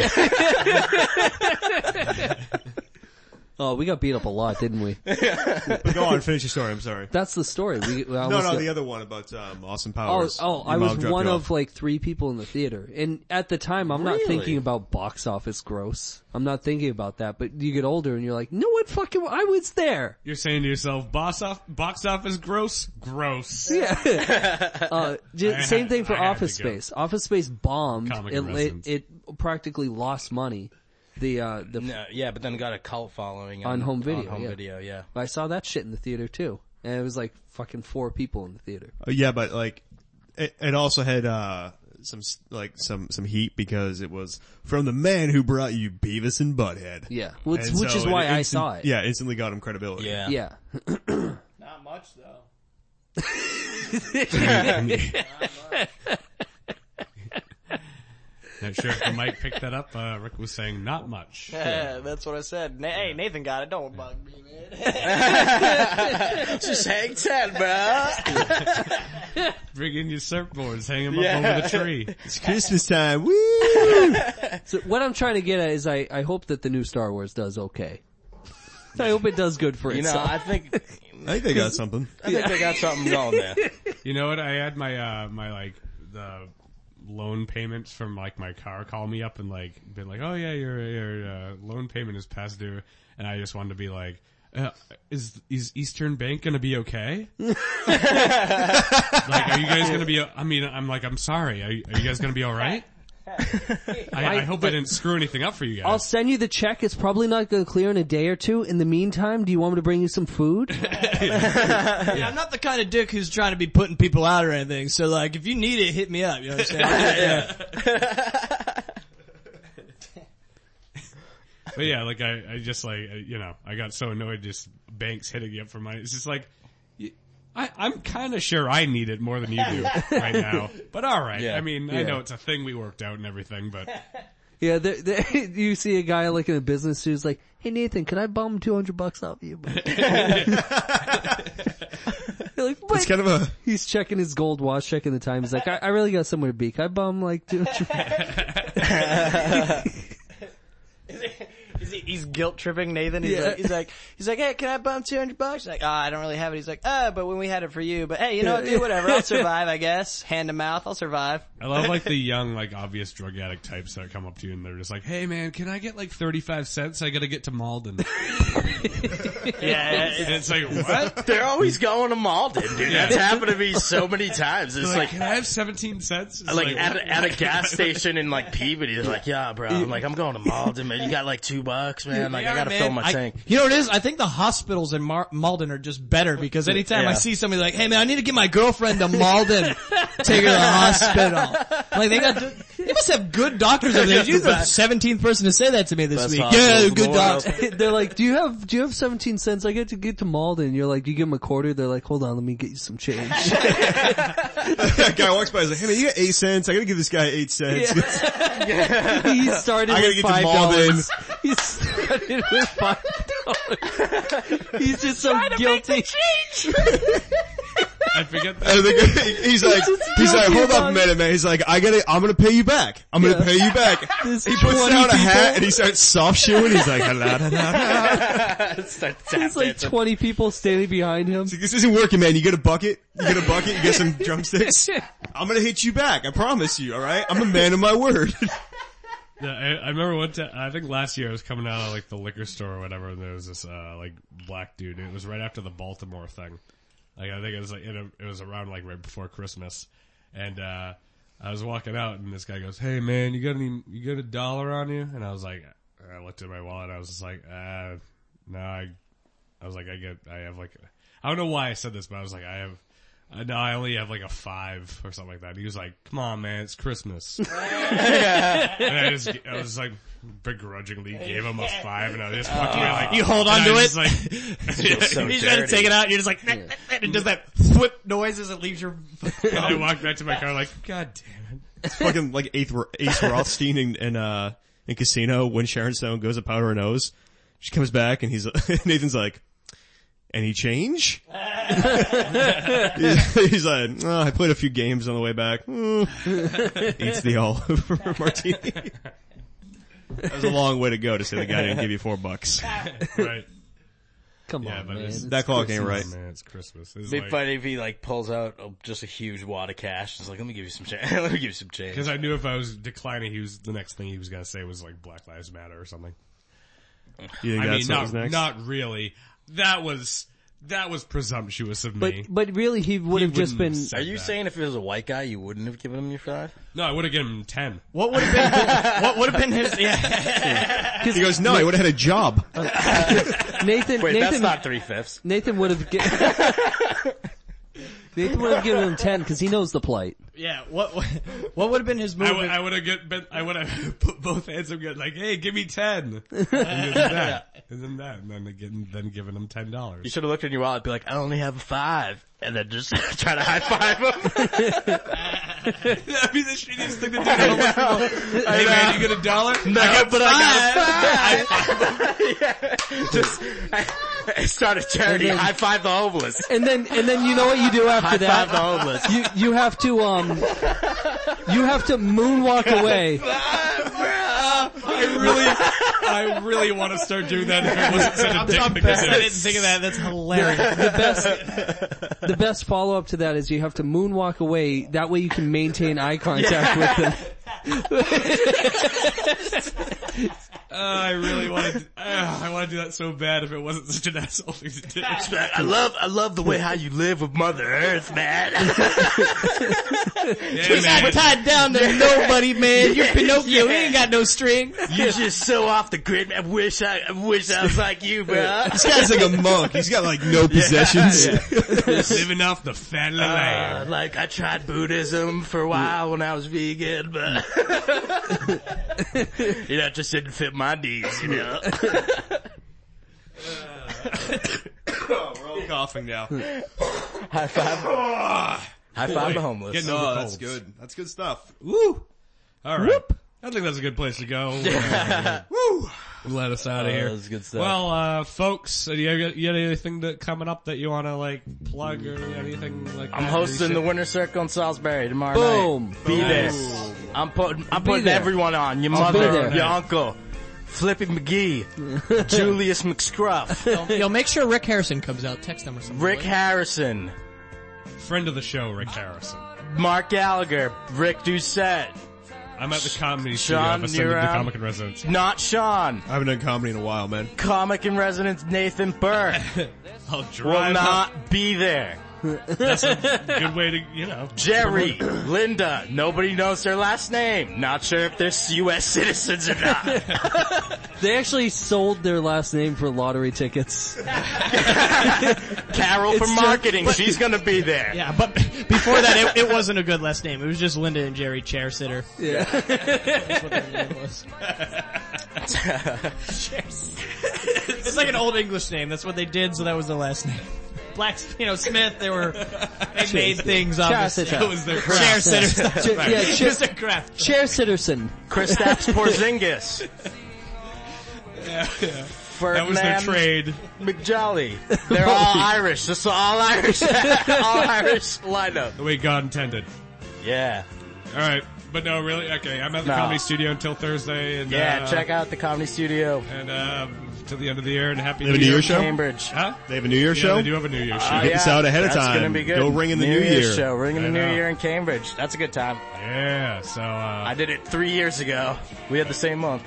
C: oh, we got beat up a lot, didn't we?
E: go on, finish your story. I'm sorry.
C: That's the story. We, we
E: No,
C: almost
E: no,
C: got-
E: the other one about um, Austin
C: Oh,
E: Powers.
C: oh,
E: Your
C: I
E: mom
C: was
E: dropped
C: one
E: you
C: of
E: off.
C: like three people in the theater. And at the time, I'm not thinking about box office gross. I'm not thinking about that, but you get older and you're like, no one fucking, I was there.
B: You're saying to yourself, "Box off, box office, gross, gross."
C: Yeah. uh, ju-
B: I
C: same
B: had-
C: thing for
B: I had
C: Office
B: to go.
C: Space. Office Space bombed.
B: Comic
C: It,
B: in
C: it,
B: residence.
C: it practically lost money. The, uh, the,
D: No, yeah, but then got a cult
H: Uh,
D: following
C: On home video,
D: home
C: yeah.
D: video, yeah.
C: I saw that shit in the theater too. And it was like fucking four people in the theater.
E: Uh, Yeah, but like, it, it also had uh some s- like some some heat because it was from the man who brought you Beavis and Butthead.
C: Yeah. Which,
E: And
C: which
E: so
C: is why I
E: instant-
C: saw it.
E: Yeah, instantly got him credibility.
D: Yeah.
C: Yeah.
G: Not much though.
B: Not sure if the mic picked that up. Uh, Rick was saying, "Not much."
G: Yeah, that's what I said. Na- hey, Nathan got it. Don't bug me, man.
D: Just hang ten, bro.
B: Bring in your surfboards, hang them up over the tree.
E: It's Christmas time. Woo!
C: So what I'm trying to get at is I, I hope that the new Star Wars does okay. I hope it does good for
D: You know,
C: itself.
D: I think,
E: I think they got something.
D: I think they got something going there.
B: You know what? I had my uh, my like the loan payments from like my car call me up and like been like, "Oh yeah, your your uh, loan payment is past due," and I just wanted to be like. Uh, is is Eastern Bank gonna be okay? like, are you guys gonna be? o- I mean, I'm like, I'm sorry. Are, you- are you guys gonna be all right? I, I hope I didn't screw anything up for you guys.
C: I'll send you the check. It's probably not going to clear in a day or two. In the meantime, do you want me to bring you some food?
G: Yeah, I'm not the kind of dick who's trying to be putting people out or anything. So like, if you need it, hit me up. You know what I'm saying?
B: But yeah, like I, I just like, uh, you know, I got so annoyed just banks hitting you up for money. It's just like, y- I, am kind of sure I need it more than you do right now. But all right. I mean, I
C: Yeah.
B: know it's a thing we worked out and everything, but
C: Yeah, there there you see a guy like in a business suit's like, hey Nathan, can I bum 200 bucks off you? You're like, what?
E: It's kind of a
C: He's checking his gold watch, checking the time. He's like, I, I really got somewhere to be. Can I bum like 200?
F: Is he, he's guilt tripping Nathan. He's,
C: Yeah.
F: like, he's like, he's like, hey, can I bump 200 bucks? He's like, ah, I don't really have it. He's like, oh, but when we had it for you, but hey, you know what, dude, whatever. I'll survive, I guess. Hand to mouth, I'll survive.
B: I love like the young, like obvious drug addict types that come up to you and they're just like, hey man, can I get like 35 cents? I gotta get to Malden.
F: Yeah.
B: And it's like, what?
H: They're always going to Malden, dude. That's happened to me so many times. It's
B: Like,
H: like,
B: can I have 17 cents? It's
H: like, at, a, at a gas station in like Peabody, it's like, yeah, bro. I'm like, I'm going to Malden, man. You got like two bucks, man. Like, I gotta fill my tank.
G: You know what it is? I think the hospitals in Mar- Malden are just better because anytime I
H: Yeah.
G: see somebody like, hey man, I need to get my girlfriend to Malden, take her to the hospital. Like they got, they must have good doctors over there. You're the 17th person to say that to me this
H: Best
G: week.
H: hospitals
G: Yeah,
H: in the
G: good
H: world.
G: docs.
C: They're like, do you have, do you have 17 cents? I get to get to Malden. You're like, you give him a quarter. They're like, hold on, let me get you some change.
E: that guy walks by. He's like, "Hey man, you got eight cents? I gotta give this guy eight cents."
C: he started
E: I
C: with
E: gotta get to
C: five
E: Malden.
C: dollars. He started with five dollars. He's just so guilty.
B: I forget that.
E: And the guy, he's like, he's like, hold up a minute, man. He's like, I gotta, I'm gonna pay you back. I'm gonna
C: Yeah.
E: pay you back.
C: There's
E: He puts
C: 20
E: down a
C: people.
E: hat and he starts soft shoeing. He's like, "Ah, la, la, la, la."
C: There's like 20 people standing behind him.
E: He's like, this isn't working, man. You get a bucket, you get a bucket, you get some drumsticks. I'm gonna hit you back. I promise you. All right, I'm a man of my word.
B: Yeah, I, I remember one time, I think last year I was coming out of like the liquor store or whatever and there was this, uh, like black dude. It was right after the Baltimore thing. Like I think it was like, in a, it was around like right before Christmas. And, uh, I was walking out and this guy goes, Hey man, you got any, you got a dollar on you? And I was like, I looked at my wallet and I was just like, uh, no, I, I was like, I get, I have like, I don't know why I said this, but I was like, I have, uh, no, I only have like a five or something like that. And he was like, come on man, it's Christmas. And I just, I was like, begrudgingly gave him a five, and I just walked away like,
G: You hold on
B: and I
G: to
B: was just
G: it?
B: Like,
H: so
G: You just gotta
H: dirty.
G: take it out. You're just like, "Meh, meh, meh," and does that thwip noise as it leaves your.
B: and I walked back to my car like, god damn it.
E: It's fucking like Ace, Ace Rothstein in, in uh in Casino when Sharon Stone goes to powder her nose. She comes back and he's Nathan's like, any change? he's, he's like, "Oh, I played a few games on the way back. Mm. Eats the olive martini. That was a long way to go to say the guy didn't give you four bucks.
B: Right.
C: Come
B: Yeah,
C: on,
B: but
C: man.
B: it's-
E: That clock ain't right.
B: Oh, man, it's Christmas. It's
H: It'd be
B: like-
H: funny if he like pulls out a, just a huge wad of cash. He's like, let me give you some change. let me give you some change.
B: Cause I knew if I was declining, he was, the next thing he was gonna say was like Black Lives Matter or something.
E: You think
B: I mean,
E: that's what
B: not,
E: was next?
B: not really. That was, that was presumptuous of
C: But
B: me.
C: but really, he would have just been.
B: wouldn't have said
H: Are you
B: that.
H: saying if it was a white guy, you wouldn't have given him your five?
B: No, I would have given him 10.
F: what would have been, what would have been his, yeah.
E: he goes, no, I would have had a job.
C: Nathan
H: Wait,
C: Nathan
H: that's not three fifths.
C: Nathan would have. Gi- Nathan would have given him ten because he knows the plight.
F: Yeah. What, what, what would have been his move?
B: I
F: if-
B: would have get, been, I would have put both hands up, and like, "Hey, give me ten, and then that, and then that, and then again, then giving him ten
H: You
B: dollars.
H: should have looked in your wallet and be like, I only have a five. And then just try to high five him.
B: That'd be the shittiest thing to do. I'm like, hey man, you get a dollar?
H: no, but I got a five. yeah. Just, I, I start a charity.
C: And then-
H: high five the homeless.
C: And then and then you know what you do
H: High
C: after
H: five the
C: that?
H: homeless.
C: You you have to um, you have to moonwalk away.
B: I really, I really want to start doing that. If it wasn't such a dick because
G: I didn't think of that. That's hilarious.
C: The best the best follow up to that is you have to moonwalk away. That way you can maintain eye contact with them.
B: Uh, I really want to. Uh, I want to do that so bad. If it wasn't such an asshole thing to do.
H: I love, I love the way how you live with Mother Earth, man.
B: Hey, man,
G: Tied down to nobody, man. You're Pinocchio. You ain't got no string.
H: You're just so off the grid. man. I wish I, I wish I was like you, bro.
E: This guy's like a monk. He's got like no possessions.
B: living off the fat of the land.
H: Uh, like I tried Buddhism for a while when I was vegan, but you know, it just didn't fit
D: my D's, you know?
E: Oh, we're all coughing now.
I: High five.
E: Ah,
I: High five the homeless.
B: Getting over
E: oh, that's
B: colds.
E: good. That's good stuff.
B: Woo! All right. I think that's a good place to go. Woo! Let us out of
I: Uh,
B: here.
I: that's good stuff.
B: Well, uh, folks, do you, got- you got anything that coming up that you want to like plug or anything like that?
D: I'm hosting the Winter Circle in Salisbury tomorrow
C: Boom.
D: night. Be there. I'm putting, I'm putting
C: there.
D: everyone on. Your
C: I'll be
D: mother,
C: there.
D: your uncle, Flippy McGee, Julius McScruff,
F: Yo, yo, make sure Rick Harrison comes out. Text him or something.
D: Rick
F: will you?
D: Harrison,
B: friend of the show, Rick Harrison.
D: Mark Gallagher, Rick Doucette,
B: I'm at the comedy studio.
D: Sean,
B: I've ascended
D: you're
B: to
D: on.
B: comic and residence.
D: not Sean,
E: I haven't done comedy in a while, man.
D: comic in residence Nathan Burke
B: I'll
D: will
B: drive up.
D: not be there.
B: Good way to, you know.
D: Jerry, Linda, nobody knows their last name. Not sure if they're U.S. citizens or not.
C: They actually sold their last name for lottery tickets.
D: Carol
C: It's
D: for
C: just-
D: marketing, she's gonna be there.
F: Yeah, but before that, it, it wasn't a good last name. It was just Linda and Jerry Chairsitter. Yeah. That's what their name was. it's like an old English name. That's what they did, so that was the last name. Black, you know, Smith, they were, they made things up.
C: Chairsitter.
B: Was there
F: Chairsitter.
C: Chair, yeah, chair,
F: Mr. Kraft.
C: chair citizen.
D: Kristaps Porzingis.
B: that was their
D: Ferdinand
B: trade.
D: McJolly. They're all Irish. This is all Irish. all Irish lineup.
B: The way God intended.
D: Yeah.
B: All right. But no, really? Okay. I'm at the
D: No.
B: comedy studio until Thursday. And,
D: Yeah,
B: uh,
D: check out the Comedy Studio.
B: And, uh, till the end of the year and happy
E: They have a
B: new
E: New
B: year.
E: Year show?
D: Cambridge.
B: Huh?
E: They have a New
B: Yeah,
E: Year show? Uh,
B: they do have a New Year show.
D: Oh,
E: Get this out ahead of
D: That's
E: time.
D: gonna be good.
E: Go ring in the New
D: Year's
E: Year.
D: show. Ring in the
B: I
D: New
B: know.
D: Year in Cambridge. That's a good time.
B: Yeah, so,
D: I
B: uh,
D: did it three years ago. We had the same month.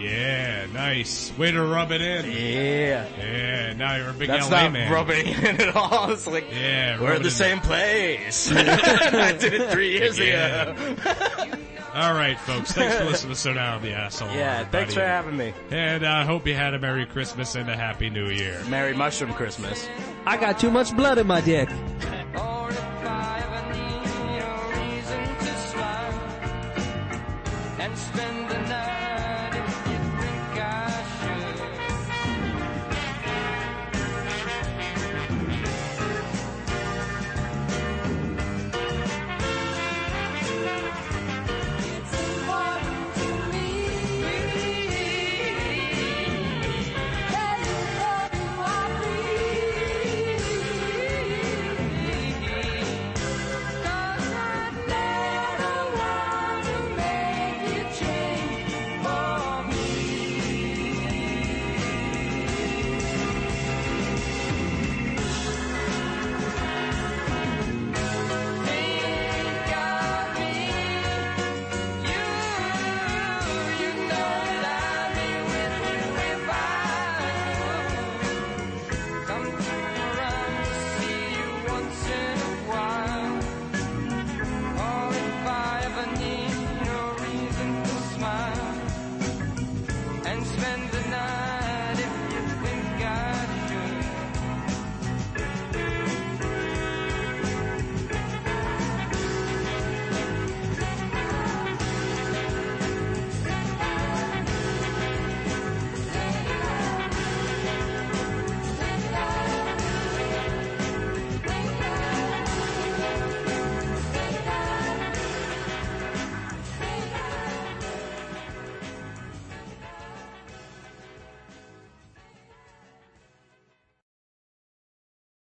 B: yeah, nice. Way to rub it in.
D: Yeah.
B: Yeah, now you're a big
D: That's
B: LA
D: not
B: man.
D: rubbing in at all. It's like,
B: Yeah,
D: we're
B: rubbing
D: at the
B: in.
D: same place. I did it three years
B: Yeah.
D: ago.
B: All right, folks, thanks for listening to So Down the Asshole.
D: Yeah, thanks for having me.
B: having And I hope you had a Merry Christmas and a Happy New Year.
D: Merry Mushroom Christmas.
C: I got too much blood in my dick.
A: Or if I ever need a reason to smile and spend